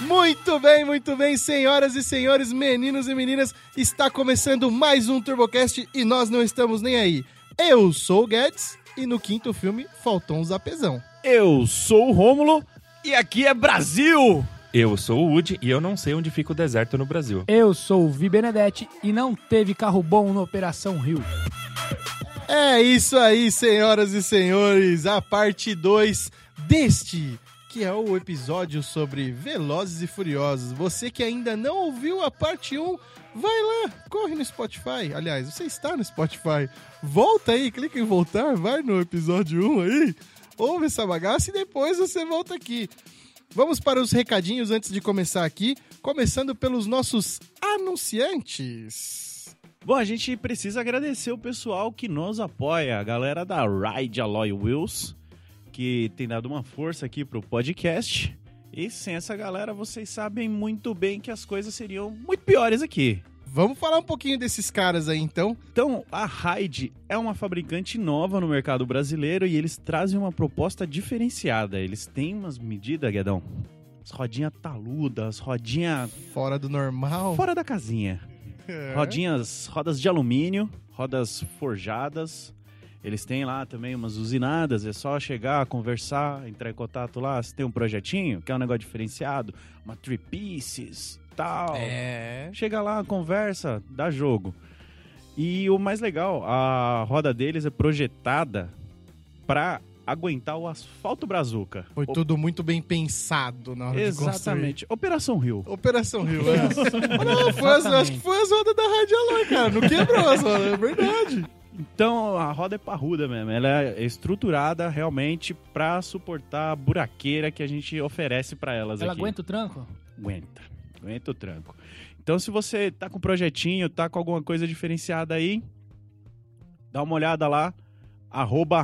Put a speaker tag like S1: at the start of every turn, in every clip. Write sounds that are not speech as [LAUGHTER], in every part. S1: Muito bem, muito bem, senhoras e senhores, meninos e meninas, está começando mais um TurboCast e nós não estamos nem aí. Eu sou o Guedes e no quinto filme faltou um zapezão.
S2: Eu sou o Rômulo e aqui é Brasil!
S3: Eu sou o Woody e eu não sei onde fica o deserto no
S4: [LAUGHS]
S3: Brasil.
S5: Eu sou o Vi Benedetti e não teve carro bom na Operação Rio.
S1: É isso aí, senhoras e senhores, a parte 2 deste que é o episódio sobre Velozes e Furiosos. Você que ainda não ouviu a parte 1, vai lá, corre no Spotify. Aliás, você está no Spotify. Volta aí, clica em voltar, vai no episódio 1 aí, ouve essa bagaça e depois você volta aqui. Vamos para os recadinhos antes de começar aqui, começando pelos nossos anunciantes.
S2: Bom, a gente precisa agradecer o pessoal que nos apoia, a galera da Ride Alloy Wheels, que tem dado uma força aqui pro podcast. E sem essa galera, vocês sabem muito bem que as coisas seriam muito piores aqui.
S1: Vamos falar um pouquinho desses caras aí então.
S2: Então, a Hyde é uma fabricante nova no mercado brasileiro e eles trazem uma proposta diferenciada. Eles têm umas medidas, Guedão. As rodinhas taludas, rodinha
S1: Fora do normal.
S2: fora da casinha.
S1: É.
S2: Rodinhas, rodas de alumínio, rodas forjadas. Eles têm lá também umas usinadas, é só chegar, conversar, entrar em contato lá. Se tem um projetinho, quer um negócio diferenciado, uma three pieces, tal.
S1: É.
S2: Chega lá, conversa, dá jogo. E o mais legal, a roda deles é projetada pra aguentar o asfalto brazuca.
S1: Foi tudo muito bem pensado na hora de construir.
S2: Exatamente. Operação Rio.
S1: Operação Rio, é. Não, foi as, acho que foi as rodas da Rádio Alô, cara. Não quebrou as rodas, é verdade.
S2: Então a roda é parruda mesmo, ela é estruturada realmente pra suportar a buraqueira que a gente oferece pra elas
S5: Ela
S2: aqui.
S5: aguenta o tranco?
S2: Aguenta, aguenta o tranco. Então se você tá com um projetinho, tá com alguma coisa diferenciada aí, dá uma olhada lá, arroba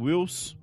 S2: Wheels.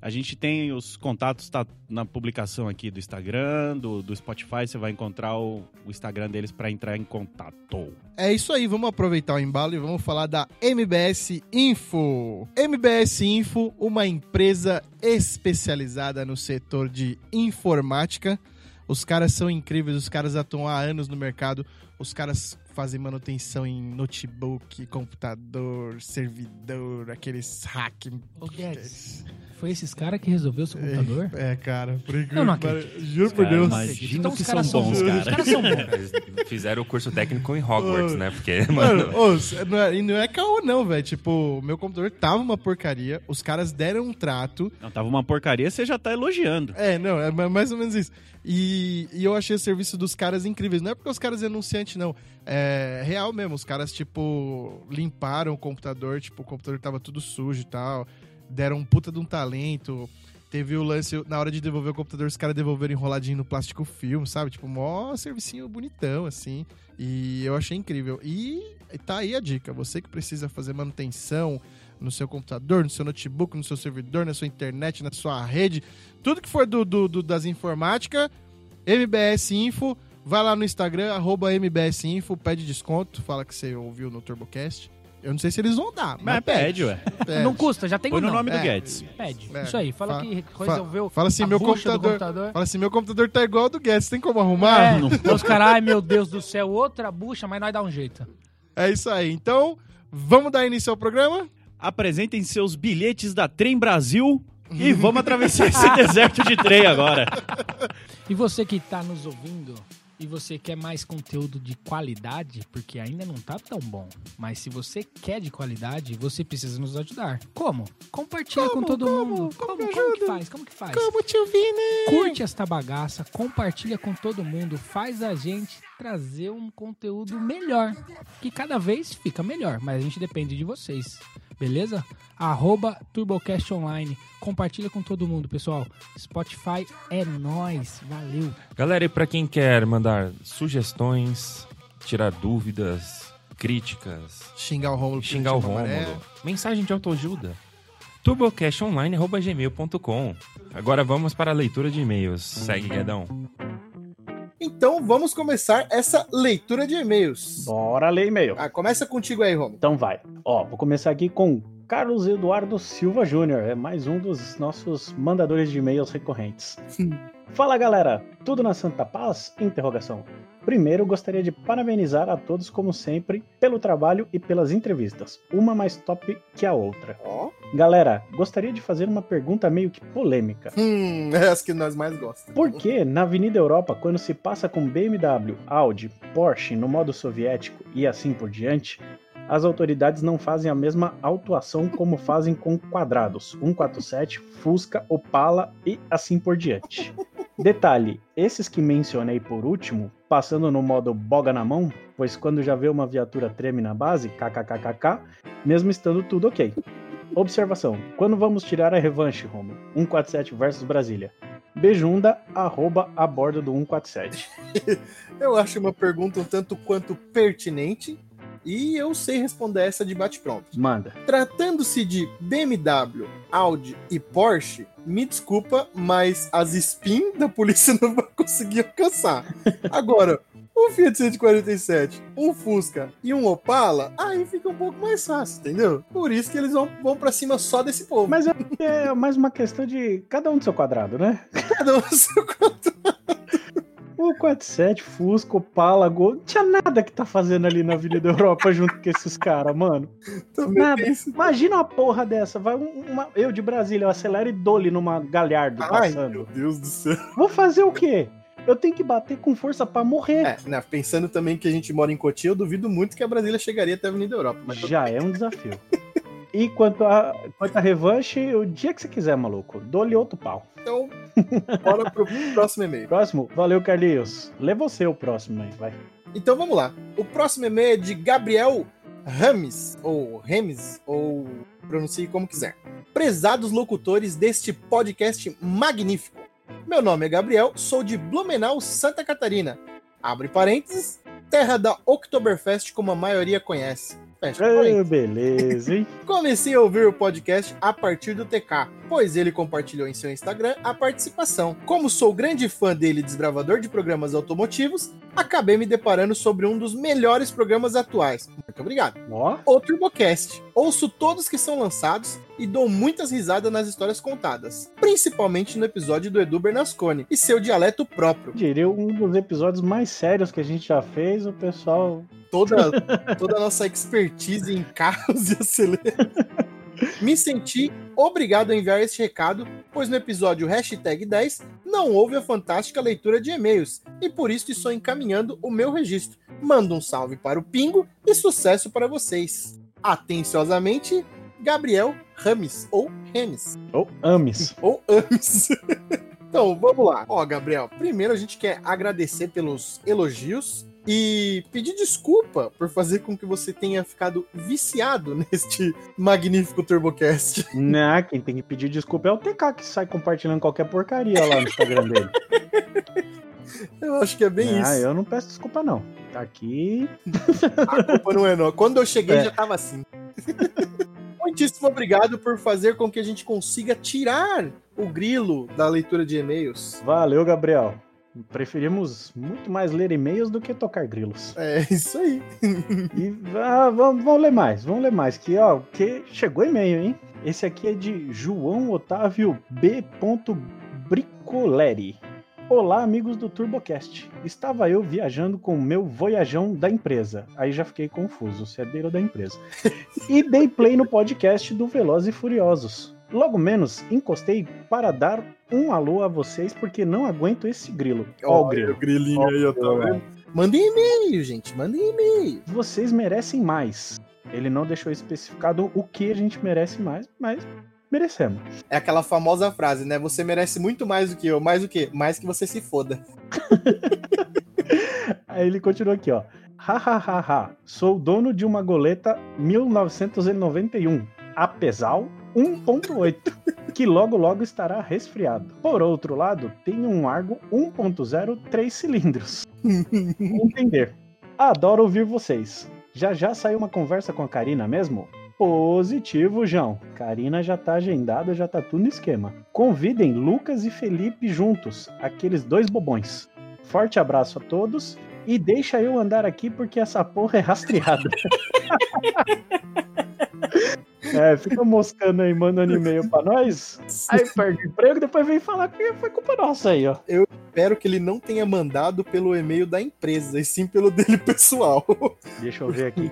S2: A gente tem os contatos, tá na publicação aqui do Instagram, do, do Spotify, você vai encontrar o, o Instagram deles pra entrar em contato.
S1: É isso aí, vamos aproveitar o embalo e vamos falar da MBS Info. MBS Info, uma empresa especializada no setor de informática. Os caras são incríveis, os caras atuam há anos no mercado, os caras fazem manutenção em notebook, computador, servidor, aqueles hack.
S5: Ô Guedes, foi esses caras que resolveu seu computador?
S1: É, cara, por incrível.
S5: Eu não
S1: que pare- Juro por Deus.
S2: imagina
S5: Então
S2: que
S5: os caras
S2: são
S5: são
S2: bons,
S5: bons.
S2: cara.
S5: Os caras são bons.
S3: Eles Fizeram o curso técnico em Hogwarts, né? Porque, mano.
S1: Mano, ô, cê- não é, e não é caô não, velho. Tipo, meu computador tava uma porcaria, os caras deram um trato.
S2: Não, tava uma porcaria, você já tá elogiando.
S1: É, não, é ma- mais ou menos isso. E, e eu achei o serviço dos caras incríveis. Não é porque os caras é anunciante, não. É real mesmo. Os caras, tipo, limparam o computador, tipo, o computador tava tudo sujo e tal. Deram um puta de um talento. Teve o lance, na hora de devolver o computador, os caras devolveram enroladinho no plástico filme, sabe? Tipo, mó servicinho bonitão, assim. E eu achei incrível. E tá aí a dica. Você que precisa fazer manutenção no seu computador, no seu notebook, no seu servidor, na sua internet, na sua rede, tudo que for do, do- do- das informática, MBS Info, vai lá no Instagram, arroba MBS Info, pede desconto, fala que você ouviu no TurboCast. Eu não sei se eles vão dar, mas,
S2: Mas pede, ué.
S1: pede.
S5: Não custa, já tem
S2: Põe
S5: o
S2: no
S5: nome.
S2: nome do
S1: É.
S2: Guedes.
S5: Pede.
S1: É,
S5: Isso aí, fala,
S1: fa-
S5: que
S1: fa-
S5: resolveu
S1: Fala assim,
S5: a
S1: meu
S5: bucha do
S1: computador,
S5: computador.
S1: Fala assim, meu computador tá igual ao do Guedes, tem como
S5: É,
S1: arrumar?
S5: os caras, ai meu Deus do céu, outra bucha, mas nós dá um jeito.
S1: É isso aí. Então, vamos dar início ao programa?
S2: Apresentem seus bilhetes da Trem Brasil e vamos atravessar esse deserto de trem agora.
S5: E você que tá nos ouvindo e você quer mais conteúdo de qualidade, porque ainda não tá tão bom, mas se você quer de qualidade, você precisa nos ajudar. Como? Compartilha com todo mundo. Como, como, que faz? Como que faz?
S1: te ouvir, né?
S5: Curte esta bagaça, compartilha com todo mundo, faz a gente trazer um conteúdo melhor, que cada vez fica melhor, mas a gente depende de vocês, beleza? Arroba TurboCast Online, compartilha com todo mundo, pessoal. Spotify é nós, valeu.
S3: Galera, e pra quem quer mandar sugestões, tirar dúvidas, críticas,
S1: Xingar o Rômulo.
S3: xingar o
S1: Curitiba Maré.
S3: Rômulo, mensagem de autoajuda, turbocastonline.gmail.com. Agora vamos para a leitura de e-mails. Segue, Guedão.
S1: Então, vamos começar essa leitura de e-mails.
S6: Bora ler e-mail.
S1: Ah, começa contigo aí, Rômulo.
S6: Então vai. Ó, vou começar aqui com Carlos Eduardo Silva Júnior, é mais um dos nossos mandadores de e-mails recorrentes. Fala galera, tudo na Santa Paz? Interrogação. Primeiro, gostaria de parabenizar a todos, como sempre, pelo trabalho e pelas entrevistas, uma mais top que a outra.
S1: Ó.
S6: Galera, gostaria de fazer uma pergunta meio que polêmica.
S1: Hum, [LAUGHS] é as que nós mais gostamos.
S6: Por que na Avenida Europa, quando se passa com BMW, Audi, Porsche no modo soviético e assim por diante, as autoridades não fazem a mesma autuação como fazem com quadrados, 147, Fusca, Opala e assim por diante? Detalhe, esses que mencionei por último, passando no modo boga na mão, pois quando já vê uma viatura treme na base, kkkk, mesmo estando tudo ok. Observação, quando vamos tirar a revanche, Romulo? 147 versus Brasília. Bejunda, arroba a bordo do 147.
S1: Eu acho uma pergunta um tanto quanto pertinente e eu sei responder essa de bate-pronto.
S6: Manda.
S1: Tratando-se de BMW, Audi e Porsche, me desculpa, mas as spin da polícia [LAUGHS] não vai conseguir alcançar. Agora, um Fiat 147, um Fusca e um Opala, aí fica um pouco mais fácil, entendeu? Por isso que eles vão, vão para cima só desse povo.
S6: Mas é, é mais uma questão de cada um do seu quadrado, né?
S1: Cada um no seu canto.
S6: O 47, Fusco, Pálago, não tinha nada que tá fazendo ali na Avenida Europa junto com esses caras, mano.
S1: Também
S6: Nada.
S1: tem esse-
S6: Imagina uma porra dessa, vai um- uma, eu de Brasília, eu acelero e dole numa galhardo
S1: Ai,
S6: tá passando.
S1: meu Deus do céu.
S6: Vou fazer o quê? Eu tenho que bater com força pra morrer.
S1: É, né, pensando também que a gente mora em Cotia, eu duvido muito que a Brasília chegaria até a Avenida Europa. Mas
S6: Já é um desafio. E quanto a, quanto a revanche, o dia que você quiser, maluco, dole outro pau.
S1: então, bora pro próximo e-mail.
S6: Próximo, valeu, Carlinhos. Lê você o próximo aí, vai.
S1: Então vamos lá. O próximo e-mail é de Gabriel Rames, ou Remes, ou pronuncie como quiser. Prezados locutores deste podcast magnífico. Meu nome é Gabriel, sou de Blumenau, Santa Catarina. Abre parênteses, terra da Oktoberfest, como a maioria conhece. Fecha parênteses.
S6: Ei, Ah, beleza, hein? [LAUGHS]
S1: Comecei a ouvir o podcast a partir do TK, pois ele compartilhou em seu Instagram a participação. Como sou grande fã dele e desbravador de programas automotivos, acabei me deparando sobre um dos melhores programas atuais. Muito obrigado.
S6: Ó,
S1: O Turbocast. Ouço todos que são lançados e dou muitas risadas nas histórias contadas, principalmente no episódio do Edu Bernasconi e seu dialeto próprio.
S6: diria um dos episódios mais sérios que a gente já fez, o pessoal
S1: toda, toda a nossa expertise em carros e aceleros. Me senti obrigado a enviar este recado, pois no episódio hashtag 10 não houve a fantástica leitura de e-mails, e por isso estou encaminhando o meu registro. Mando um salve para o Pingo e sucesso para vocês. Atenciosamente, Gabriel Rames, ou Remes
S6: ou ames.
S1: ou antes. [LAUGHS] então, vamos lá. Ó, Gabriel, primeiro a gente quer agradecer pelos elogios e pedir desculpa por fazer com que você tenha ficado viciado [LAUGHS] neste magnífico Turbocast.
S6: [LAUGHS]
S1: [LAUGHS]
S6: Não, quem tem que pedir desculpa é o TK que sai compartilhando qualquer porcaria lá no Instagram [LAUGHS] dele.
S1: Eu acho que é bem
S6: ah,
S1: isso.
S6: eu não peço desculpa, não. Tá aqui.
S1: A culpa não é não. Quando eu cheguei
S6: É.
S1: já tava assim. [LAUGHS] Muitíssimo obrigado por fazer com que a gente consiga tirar o grilo da leitura de e-mails.
S6: Valeu, Gabriel. Preferimos muito mais ler e-mails do que tocar grilos.
S1: É isso aí.
S6: E ah, vamos, vamos ler mais, vamos ler mais. Que, ó, que chegou e-mail, hein? Esse aqui é de João Otávio B. Bricoleri. Olá, amigos do TurboCast. Estava eu viajando com o meu voyajão da empresa. Aí já fiquei confuso, se é dele ou da empresa. E dei play no podcast do Velozes e Furiosos. Logo menos, encostei para dar um alô a vocês, porque não aguento esse grilo. Ó, o grilo.
S1: grilinho
S6: Ó,
S1: então, é.
S6: grilo, ó.
S1: Mandem e-mail, gente. Mandem e-mail.
S6: vocês merecem mais. Ele não deixou especificado o que a gente merece mais, mas merecemos.
S1: É aquela famosa frase, né? Você merece muito mais do que eu. Mais o quê? Mais que você se foda.
S6: Aí ele continua aqui, ó. Ha, ha, ha, ha. Sou dono de uma goleta 1991, apesal 1.8, que logo logo estará resfriado. Por outro lado, tenho um Argo 1.0 3 cilindros. Entender. Adoro ouvir vocês. Já já saiu uma conversa com a Karina mesmo? Positivo, João. Karina já tá agendada, já tá tudo no esquema. Convidem Lucas e Felipe juntos, aqueles dois bobões. Forte abraço a todos e deixa eu andar aqui porque essa porra é rastreada. É, fica moscando aí, mandando e-mail pra nós. Aí perde o emprego, depois vem falar que foi culpa nossa aí, ó.
S1: Espero que ele não tenha mandado pelo e-mail da empresa, e sim pelo [LAUGHS] dele pessoal.
S6: Deixa eu ver aqui.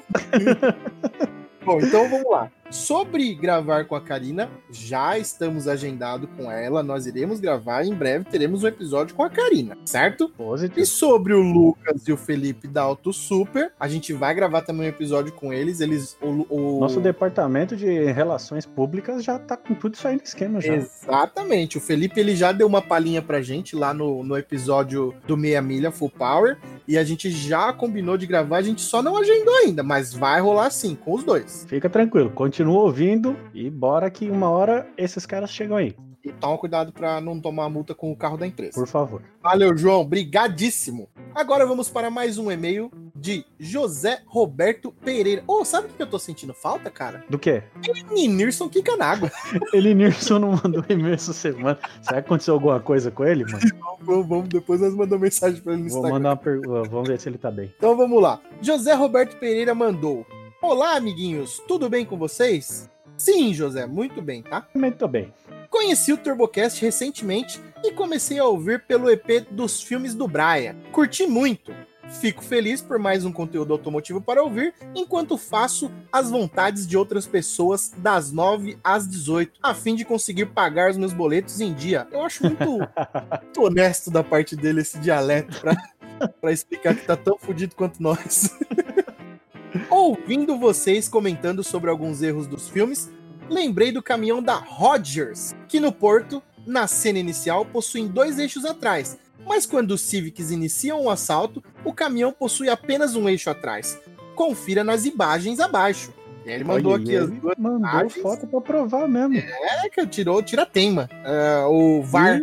S1: Bom, então vamos lá. Sobre gravar com a Karina, já estamos agendado com ela. Nós iremos gravar em breve, teremos um episódio com a Karina, certo? E
S6: Positivo.
S1: sobre o Lucas e o Felipe da Auto Super, a gente vai gravar também um episódio com eles. Eles o, Lu- o-
S6: Nosso departamento de relações públicas já tá com tudo isso aí no esquema já.
S1: Exatamente. O Felipe ele já deu uma palhinha pra gente lá no, no episódio do Meia Milha Full Power. E a gente já combinou de gravar, a gente só não agendou ainda, mas vai rolar sim, com os dois.
S6: Fica tranquilo, continua ouvindo e bora que uma hora esses caras chegam aí,
S1: E toma Então, cuidado pra não tomar multa com o carro da empresa.
S6: por favor.
S1: Valeu, João. Brigadíssimo. Agora vamos para mais um e-mail de José Roberto Pereira. Ô, sabe o que eu tô sentindo falta, cara?
S6: Do quê?
S1: Ninirson quica na água.
S6: Ele Nilson não mandou e-mail essa semana. Será que aconteceu alguma coisa com ele, mano?
S1: Vamos, vamos, depois nós mandamos mensagem pra ele no
S6: Vou
S1: Instagram.
S6: mandar uma pergunta, vamos ver se ele tá bem.
S1: Então vamos lá. José Roberto Pereira mandou. Olá, amiguinhos. Tudo bem com vocês? Sim, José, muito bem, tá?
S6: Também tô bem.
S1: Conheci o Turbocast recentemente e comecei a ouvir pelo EP dos filmes do Brian. Curti muito. Fico feliz por mais um conteúdo automotivo para ouvir, enquanto faço as vontades de outras pessoas das 9 às 18, a fim de conseguir pagar os meus boletos em dia. Eu acho muito, muito honesto da parte dele esse dialeto para
S6: [LAUGHS]
S1: explicar que tá tão fudido quanto nós. [LAUGHS] Ouvindo vocês comentando sobre alguns erros dos filmes, lembrei do caminhão da Rogers, que no Porto, na cena inicial, possuem dois eixos atrás, mas quando os Civics iniciam o assalto, o caminhão possui apenas um eixo atrás. Confira nas imagens abaixo. E aí ele mandou
S6: Olha,
S1: aqui
S6: e
S1: as
S6: ele
S1: duas.
S6: Mandou
S1: imagens.
S6: foto pra
S1: [LAUGHS]
S6: provar mesmo.
S1: É que tirou, tira teima. Ah, o VAR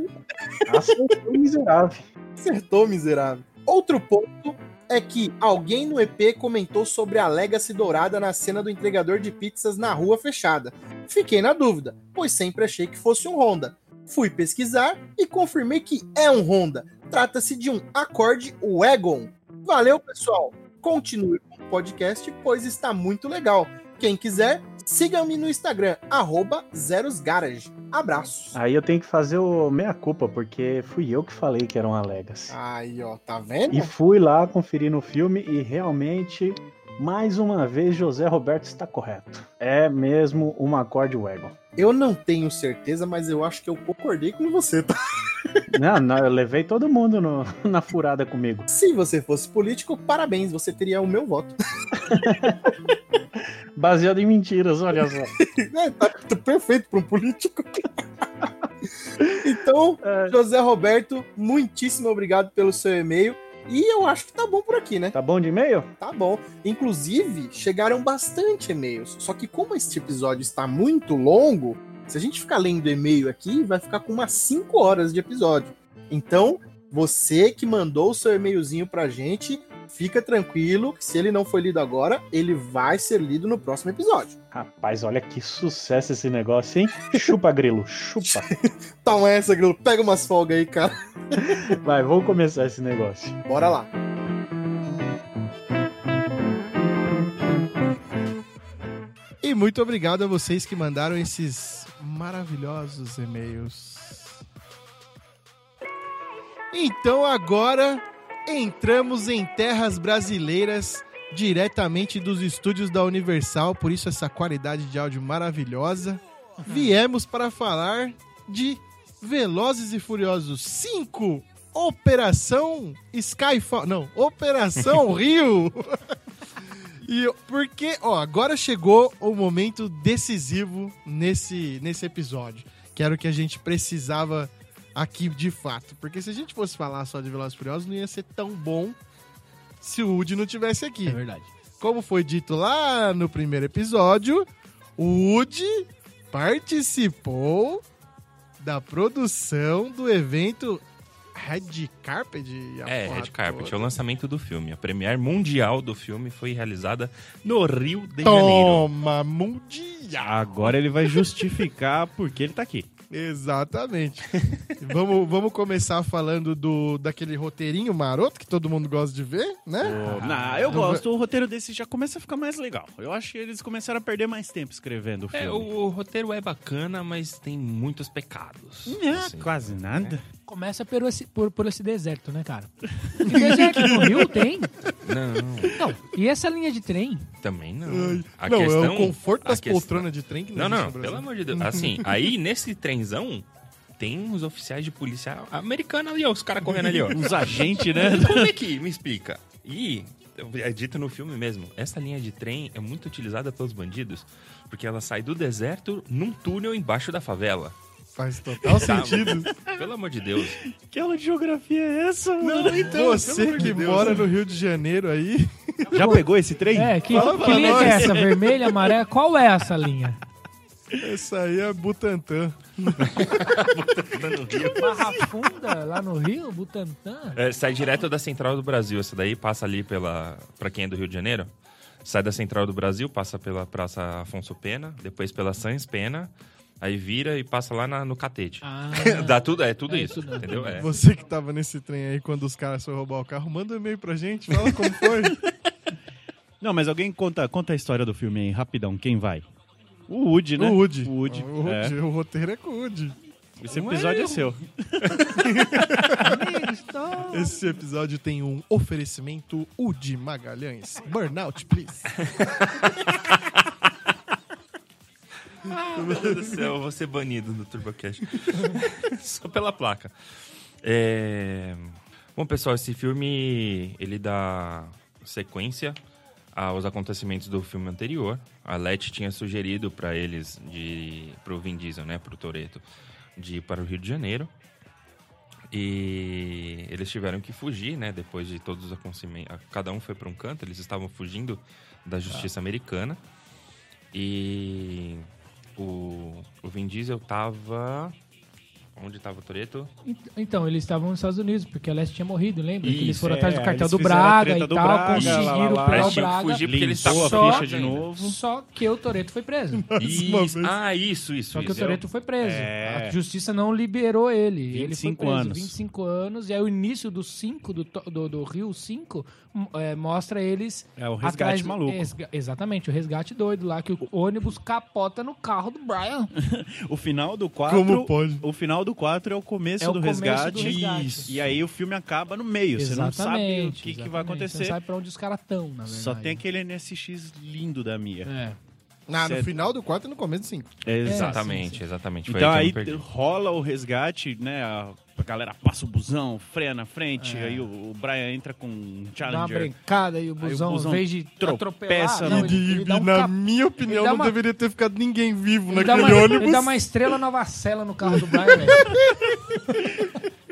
S6: Acertou miserável.
S1: Acertou, miserável. Outro ponto é que alguém no EP comentou sobre a Legacy dourada na cena do entregador de pizzas na rua fechada. Fiquei na dúvida, pois sempre achei que fosse um Honda. Fui pesquisar e confirmei que é um Honda. Trata-se de um Accord Wagon. Valeu, pessoal. Continue com o podcast, pois está muito legal. Quem quiser, siga-me no Instagram, arroba zerosgarage. Abraços.
S6: Aí eu tenho que fazer o meia-culpa, porque fui eu que falei que era um Legacy.
S1: Aí, ó, tá vendo?
S6: E fui lá conferir no filme e realmente, mais uma vez, José Roberto está correto. É mesmo uma Accord Wagon.
S1: Eu não tenho certeza, mas eu acho que eu concordei com você, tá? [LAUGHS]
S6: Não, não, eu levei todo mundo no- [LAUGHS] na furada comigo.
S1: Se você fosse político, parabéns, você teria o meu voto. [LAUGHS]
S6: Baseado em mentiras, olha só.
S1: É, tá, tá perfeito para um político. [LAUGHS] então, José Roberto, muitíssimo obrigado pelo seu e-mail. E eu acho que tá bom por aqui, né?
S6: Tá bom de e-mail?
S1: Tá bom. Inclusive, chegaram bastante e-mails. Só que como este episódio está muito longo, se a gente ficar lendo e-mail aqui, vai ficar com umas 5 horas de episódio. Então, você que mandou o seu e-mailzinho pra gente, fica tranquilo que se ele não foi lido agora, ele vai ser lido no próximo episódio.
S6: Rapaz, olha que sucesso esse negócio, hein? Chupa, grilo, chupa.
S1: Então é essa, Grilo. Pega umas folgas aí, cara.
S6: Vai, vamos começar esse negócio.
S1: Bora lá.
S7: E muito obrigado a vocês que mandaram esses maravilhosos e-mails. Então agora entramos em terras brasileiras diretamente dos estúdios da Universal, por isso essa qualidade de áudio maravilhosa. Viemos para falar de Velozes e Furiosos 5, Operação Skyfall, não, Operação Rio. E porque, ó, agora chegou o momento decisivo nesse, nesse episódio. Que era o que a gente precisava aqui de fato. Porque se a gente fosse falar só de Velozes e Furiosos, não ia ser tão bom se o Woody não tivesse aqui.
S8: É verdade.
S7: Como foi dito lá no primeiro episódio, o Woody participou da produção do evento Red Carpet. a
S1: Tá
S3: É,
S7: porra
S3: Red Carpet, é
S7: toda.
S3: o lançamento do filme. A premiere mundial do filme foi realizada no Rio de Janeiro.
S7: Toma, mundial!
S2: Agora ele vai justificar porque ele tá aqui.
S7: Exatamente.
S1: [LAUGHS] Vamos, vamos começar falando do, daquele roteirinho maroto que todo mundo gosta de ver, né?
S2: não, eu
S1: não
S2: gosto. O roteiro desse já começa a ficar mais legal. Eu acho que eles começaram a perder mais tempo escrevendo o filme.
S3: É, o, o roteiro é bacana, mas tem muitos pecados.
S2: É,
S3: assim.
S2: quase nada.
S4: Começa por esse, por, por esse deserto, né,
S2: [LAUGHS]
S4: cara? Que deserto no Rio tem?
S3: Não,
S4: Não. E essa linha de trem?
S3: também não. A
S1: não,
S3: questão,
S1: é o conforto
S3: a
S1: das
S3: questão-
S1: poltronas de trem que
S3: Não,
S1: existe
S3: não,
S1: no Brasil.
S3: pelo amor de Deus.
S1: [LAUGHS]
S3: Assim, aí nesse trenzão tem os oficiais de polícia americana ali, ó, os caras
S1: [LAUGHS]
S3: correndo ali, ó.
S2: Os agentes, né?
S3: Como é que me explica? E é dito no filme mesmo, essa linha de trem é muito utilizada pelos bandidos, porque ela sai do deserto num túnel embaixo da favela.
S1: Faz total
S3: Tá,
S1: sentido.
S3: Pelo amor de Deus.
S2: que aula de geografia é essa,
S3: então,
S2: mano?
S1: Você que mora no Rio de Janeiro aí,
S2: Já pegou esse trem?
S4: É, que,
S1: Fala
S4: que
S1: pra
S4: linha
S1: nós.
S4: que é essa? Vermelha, amarela? Qual é essa linha?
S1: essa aí é Butantã.
S4: Barra Funda, lá no Rio, Butantã?
S3: É, sai direto da Central do Brasil, essa daí passa ali pela. Pra quem é do Rio de Janeiro. Sai da Central do Brasil, passa pela Praça Afonso Pena, depois pela Sans Pena, aí vira e passa lá na- no Catete.
S4: Ah,
S3: [LAUGHS] Dá tudo, é tudo
S4: É
S3: isso,
S4: isso mesmo.
S3: entendeu? É.
S1: Você que tava nesse trem aí quando os caras foram roubar o carro, manda um e-mail pra gente, fala como
S3: [LAUGHS]
S1: foi.
S3: Né?
S2: Não, mas alguém conta, conta a história do filme aí, rapidão. Quem vai? O Woody, né?
S1: O Woody.
S2: O Woody.
S1: O, Woody,
S2: é.
S1: o roteiro é com o Woody.
S2: Esse episódio é seu.
S4: estou-
S1: Esse episódio tem um oferecimento Woody Magalhães. Burnout, please.
S3: Meu Deus do céu, eu vou ser banido do TurboCast. [LAUGHS] Só pela placa. É... Bom, pessoal, esse filme, ele dá sequência aos acontecimentos do filme anterior. A Let tinha sugerido para eles, de pro Vin Diesel, né, pro Toreto, de ir para o Rio de Janeiro. E eles tiveram que fugir, né, depois de todos os acontecimentos. Cada um foi para um canto, eles estavam fugindo da justiça americana. E o, o Vin Diesel tava. Onde tava o Toreto?
S4: Então, eles estavam nos Estados Unidos, porque a Leste tinha morrido, lembra? que eles
S3: Isso,
S4: foram atrás
S2: é,
S4: do cartel
S2: eles
S4: do
S2: fizeram a
S4: Braga
S2: treta
S4: e
S2: do
S4: tal,
S2: Braga, lá, lá,
S4: conseguiram
S2: lá.
S4: pegar
S3: Eles
S4: o
S3: tinham que
S4: Braga.
S3: fugir porque tá eles
S2: Limpou
S3: estavam
S4: a
S2: ficha de
S3: ainda.
S2: novo.
S4: Só que o Toreto foi preso.
S3: Isso. Ah, isso, isso.
S4: Só que o
S3: isso.
S4: Toreto foi preso.
S2: É.
S4: A justiça não liberou ele. ele foi
S2: 25
S4: preso
S2: anos.
S4: 25 anos. E aí o início do 5, do, to- do, do Rio 5, m- é, mostra eles...
S2: É o
S4: atrás
S2: resgate
S4: do-
S2: maluco.
S4: resga- exatamente, o resgate doido lá, que o ônibus capota no carro do Brian.
S2: O final do 4.
S1: Como pode?
S2: O final do 4 é o começo,
S4: É o
S2: do,
S4: começo do
S2: resgate,
S4: resgate.
S2: Isso. E aí o filme acaba no meio. Você não sabe o
S4: exatamente.
S2: que, que vai
S4: Você não
S2: acontecer.
S4: sabe pra onde os caras estão, na verdade.
S2: Só tem aquele NSX lindo da Mia.
S4: É.
S1: Ah, no
S2: Certo.
S1: final do quarto e no começo do cinco.
S3: Exatamente, exatamente. Foi
S2: é, Então
S3: aí
S2: aí
S3: que eu me perdi.
S2: rola o resgate, né? A a galera passa o busão, freia na frente, aí o, o Brian entra com um
S4: É. Dá uma
S2: Challenger.
S4: brincada e o busão,
S2: busão
S4: em vez de
S2: tropeça
S4: atropelar,
S2: no-
S4: não, ele, ele dá
S1: e
S4: um
S1: na
S4: cap...
S1: minha opinião,
S4: dá
S1: não
S4: uma-
S1: deveria ter ficado ninguém vivo
S4: ele dá
S1: naquele
S4: uma, ele
S1: ônibus.
S4: dá uma estrela na vacela no
S2: [LAUGHS]
S4: carro do Brian, velho.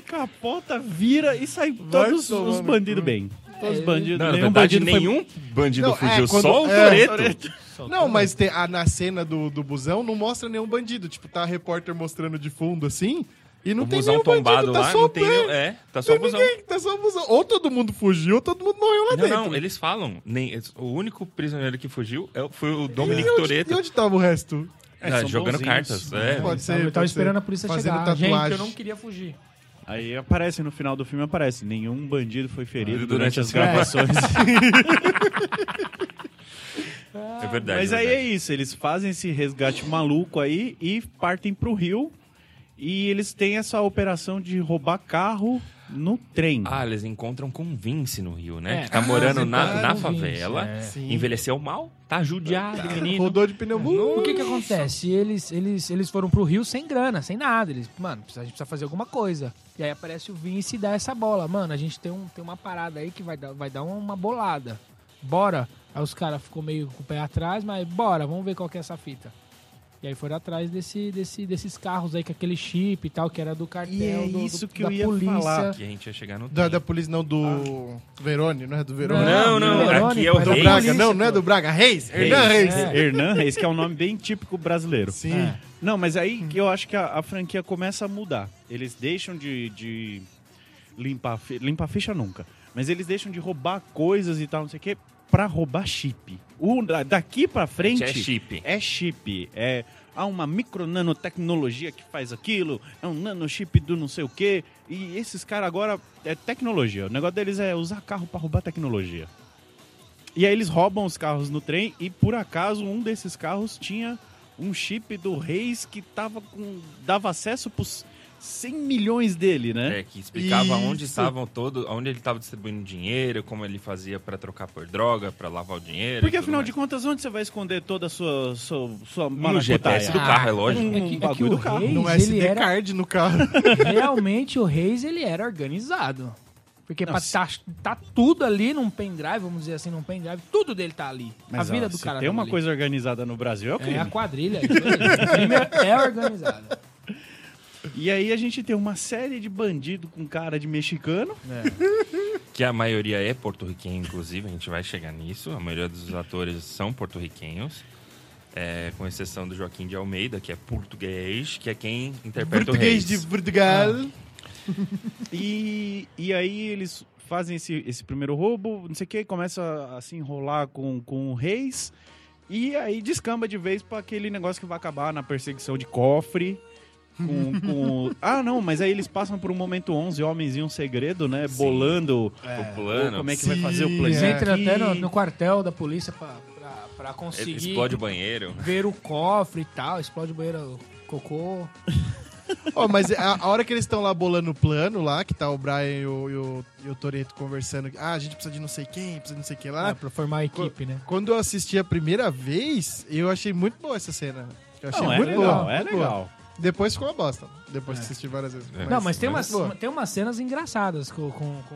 S2: Capota, vira e sai
S1: Vai
S2: todos
S1: tomar
S2: os
S1: no
S2: bandidos
S1: cu.
S2: bem. Todos os bandidos.
S3: Não, na
S2: nenhum
S3: verdade,
S2: bandido foi-
S3: nenhum bandido
S1: Não, é,
S3: fugiu,
S1: quando-
S3: só o
S1: é,
S3: Toreto.
S1: Não, mas tem- ah, na cena do, do busão não mostra nenhum bandido. Tipo, tá a repórter mostrando de fundo assim e não
S3: o
S1: tem
S3: busão
S1: nenhum
S3: tombado
S1: bandido, tá
S3: lá,
S1: só
S3: não
S1: o
S3: tem
S1: pé.
S3: nenhum. É, tá só
S1: Tem
S3: o busão.
S1: ninguém, tá só o busão. Ou todo mundo fugiu, ou todo mundo morreu lá
S3: Não,
S1: dentro.
S3: não, eles falam. Nem, o único prisioneiro que fugiu é o- foi o
S1: E
S3: Dominic
S1: onde, e
S3: Toreto
S1: onde tava o resto?
S2: É,
S3: ah,
S2: são
S3: jogando
S2: bonzinhos.
S3: cartas. É.
S1: Pode ser.
S4: Ele
S1: pode
S4: tava
S1: ser.
S4: esperando a polícia
S1: Fazendo
S4: chegar.
S1: Tatuagem.
S4: Gente, eu não queria fugir.
S2: Aí aparece no final do filme, aparece. Nenhum bandido foi
S3: Ah,
S2: ferido
S3: durante
S2: durante, as
S3: as
S2: gravações.
S3: É verdade.
S2: Mas
S3: é
S2: aí é
S3: verdade.
S2: isso, eles fazem esse resgate maluco aí e partem pro Rio. E eles têm essa operação de roubar carro no trem.
S3: Ah, eles encontram com o Vince no Rio, né?
S4: É.
S3: Que tá
S4: Ah,
S3: morando
S1: você
S3: na,
S1: tá
S3: na
S4: com o
S3: favela.
S4: Vince, é.
S1: Sim.
S3: Envelheceu mal, tá
S1: [LAUGHS]
S3: judiado, menino.
S1: Rodou de pneu.
S4: ah,
S1: Uh!
S4: O que que acontece? Eles, eles, eles foram pro Rio sem grana, sem nada. Eles, mano, precisa- a gente precisa fazer alguma coisa. E aí aparece o Vince e dá essa bola. Mano, a gente tem, um, tem uma parada aí que vai dar, vai dar uma bolada. Bora. Aí os caras ficou meio com o pé atrás, mas bora, vamos ver qual que é essa fita. E aí foram atrás desse, desse, desses carros aí com aquele chip e tal, que era do cartel,
S2: E é
S4: do- do-
S2: isso que
S4: da
S2: eu ia
S4: polícia.
S2: falar.
S3: Que a gente ia chegar no
S1: Da,
S3: trem.
S1: da polícia, não, do Verone, não é do Verone?
S3: Ah. Não, não,
S4: Verônica,
S3: aqui é o
S4: era
S1: Do
S3: Reis.
S4: da
S1: Braga,
S4: polícia,
S1: não, não é
S4: pô.
S1: do Braga. Reis, Hernan
S3: Reis.
S1: Reis.
S4: É.
S2: Hernan Reis, que é um nome bem típico brasileiro.
S1: Sim.
S4: É.
S2: Não, mas aí que eu acho que a, a franquia começa a mudar. Eles deixam de, de limpar, fi- limpar ficha nunca. Mas eles deixam de roubar coisas e tal, não sei o quê, pra roubar chip. O, da- daqui pra frente
S3: É chip.
S2: é chip. É há uma micronanotecnologia que faz aquilo, é um nanochip do não sei o quê. E esses caras agora é tecnologia. O negócio deles é usar carro pra roubar tecnologia. E aí eles roubam os carros no trem e por acaso um desses carros tinha um chip do Reis que tava com dava acesso pros 100 milhões dele, né?
S3: É, que explicava onde
S1: Isso.
S3: estavam todos, onde ele estava distribuindo dinheiro, como ele fazia pra trocar por droga, pra lavar o dinheiro.
S2: Porque
S3: e tudo
S2: afinal
S3: mais.
S2: de contas, onde você vai esconder toda a sua, sua, sua Ah,
S3: No GPS do
S2: maracutaia?
S3: carro, é
S4: É
S3: lógico.
S4: que, é que
S2: um bagulho
S4: o
S2: do carro.
S4: Reis,
S1: Não é
S4: ele
S1: SD
S4: era
S1: card no carro.
S4: Realmente o Reis ele era organizado. Porque
S2: Não,
S4: pra
S2: se-
S4: tá, tá tudo ali num pendrive, vamos dizer assim, num pendrive, tudo dele tá ali.
S2: Mas,
S4: a vida
S2: ó,
S4: do
S2: se
S4: cara
S2: tem
S4: tava
S2: uma
S4: ali.
S2: coisa organizada no Brasil, é o crime.
S4: É a quadrilha. isso aí. O crime é organizado.
S2: E aí a gente tem uma série de bandido com cara de mexicano.
S3: Que a maioria é porto-riquenha, inclusive, a gente vai chegar nisso. A maioria dos atores são porto-riquenhos. é, com exceção do Joaquim de Almeida, que é português, que é quem interpreta
S1: Português
S3: o
S1: de
S3: Reis.
S1: Portugal.
S2: E, e aí eles fazem esse, esse primeiro roubo, não sei o que, começa a, se enrolar com, com o Reis. E aí descamba de vez pra aquele negócio que vai acabar na perseguição de cofre. Com,
S4: [LAUGHS]
S2: com- Ah, não, mas aí eles passam por um momento 11 homens e um segredo, né?
S3: Sim.
S2: Bolando
S3: O
S2: ou
S3: plano.
S2: como é que vai fazer o
S1: Sim,
S4: [LAUGHS]
S2: plano.
S4: Eles
S1: é.
S4: entram até no, no quartel da polícia pra, pra, pra
S3: Ele
S4: conseguir
S3: Explode o banheiro.
S4: ver o cofre e tal, explode o banheiro o cocô.
S1: Ó, mas a, a hora que eles estão lá bolando o plano, lá, que tá o Brian e o, e o, e o Toreto conversando, ah, a gente precisa de não sei quem, precisa de não sei o que lá.
S4: Ah, pra formar a equipe, né?
S1: Quando eu assisti a primeira vez, eu achei muito boa essa cena. Eu achei
S2: Não, é
S1: muito
S2: legal,
S1: boa.
S2: é
S1: muito boa.
S2: legal.
S1: Depois ficou uma bosta. Depois que assisti várias vezes.
S3: É.
S4: Não, mas tem
S1: mas
S4: umas,
S1: boa.
S4: tem umas cenas engraçadas com, com, com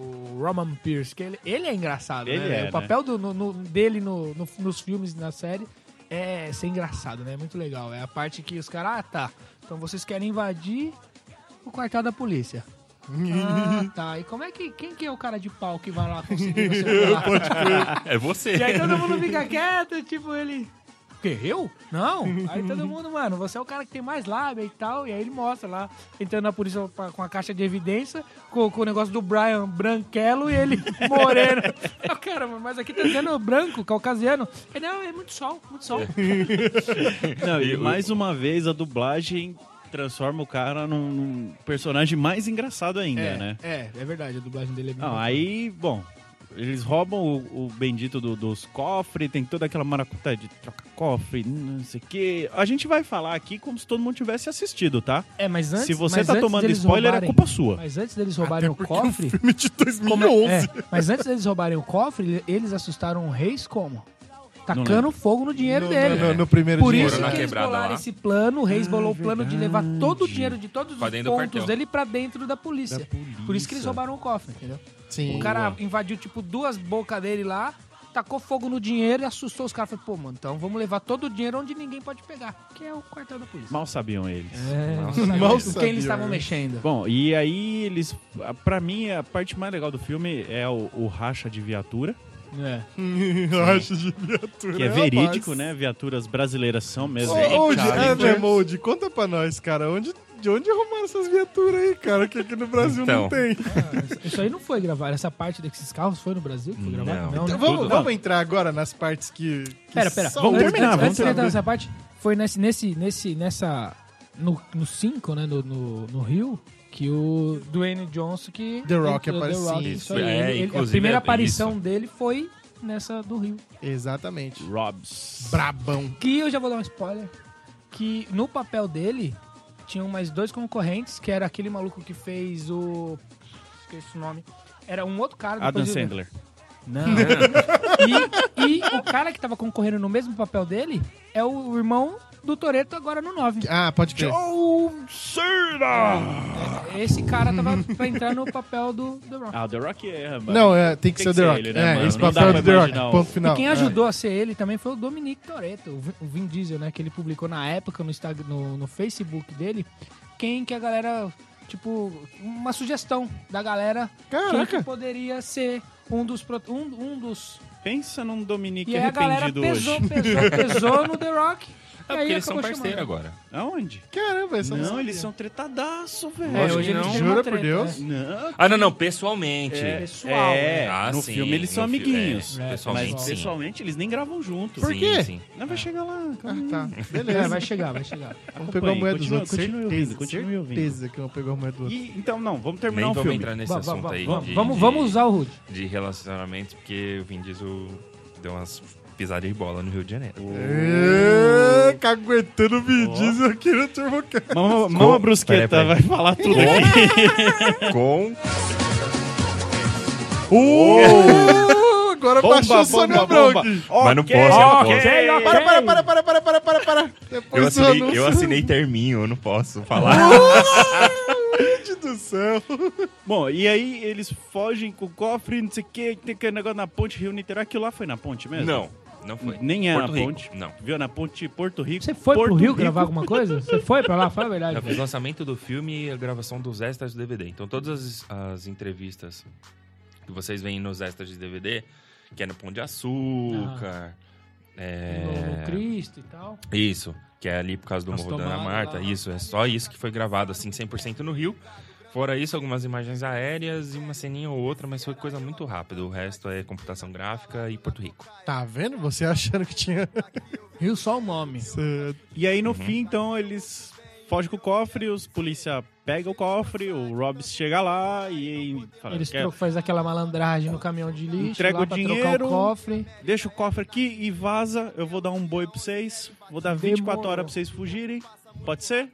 S4: o Roman Pierce, que ele, ele é engraçado,
S2: Ele
S4: né?
S2: é,
S4: o papel do- no- no- dele no- no- nos filmes e na série é ser engraçado, né? É muito legal. É a parte que os caras, ah, tá. Então vocês querem invadir o quartel da polícia. Ah, tá. E como é que. Quem que é o cara de pau que vai lá conseguir você pular?
S3: É você.
S4: E aí todo mundo fica quieto, tipo, ele. O quê? Eu? Não. Aí [LAUGHS] todo mundo, mano, você é o cara que tem mais lábia e tal. E aí ele mostra lá, entrando na polícia pra- com a caixa de evidência, com, com o negócio do Brian branquelo e ele [LAUGHS] moreno. Eu, cara, mas aqui tá dizendo branco, caucasiano. Ele, não, é muito sol, muito sol.
S2: Não, e
S3: Eu-
S2: mais uma vez a dublagem transforma o cara num, num personagem mais engraçado ainda, né?
S4: é, é verdade, a dublagem dele é
S2: Não, aí, bom, eles roubam o, o bendito do- dos cofres, tem toda aquela maracutaia de troca cofre, não sei o quê. A gente vai falar aqui como se todo mundo tivesse assistido, tá?
S4: É, mas antes.
S2: se você
S4: mas
S2: tá
S4: antes
S2: tomando
S4: deles
S2: spoiler,
S4: roubarem-
S2: é culpa sua.
S4: Mas antes deles roubarem o
S2: é um
S4: cofre.
S1: Filme
S4: [LAUGHS]
S1: de 2011.
S4: É, mas antes deles roubarem o cofre, eles assustaram o Reis como? Tacando
S2: lembro.
S4: fogo no dinheiro
S1: No,
S4: dele.
S1: no- no primeiro
S4: Por
S1: dinheiro,
S4: isso
S3: na
S1: né?
S4: que eles
S3: quebrada
S4: bolaram
S3: lá.
S4: esse plano, o Reis bolou o plano de levar todo o dinheiro de todos os
S3: Pra dentro do
S4: pontos
S3: quartel.
S4: dele pra dentro da polícia.
S2: Da polícia.
S4: Por isso que eles roubaram o cofre, entendeu?
S1: Sim.
S4: O cara invadiu, tipo, duas bocas dele lá, tacou fogo no dinheiro e assustou os caras. Falei, pô, mano, então vamos levar todo o dinheiro onde ninguém pode pegar, que é o quartel da polícia.
S2: Mal sabiam eles.
S4: É.
S3: Nossa,
S1: Mal
S3: Deus.
S4: Com quem eles
S1: sabia,
S4: estavam
S1: né?
S4: mexendo.
S2: Bom, e aí eles. Pra mim, a parte mais legal do filme é o, o racha de viatura,
S4: É.
S1: [LAUGHS] Eu acho de viatura.
S2: que é
S1: rapaz.
S2: verídico, né? Viaturas brasileiras são
S1: Ô,
S2: mesmo.
S1: ô, Di- é,
S3: Charlie.
S1: meu irmão, Di, conta pra nós, cara. Onde, de onde arrumaram essas viaturas aí, cara? Que aqui no Brasil não
S3: Então.
S1: tem.
S4: Isso aí não foi gravado. Essa parte desses carros foi no Brasil? que Foi
S3: Não.
S4: gravado?
S3: Então
S4: né?
S1: Então, vamos,
S3: tudo.
S1: vamos entrar agora nas partes que. que
S4: Pera, pera.
S1: só
S2: Vamos
S1: o-
S4: antes,
S2: terminar,
S4: um antes,
S2: vamos
S4: antes de entrar nessa parte, foi nesse, nesse, nesse nessa... No 5, né? No, no, no Rio, que o Dwayne Johnson que...
S1: The Rock
S4: entrou-
S1: apareceu.
S3: Isso,
S4: aí.
S3: é,
S4: Ele- ele- a
S3: inclusive,
S4: primeira
S3: é
S4: aparição dele foi nessa do Rio.
S1: Exatamente.
S2: Robs.
S1: Brabão.
S4: Que eu já vou dar um spoiler. Que no papel dele, tinham mais dois concorrentes, que era aquele maluco que fez o... Esqueci o nome. Era um outro cara.
S2: Adam
S4: depois eu-
S2: Sandler.
S4: Não. e, e o cara que tava concorrendo no mesmo papel dele é o irmão do Toreto agora no 9.
S1: Ah, pode
S3: é.
S1: [LAUGHS] crer.
S2: John Cena!
S4: Esse cara tava [LAUGHS] pra entrar no papel do, do Rock.
S2: Ah, o The Rock é, mano.
S1: Não, é, tem que
S2: Tem
S1: ser o
S2: que
S1: The
S2: ser
S1: Rock.
S2: ele, né,
S1: é,
S2: mano?
S1: esse
S2: Não dá
S1: papel
S2: pra
S1: do The Rock.
S2: imaginar o-
S1: Ponto final.
S4: e quem
S1: É.
S4: ajudou a ser ele também foi o Dominique Toretto, o Vin- o Vin Diesel, né? Que ele publicou na época no, Instagram, no, no Facebook dele. Quem que a galera, tipo, uma sugestão da galera quem que
S1: É. Caraca.
S4: poderia ser um dos, pro- um, um dos
S2: Pensa num Dominique
S4: E aí a galera
S2: arrependido
S4: pesou,
S2: hoje.
S4: pesou, pesou no The Rock.
S3: É
S5: aí
S3: porque eles são
S5: acabou
S3: parceiros
S5: chamando.
S3: agora.
S2: Aonde?
S1: Caramba, essa é
S2: não,
S1: sabia.
S2: eles são tretadaço, velho.
S3: Lógico que
S5: eles
S3: não.
S5: têm uma
S1: Jura por
S5: treta,
S1: Deus?
S5: né?
S2: Não,
S3: Ah, não, não, pessoalmente.
S2: é,
S5: pessoal,
S2: é,
S5: né?
S3: Ah,
S2: no
S3: sim,
S2: filme eles são
S3: no fi-
S2: amiguinhos.
S3: é,
S5: É,
S3: pessoalmente,
S2: mas
S3: sim.
S2: pessoalmente eles nem gravam juntos.
S1: Por
S3: Sim,
S1: quê?
S3: sim.
S2: Não vai chegar lá.
S1: Ah,
S2: calma.
S1: tá.
S5: É,
S1: Beleza.
S5: vai chegar, vai chegar.
S1: Vamos pegar a
S2: Acompanhe,
S1: moeda dos
S2: continua-
S1: outros.
S2: continue
S1: Certeza,
S2: ouvindo, continue ouvindo.
S1: certeza que vão pegar a moeda dos outros.
S2: E, então, não, vamos terminar
S3: Nem
S2: o
S3: vamos
S2: filme.
S3: entrar nesse
S5: Va- va-
S3: assunto
S5: va-
S3: aí.
S5: vamos,
S3: de,
S5: vamos,
S3: de-
S5: vamos usar o Rude.
S3: De relacionamento, porque o Vin Diesel deu umas pisadas de bola no Rio de Janeiro.
S1: É, caguetando o Vin Diesel aqui no TurboCast.
S2: Mama, mama Brusqueta
S3: Peraí, peraí.
S2: vai falar tudo aqui.
S3: Com.
S1: Uh, agora baixou o Sônia Branco.
S3: Mas não
S2: Ok,
S3: posso, não
S2: ok,
S3: posso.
S2: ok.
S1: Para, para, para, para, para, para, para, para.
S3: Eu
S1: Depois do
S3: assinei, eu
S1: anúncio.
S3: assinei terminho, eu não posso falar.
S1: Gente do céu.
S2: Bom, e aí eles fogem com o cofre, não sei o que, tem aquele negócio na ponte Rio-Niterói. Aquilo lá foi na ponte mesmo?
S3: não, não foi.
S2: Nem era
S3: Porto
S2: na
S3: Rico,
S2: ponte.
S3: Não.
S2: Viu? Na ponte Porto Rico.
S5: Você foi
S2: Porto
S5: pro Rio gravar alguma coisa? Você foi pra lá? Fala a verdade.
S3: Eu
S5: velho.
S3: fiz o lançamento do filme e a gravação dos extras do DVD. Então, todas as, as entrevistas que vocês veem nos extras de DVD, que é no Pão de Açúcar,
S5: No, no
S3: é...
S5: Cristo e tal.
S3: Isso, que é ali por causa do
S5: As
S3: Morro da Ana
S5: tomadas
S3: Marta.
S5: lá.
S3: Isso, é só isso que foi gravado, assim, 100% no Rio. Fora isso, algumas imagens aéreas e uma ceninha ou outra, mas foi coisa muito rápida. O resto é computação gráfica e Porto Rico.
S1: Tá vendo? Você achando que tinha...
S5: Rio só o nome.
S2: E aí, no
S3: Uhum.
S2: fim, então, eles fogem com o cofre, os polícia pega o cofre, o Robs chega lá e fala,
S5: Eles
S2: "Quer-
S5: tro- faz aquela malandragem no caminhão de lixo,
S2: Entrega
S5: lá
S2: o
S5: pra
S2: dinheiro.
S5: trocar o cofre.
S2: deixa o cofre aqui e vaza, eu vou dar um boi pra vocês, vou dar 24
S5: Demorou.
S2: horas pra vocês fugirem, pode ser?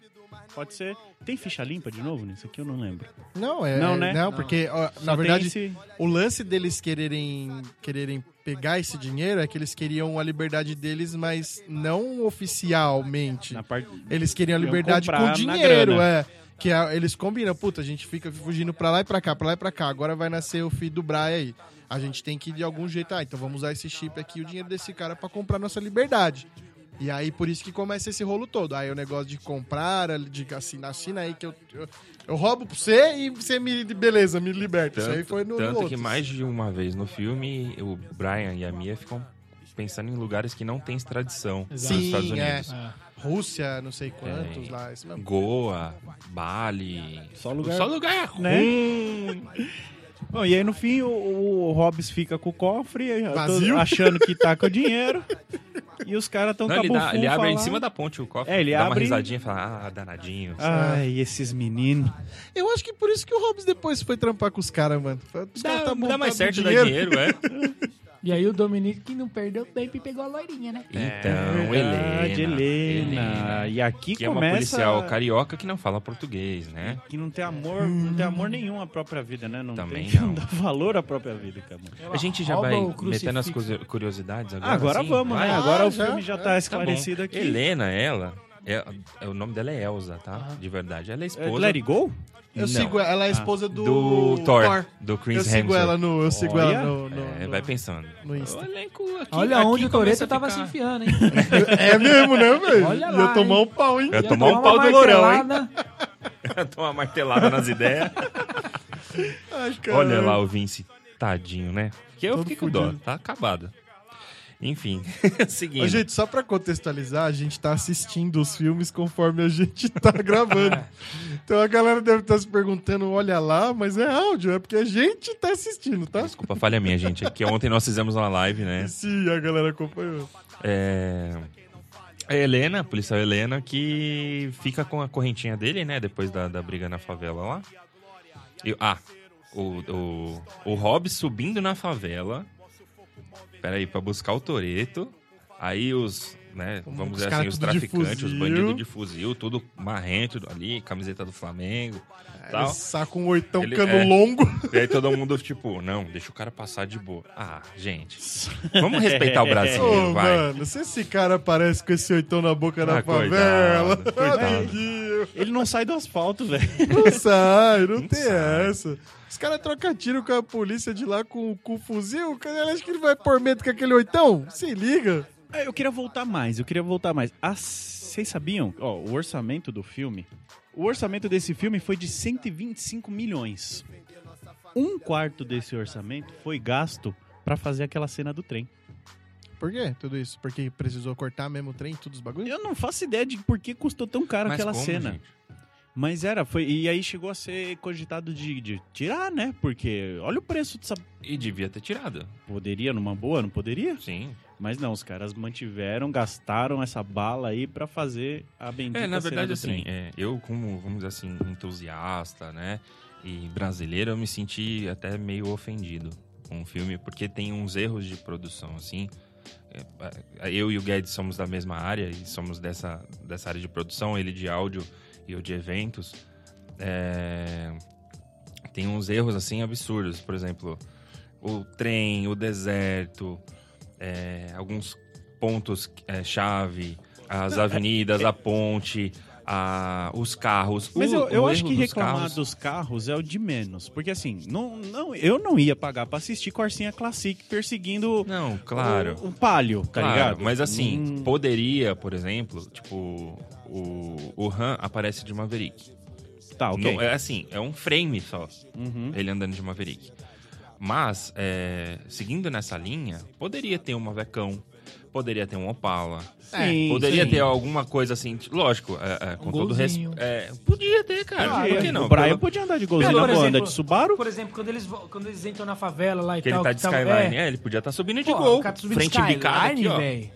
S2: Pode ser. Tem ficha limpa de novo nisso aqui? Eu não lembro.
S1: Não, é...
S2: Não, né?
S1: Não, porque, ó,
S2: Só
S1: na
S2: tem
S1: verdade,
S2: esse-
S1: o lance deles quererem, quererem pegar esse dinheiro é que eles queriam a liberdade deles, mas não oficialmente.
S2: na parte...
S1: Eles queriam a
S2: Iam
S1: liberdade
S2: comprar
S1: com
S2: na
S1: dinheiro,
S2: grana.
S1: é. Que é- eles combinam, puta, a gente fica fugindo pra lá e pra cá, pra lá e pra cá. Agora vai nascer o filho do Brian aí. A gente tem que, de algum jeito, ah, então vamos usar esse chip aqui, o dinheiro desse cara, pra comprar nossa liberdade. E aí, por isso que começa esse rolo todo. Aí o negócio de comprar, de assina, assina aí que eu, eu, eu roubo pra você e você me, beleza, me liberta. Isso aí foi no, no
S3: tanto que
S1: outro.
S3: mais de uma vez no filme, o Brian e a Mia ficam pensando em lugares que não tem extradição nos
S1: Sim,
S3: Estados
S1: é.
S3: Unidos.
S5: Ah,
S1: Rússia, não sei quantos lá, isso mesmo.
S3: Goa, Bali.
S2: Só lugar-
S3: Só lugar
S2: Né?
S3: ruim.
S2: Bom, e aí no fim o, o Hobbs fica com o cofre, aí eu tô
S1: Vazio.
S2: achando que tá com o dinheiro. e os caras tão
S3: Não,
S2: com
S3: ele, dá- ele abre
S2: tá falar,
S3: em cima da ponte o cofre.
S2: É, ele
S3: dá uma
S2: abre-
S3: risadinha e fala, ah, danadinho.
S2: Ai, esses meninos.
S1: Eu acho que por isso que o Hobbs depois foi trampar com os caras, mano. Foi- os
S3: Dá,
S1: caras tá
S3: dá mais
S1: montado
S3: certo dar dinheiro, é.
S5: E aí o Dominique que não perdeu tempo e pegou a loirinha, né?
S3: Então,
S2: É Verdade,
S3: Helena.
S2: Helena.
S3: Helena,
S2: E aqui
S3: Que é uma
S2: começa...
S3: policial carioca que não fala português, né?
S2: Que não tem amor, não tem amor nenhum à própria vida, né? Não
S3: Também
S2: tem, [LAUGHS]
S3: não.
S2: dá valor à própria vida, cara.
S3: A gente já
S5: rouba
S3: vai
S5: o crucifixo.
S3: metendo as curio- curiosidades Ah, agora.
S2: Agora
S3: sim?
S2: vamos,
S3: Vai.
S2: né? Agora
S1: Ah,
S2: o
S1: já,
S2: filme já
S1: já.
S2: tá
S3: Tá bom.
S2: esclarecido aqui.
S3: Helena, ela. é- é- o nome dela é Elsa, tá? De verdade. Ela é
S2: É,
S3: esposa
S2: Let it go?
S1: Eu
S3: Não.
S1: sigo ela, ela é a
S2: Ah.
S1: esposa do,
S3: do, Thor, do Chris
S1: Eu sigo
S3: Hemsworth.
S1: ela no, eu sigo
S2: Olha.
S1: ela no, no,
S3: É,
S1: no-
S3: vai pensando.
S1: no Insta.
S5: Olha onde o Toreto tava se enfiando, [LAUGHS] hein?
S1: É mesmo, né, velho?
S5: Olha
S1: Ia
S5: lá,
S1: tomar
S5: hein?
S1: um pau, hein?
S3: É
S5: Ia
S3: tomar um
S5: uma
S3: pau do Lourão, hein?
S5: martelada.
S3: Tomar martelada nas ideias.
S1: Ai, cara.
S3: Olha lá o Vince, tadinho, né? Que eu
S1: Todo
S3: fiquei com dó,
S1: fudido.
S3: tá acabado. Enfim, [LAUGHS] seguinte.
S1: Ô, gente, só pra contextualizar, a gente tá assistindo os filmes conforme a gente tá [LAUGHS] gravando. Então a galera deve estar se perguntando, olha lá, mas é áudio, é porque a gente tá assistindo, tá?
S3: Desculpa, a falha minha, gente. É que ontem nós fizemos uma live,
S1: [LAUGHS]
S3: né?
S1: Sim, a galera acompanhou.
S3: É... A Helena, a policial Helena, que fica com a correntinha dele, né? Depois da, da briga na favela lá. E- ah, o, o, o Rob subindo na favela. Peraí, pra buscar o Toreto. Aí os, né,
S1: Os
S3: vamos dizer
S1: cara
S3: assim, os
S1: tudo de
S3: traficantes, os
S1: fuzil.
S3: bandidos de fuzil, tudo marrento ali, camiseta do Flamengo tal.
S1: Ele saca um oitão
S3: Ele-
S1: cano
S3: é.
S1: longo.
S3: E aí todo mundo, tipo, não, deixa o cara passar de boa. Ah, gente,
S1: [LAUGHS]
S3: vamos respeitar o Brasil,
S1: Ô,
S3: vai.
S1: mano, se esse cara aparece com esse oitão na boca
S3: Ah,
S1: na
S3: coitado,
S1: favela,
S3: [LAUGHS] coitado.
S1: amiguinho.
S2: Ele não sai do asfalto, velho.
S5: [LAUGHS]
S1: Não sai, não,
S3: Não
S1: tem
S3: sai.
S1: essa. Os caras trocam tiro com a polícia de lá com, com o fuzil. O cara acha que ele vai por medo com aquele oitão? Se liga.
S2: É, Eu queria voltar mais, eu queria voltar mais. Ah, Vocês sabiam? Ó, o orçamento do filme. O orçamento desse filme foi de 125 milhões. Um quarto desse orçamento foi gasto pra fazer aquela cena do trem.
S1: Por quê tudo isso? Porque precisou cortar mesmo o trem, todos os bagulhos?
S2: Eu não faço ideia de por que custou tão caro
S3: Mas
S2: aquela
S3: como,
S2: cena.
S3: gente?
S2: Mas era, foi. E aí chegou a ser cogitado de, de tirar, né? Porque olha o preço dessa.
S3: E devia ter tirado.
S2: Poderia numa boa, não poderia?
S3: Sim.
S2: Mas não, os caras mantiveram, gastaram essa bala aí pra fazer a bendita
S3: É, na
S2: cena
S3: verdade,
S2: do
S3: assim,
S2: trem.
S3: é, eu, como, vamos dizer assim, entusiasta, né? E brasileiro, eu me senti até meio ofendido com o filme, porque tem uns erros de produção, assim. É, a- Eu e o Guedes somos da mesma área e somos dessa, dessa área de produção, ele de áudio e eu de eventos. É, tem uns erros, assim, absurdos. Por exemplo, o trem, o deserto, é, alguns pontos é, chave, as
S2: é,
S3: avenidas, a ponte, a- os carros.
S2: Mas
S3: O-
S2: eu, eu
S3: o
S2: acho
S3: erro
S2: que
S3: dos
S2: reclamar
S3: carros-
S2: dos carros é o de menos. Porque assim, não, não, eu não ia pagar pra assistir Corsinha Classic perseguindo
S3: Não, claro.
S2: o, o palio, tá
S3: claro,
S2: ligado?
S3: Mas assim,
S2: Hum,
S3: poderia, por exemplo, tipo, o, o Han aparece de Maverick.
S2: tá, ok.
S3: Não, é assim, é um frame só,
S2: Uhum.
S3: ele andando de Maverick. Mas, é, seguindo nessa linha, poderia ter um Mavecão, poderia ter um Opala,
S2: Sim,
S3: Poderia
S2: sim.
S3: ter alguma coisa assim, t- lógico, é, é, com
S5: Um
S3: todo respeito.
S5: golzinho.
S3: podia ter, cara.
S2: Podia.
S3: Por que não?
S2: Ah, O Brian
S3: Pelo-
S2: podia andar de golzinho,
S5: Pelo
S2: não vou andar
S5: exemplo-
S2: de Subaru.
S5: Por exemplo, quando eles, vo- quando eles entram na favela lá e
S3: que
S5: tal...
S3: ele tá de
S5: que tava-
S3: Skyline.
S5: é.
S3: É, ele podia estar subindo de
S5: Pô,
S3: gol.
S5: o cara tá subindo
S3: Frente
S5: Skyline,
S3: bicada aqui, ó.
S5: velho.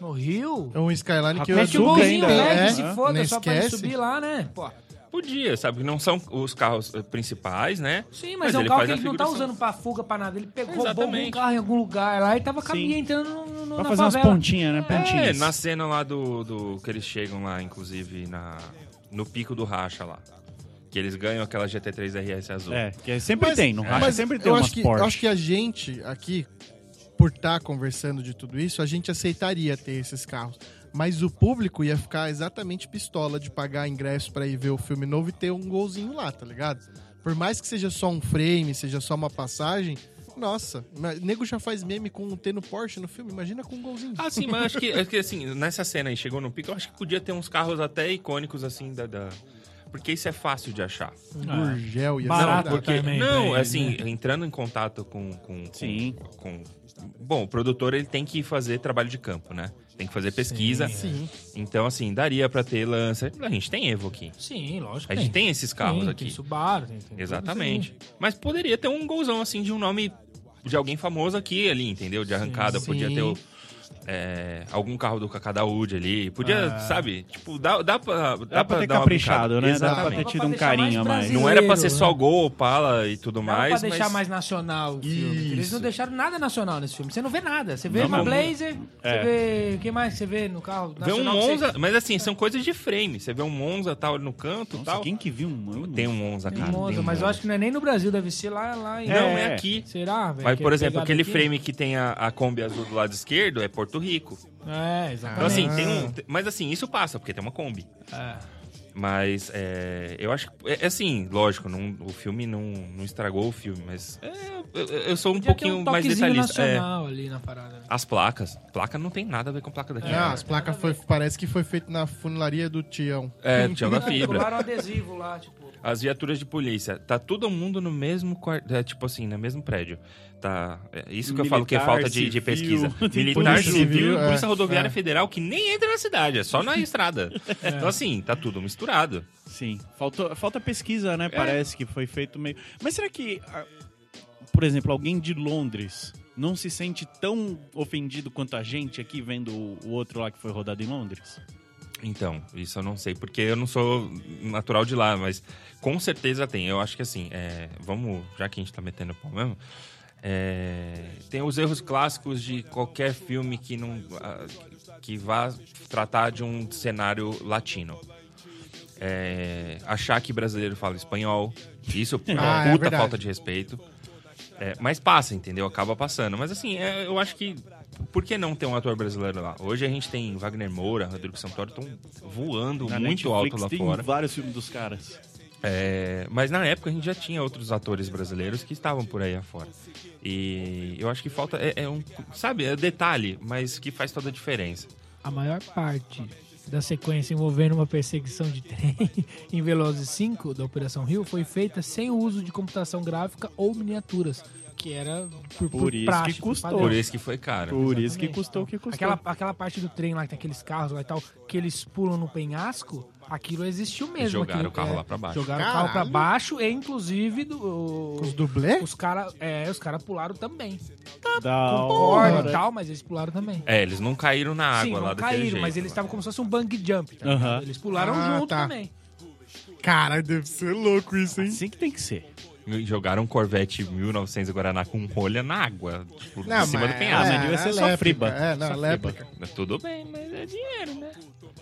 S5: No Rio...
S1: É um Skyline que eu é.
S5: Mete
S2: açúcar
S5: o golzinho
S2: ainda,
S5: leve,
S2: né?
S5: se foda,
S1: nem
S5: só pra ele
S1: esquece.
S5: subir lá, né? Pô,
S3: Podia, sabe? Não são os carros eh, principais, né?
S5: sim, mas, é um
S3: ele
S5: carro
S3: faz
S5: que
S3: a
S5: ele não tá
S3: figuração.
S5: usando pra fuga, pra nada. Ele pegou, roubou um
S3: Exatamente.
S5: carro em algum lugar lá e tava
S2: Sim.
S5: caminhando, entrando no, no,
S2: Pra
S5: na
S2: fazer umas
S5: favela.
S2: pontinhas, né? Pontinhas.
S3: É, na cena lá do, do- que eles chegam lá, inclusive, na, no pico do racha lá. Que eles ganham aquela GT3 RS azul.
S2: É, que sempre tem, não racha,
S1: mas
S2: sempre tem
S1: eu
S2: umas
S1: acho que,
S2: Porsche.
S1: eu acho que a gente aqui, por estar conversando de tudo isso, a gente aceitaria ter esses carros. Mas o público ia ficar exatamente pistola de pagar ingresso pra ir ver o filme novo e ter um golzinho lá, tá ligado? Por mais que seja só um frame, seja só uma passagem. Nossa, ma- nego já faz meme com um T no Porsche no filme, imagina com um golzinho.
S3: Ah, sim, mas acho que, acho que, assim, nessa cena aí, chegou no pico, eu acho que podia ter uns carros até icônicos, assim, da... da- Porque isso é fácil de achar.
S5: É.
S1: Um Gurgel e é
S5: Barato
S3: não, porque,
S5: também, pra
S3: não
S5: ele,
S3: assim, entrando em contato com, com, com-
S2: Sim.
S3: com- Bom, o produtor ele tem que fazer trabalho de campo, né? Tem que fazer pesquisa.
S1: Sim.
S3: Então, assim, daria pra ter lança. A gente tem Evo aqui.
S5: Sim, lógico
S3: A gente tem esses carros
S5: Tem,
S3: aqui.
S5: Tem Subaru, tem, tem tudo
S3: Exatamente.
S5: isso
S3: Mas poderia ter um golzão, assim, de um nome de alguém famoso aqui ali, entendeu? De arrancada.
S1: Sim.
S3: Podia ter o- é, algum carro do Cacadaúde ali. Podia, sabe? Tipo, dá, dá pra. Dá,
S2: Ah. Dá pra ter
S3: dar uma brincada.
S2: caprichado, né? Dá pra
S3: Exatamente.
S2: ter tido um
S5: Pra deixar
S2: carinho a
S5: mais
S2: mais.
S5: brasileiro.
S3: Não era pra ser
S5: né?
S3: só gol, pala e tudo
S5: Não
S3: mais.
S5: pra deixar
S3: mas-
S5: mais nacional o filme. entendeu? Eles
S3: Isso.
S5: não deixaram nada nacional nesse filme. Você não vê nada. Você vê
S3: Não,
S5: uma
S3: não.
S5: Blazer,
S2: É.
S5: você vê. O que mais você vê no carro
S3: Vê um
S5: nacional? que você-
S3: Monza, mas assim, são coisas de frame. Você vê um Monza tal ali no canto
S2: Nossa,
S3: tal.
S2: quem que viu um...
S3: Tem um Monza,
S5: Tem
S3: cara.
S5: Monza,
S3: tem um
S5: mas eu acho que não é nem no Brasil, deve ser lá, lá em.
S3: Não, é,
S2: É.
S3: aqui.
S5: Será, velho?
S3: Mas,
S5: que
S3: por
S5: é
S3: exemplo,
S5: pegado
S3: aquele
S5: aqui?
S3: frame que tem a, a Kombi azul do lado esquerdo é Porto Rico.
S5: É,
S3: Então,
S5: exatamente. É.
S3: assim, um tem um. te- Mas assim, isso passa, porque tem uma Kombi. Mas é, eu acho que. É, é assim, lógico, não- o filme não, não estragou o filme, mas é, eu, eu sou um
S5: Podia ter
S3: pouquinho mais
S5: toquezinho
S3: detalhista. É,
S5: nacional ali na parada. né?
S3: as placas. Placa não tem nada a ver com placa daqui.
S1: Ah, as placas foi, parece que foi feito na funilaria do Tião.
S3: É, tinha da fibra.
S5: Colaram um adesivo lá, tipo.
S3: As viaturas de polícia, tá todo mundo no mesmo quarto, é, tipo assim, no mesmo prédio. Tá, é isso que eu falo que é
S2: Militar,
S3: falta de, de
S2: civil,
S3: pesquisa.
S2: tem
S3: Militar
S1: polícia
S3: civil,
S1: civil, é,
S3: polícia rodoviária
S1: é.
S3: federal que nem entra na cidade, é só na estrada. Então assim, tá tudo misturado.
S2: Sim, faltou, falta pesquisa, né? Parece que foi feito meio... Mas será que, ah, por exemplo, alguém de Londres não se sente tão ofendido quanto a gente aqui vendo o o outro lá que foi rodado em Londres?
S3: Então, isso eu não sei, porque eu não sou natural de lá, mas com certeza tem. Eu acho que assim, é, vamos, já que a gente tá metendo pau mesmo, é, tem os erros clássicos de qualquer filme que não ah, que vá tratar de um cenário latino. É, achar que brasileiro fala espanhol,
S1: [LAUGHS]
S3: isso é uma
S1: Ah, é
S3: puta
S1: verdade.
S3: falta de respeito. É, mas passa, entendeu? Acaba passando. Mas assim, é, eu acho que. Por que não ter um ator brasileiro lá? Hoje a gente tem Wagner Moura, Rodrigo Santoro, estão voando
S2: Na
S3: muito
S2: Netflix
S3: alto lá
S2: tem
S3: fora.
S2: vários filmes dos caras.
S3: É, mas na época a gente já tinha outros atores brasileiros que estavam por aí afora. E eu acho que falta. É, é um. Sabe, é detalhe, mas que faz toda a diferença.
S5: A maior parte da sequência envolvendo uma perseguição de trem [LAUGHS] em Velozes 5 da Operação Rio foi feita sem o uso de computação gráfica ou miniaturas, que era por,
S2: Por
S5: por
S2: isso que
S5: praxe, por
S2: custou.
S5: padrão.
S3: Por isso que foi caro.
S2: Por
S5: Exatamente.
S2: isso que custou o que custou.
S5: Aquela, aquela parte do trem lá que tem aqueles carros lá e tal, que eles pulam no penhasco, aquilo existiu mesmo.
S3: jogaram
S5: aquilo,
S3: o carro
S5: é,
S3: lá pra baixo.
S5: Jogaram o carro
S1: Caralho.
S5: pra baixo e inclusive do-
S1: Os dublê?
S5: os caras é, os cara pularam também.
S2: Da
S5: Com corda e
S2: hora.
S5: tal, mas eles pularam também.
S3: É, eles não caíram na água
S5: Sim,
S3: lá
S5: não
S3: daquele
S5: caíram,
S3: jeito.
S5: mas eles estavam como se fosse um bang jump. tá ligado?
S2: Aham.
S5: Eles pularam
S1: Ah,
S5: junto
S1: tá.
S5: também.
S1: Cara, deve ser louco isso, hein?
S2: Assim que tem que ser.
S3: Jogaram um Corvette 1900 Guaraná com rolha na água. Tipo, em cima do
S2: Ah,
S3: penhasco.
S2: mas devia ser
S1: é
S2: só
S1: léplica,
S2: friba.
S1: É, não,
S2: Só
S1: é léplica.
S3: Mas Tudo bem, mas é dinheiro, né?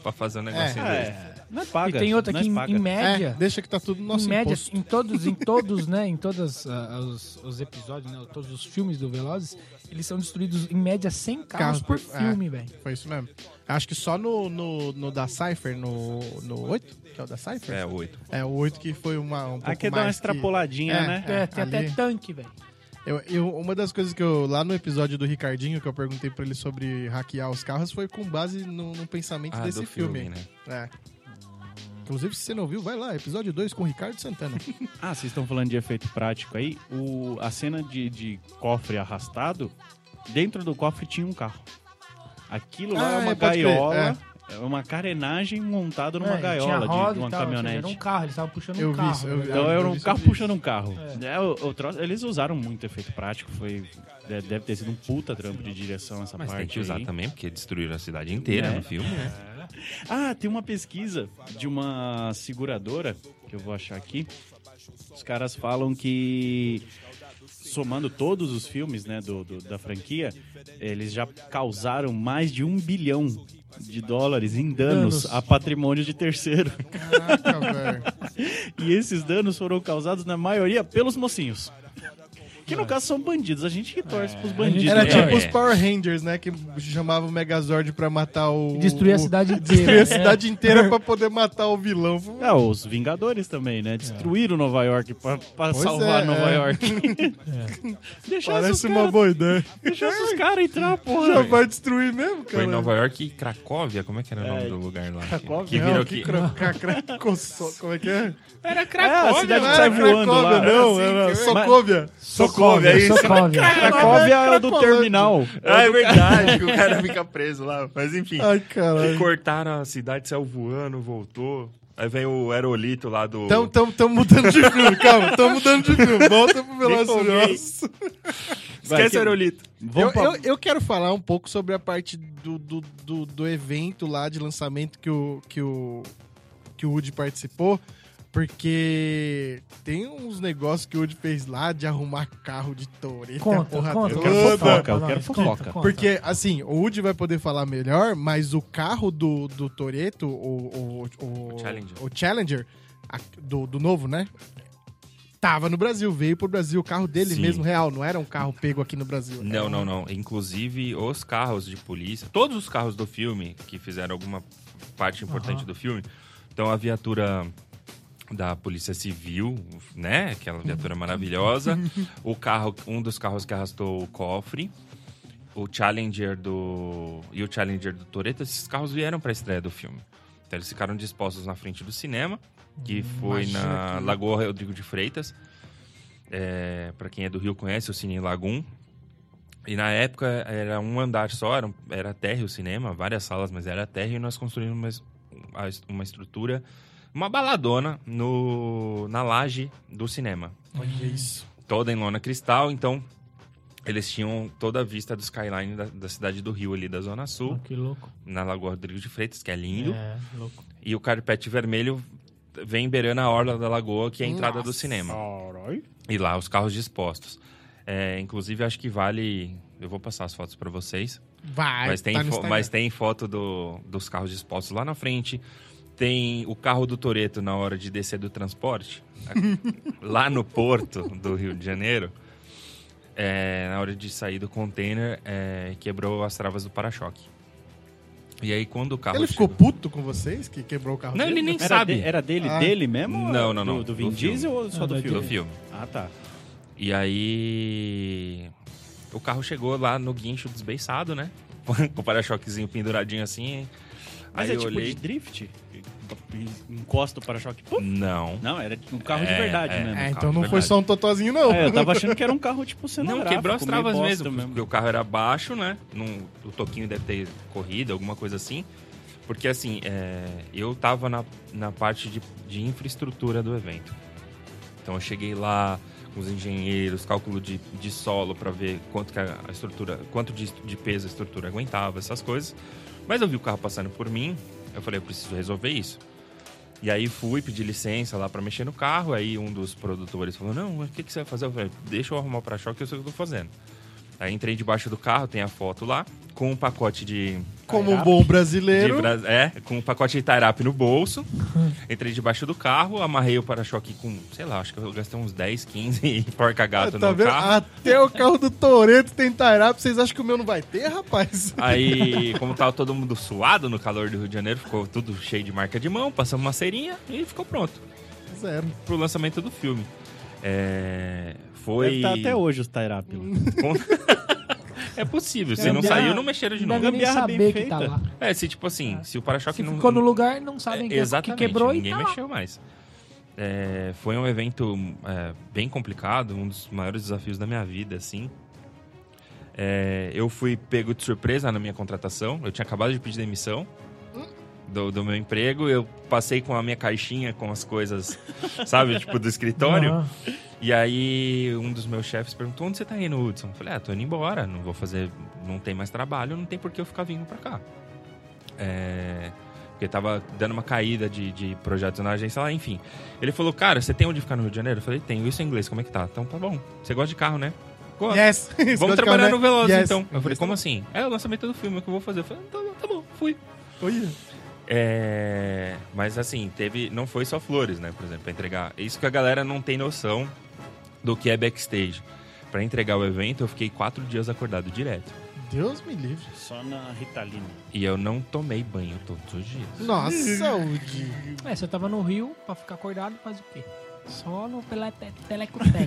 S3: Pra fazer um negocinho desse.
S2: É, não é paga.
S5: e tem outra
S2: não
S5: que
S2: é
S5: em,
S2: paga.
S5: em
S1: É,
S5: média,
S1: deixa que tá tudo no
S5: em
S1: nosso
S5: média,
S1: imposto.
S5: em todos,
S1: [LAUGHS]
S5: em todos, né, em todos os, os episódios, né, todos os filmes do Velozes, eles são destruídos em média 100 carros
S1: Carro
S5: por
S1: por- é.
S5: filme, velho.
S1: Foi isso mesmo. Acho que só no, no, no da Cypher, no, no 8, que é o da Cypher?
S3: É, oito.
S1: É, o 8 que foi uma, um pouco
S2: Aqui é dar uma
S1: mais que-
S2: extrapoladinha,
S1: É,
S2: né?
S5: É, tem até
S1: ali-
S5: tanque, velho.
S1: Eu, eu- uma das coisas que eu, lá no episódio do Ricardinho, que eu perguntei pra ele sobre hackear os carros, foi com base no, no pensamento
S3: Ah,
S1: desse
S3: do filme,
S1: filme.
S3: né?
S1: É. Inclusive, se você não viu, vai lá, episódio 2 com o Ricardo Santana.
S2: Ah, vocês estão falando de efeito prático aí? O, a cena de, de cofre arrastado, dentro do cofre tinha um carro. Aquilo lá
S1: Ah,
S2: é uma
S1: é, pode crer,
S2: gaiola, é. uma carenagem montada numa
S5: É,
S2: gaiola
S5: tinha roda
S2: de, de uma
S5: e tal, Era um
S2: caminhonete.
S5: carro, eles estavam puxando
S1: Eu
S5: um
S1: vi
S5: carro.
S1: isso, eu
S5: tá
S1: vi.
S5: ligado?
S2: Então
S1: eu
S2: era
S1: vi
S2: um
S1: isso,
S2: carro
S1: eu vi
S2: puxando um carro.
S5: É.
S2: É, o- o troço- eles usaram muito efeito prático, foi de- deve ter sido um puta trampo de direção essa
S3: Mas
S2: parte.
S3: tem que usar
S2: aí.
S3: também, porque destruíram a cidade inteira
S2: É.
S3: no filme, né?
S2: Ah, tem uma pesquisa de uma seguradora, que eu vou achar aqui. Os caras falam que, somando todos os filmes né, do, do- da franquia, eles já causaram mais de um bilhão de dólares em danos,
S5: Danos.
S2: a patrimônio de terceiro.
S1: Caraca, velho.
S2: E esses danos foram causados, na maioria, pelos mocinhos. Que no caso são bandidos, É. a gente que torce pros bandidos.
S1: Era
S2: né?
S1: tipo
S3: É.
S1: os Power Rangers, né? Que chamavam o Megazord pra matar o.
S5: E destruir a
S1: o-
S5: cidade inteira.
S1: Destruir [LAUGHS] a
S5: É.
S1: cidade inteira pra poder matar o vilão.
S2: Ah, os Vingadores também, né? Destruíram Nova York pra, pra
S1: É. Pois
S2: salvar
S1: é,
S2: Nova
S1: é. [LAUGHS]
S2: York. Deixar esses
S1: Parece uma
S2: cara-
S1: boa ideia.
S2: Deixa esses caras entrar, porra.
S1: Já vai destruir mesmo, cara.
S3: Foi em Nova York e Cracóvia, como é que era o nome
S2: É,
S3: do lugar lá?
S2: Cracóvia?
S3: Que
S1: Não,
S3: virou
S1: que
S3: que...
S1: cra- cra- cracosso- Como é que é?
S5: Era
S2: É, a
S5: Cracóvia,
S2: cidade
S1: Não
S2: que sai
S1: era
S2: voando
S1: né? Cracóvia,
S2: lá. É
S1: não.
S2: assim,
S1: Era Socóvia.
S2: Socóvia, é isso. [LAUGHS]
S5: Socóvia.
S2: Cracóvia é o do
S1: Cracolândia.
S2: terminal.
S3: Ah, é verdade, que o cara fica preso lá. Mas enfim,
S1: Ai, caralho.
S3: cortaram a cidade, saiu voando, voltou. Aí vem o aerolito lá do...
S1: Tamo, tamo, tamo mudando de filme, calma. Tamo mudando de filme. Volta pro Velozes e Furiosos.
S2: Vai,
S3: Esquece
S2: que-
S3: o aerolito.
S1: Eu,
S2: Vamos pra...
S1: eu, eu quero falar um pouco sobre a parte do, do, do, do evento lá de lançamento que o, que o, que o Woody participou, porque tem uns negócios que o Woody fez lá de arrumar carro de toreta,
S5: Conta,
S1: porra
S5: conta.
S2: Eu
S1: toda.
S2: quero fofoca, eu
S5: Não,
S2: quero
S5: não, conta,
S2: fofoca.
S5: conta.
S1: Porque, assim, o Woody vai poder falar melhor, mas o carro do, do Toreto, o, o, o,
S3: O Challenger.
S1: o Challenger, a- do, do novo, né? Tava no Brasil, veio pro Brasil o carro dele
S3: Sim.
S1: mesmo real, não era um carro pego aqui no Brasil. era
S3: Não,
S1: um-
S3: não, não. Inclusive, os carros de polícia, todos os carros do filme que fizeram alguma parte importante do filme. Então, a viatura da Polícia Civil, né? Aquela viatura maravilhosa. o carro, um dos carros que arrastou o cofre. O Challenger do. E o Challenger do Toreto. Esses carros vieram pra estreia do filme. Então, eles ficaram dispostos na frente do cinema, que foi na Lagoa Rodrigo de Freitas. É, para quem é do Rio conhece, o Cine Lagoon. E na época era um andar só, era, era térreo o cinema, várias salas, mas era térreo e nós construímos uma, es- a es- uma estrutura, uma baladona no, na laje do cinema.
S1: Olha isso.
S3: Toda em lona cristal, então eles tinham toda a vista do skyline da, da cidade do Rio, ali da Zona Sul,
S5: Que louco.
S3: na Lagoa Rodrigo de Freitas, que é lindo.
S5: É, louco.
S3: E o carpete vermelho vem beirando a orla da lagoa, que é a entrada do cinema.
S2: Caralho.
S3: E lá, os carros dispostos. É, inclusive, acho que vale. Eu vou passar as fotos para vocês.
S1: Vai,
S3: mas, tem
S1: tá no
S3: fo-
S1: Instagram.
S3: mas tem foto do- dos carros dispostos lá na frente. Tem o carro do Toreto na hora de descer do transporte, a- lá no porto do Rio de Janeiro. É, na hora de sair do container, é, quebrou as travas do para-choque. E aí, quando o carro.
S1: Ele ficou
S3: chegou-
S1: puto com vocês que quebrou o carro
S3: Não,
S1: dele?
S3: ele nem
S2: Era,
S3: sabe.
S2: de- era dele,
S1: Ah.
S2: dele mesmo?
S3: Não, não, não.
S2: Do, do Vin
S3: Do filme.
S2: Diesel ou só
S5: Ah,
S2: do
S5: do
S2: filme?
S3: do filme.
S2: Ah, tá.
S3: E aí. O carro chegou lá no guincho [LAUGHS] desbeiçado, né? Com o para-choquezinho penduradinho assim.
S2: Mas
S3: aí
S2: é
S3: eu
S2: tipo
S3: olhei.
S2: de drift? encosta o para-choque. Pum.
S3: Não.
S2: Não, era um carro de
S3: É,
S2: verdade
S3: é.
S2: mesmo.
S1: É,
S3: carro,
S1: então
S3: de
S1: não foi
S3: verdade.
S1: só um totozinho, não.
S2: É, eu tava achando que era um carro tipo
S3: Não,
S2: cenográfico.
S3: quebrou as
S2: meio
S3: travas
S2: bosta
S3: mesmo, porque o carro era baixo, né? Num- o toquinho deve ter corrido, alguma coisa assim. Porque assim, é, eu tava na, na parte de, de infraestrutura do evento. Então eu cheguei lá com os engenheiros, cálculo de, de solo pra ver quanto que a a estrutura, quanto de, de peso a estrutura aguentava, essas coisas. Mas eu vi o carro passando por mim, eu falei, eu preciso resolver isso. E aí fui pedir licença lá pra mexer no carro, aí um dos produtores falou, não, mas o que, que você vai fazer? Eu falei, deixa eu arrumar o para-choque, eu sei o que eu tô fazendo. Aí entrei debaixo do carro, tem a foto lá, com um pacote de...
S1: Como um bom
S3: é, de
S1: brasileiro.
S3: bra- é, com um pacote de tarap no bolso. Entrei debaixo do carro, amarrei o para-choque com, sei lá, acho que eu gastei uns 10, [LAUGHS] 15 porca
S1: Ah,
S3: gato
S1: tá
S3: no
S1: vendo?
S3: carro.
S1: Até o carro do Toreto tem tarap. Vocês acham que o meu não vai ter, rapaz? [LAUGHS]
S3: Aí, como tava todo mundo suado no calor do Rio de Janeiro, ficou tudo cheio de marca de mão, passamos uma cerinha e ficou pronto
S1: Zero.
S3: pro lançamento do filme. É,
S2: Deve
S3: foi.
S2: tá até hoje os Tairap. lá.
S3: É possível, se
S5: Deve
S3: não
S5: ter-
S3: saiu, não mexeram de
S5: Não
S3: novo.
S5: deve nem
S2: Gambiarra bem
S5: saber que tá
S2: feita.
S5: lá.
S3: É, se tipo assim, se o para-choque
S5: Se
S3: não.
S5: ficou no lugar, não sabem
S3: É,
S5: quem é, que
S3: exatamente,
S5: quebrou e
S3: ninguém
S5: tá lá.
S3: mexeu mais. É, foi um evento é, bem complicado, um dos maiores desafios da minha vida, assim. É, eu fui pego de surpresa na minha contratação, eu tinha acabado de pedir demissão do, do meu emprego, eu passei com a minha caixinha com as coisas, sabe, tipo do escritório.
S5: Aham.
S3: E aí um dos meus chefes perguntou, onde você tá indo, Hudson? Eu falei, ah, tô indo embora, não vou fazer, não tem mais trabalho, não tem por que eu ficar vindo pra cá. É, porque tava dando uma caída de, de projetos na agência lá, enfim. Ele falou, cara, você tem onde ficar no Rio de Janeiro? Eu falei, tenho, isso em inglês, como é que tá? Então tá bom, você gosta de carro, né? Gosto.
S1: Yes.
S3: Vamos trabalhar no Veloz,
S1: né? Yes.
S3: então. Eu falei,
S5: "Tá
S1: Yes.
S3: como assim? É o lançamento do filme, é o que eu vou fazer. Eu falei, tá, bom, tá bom, fui.
S1: Olha.
S3: É, mas assim, teve. Não foi só flores, né? Por exemplo, pra entregar. Isso que a galera não tem noção do que é backstage. Pra entregar o evento, eu fiquei quatro dias acordado direto.
S1: Deus me livre.
S2: Só na né? Ritalina.
S3: E eu não tomei banho todos
S5: [LAUGHS]
S3: os dias. [LAUGHS]
S1: Nossa, Udi.
S5: É, você tava no Rio pra ficar acordado, faz o quê? Só no pela te- telecotec.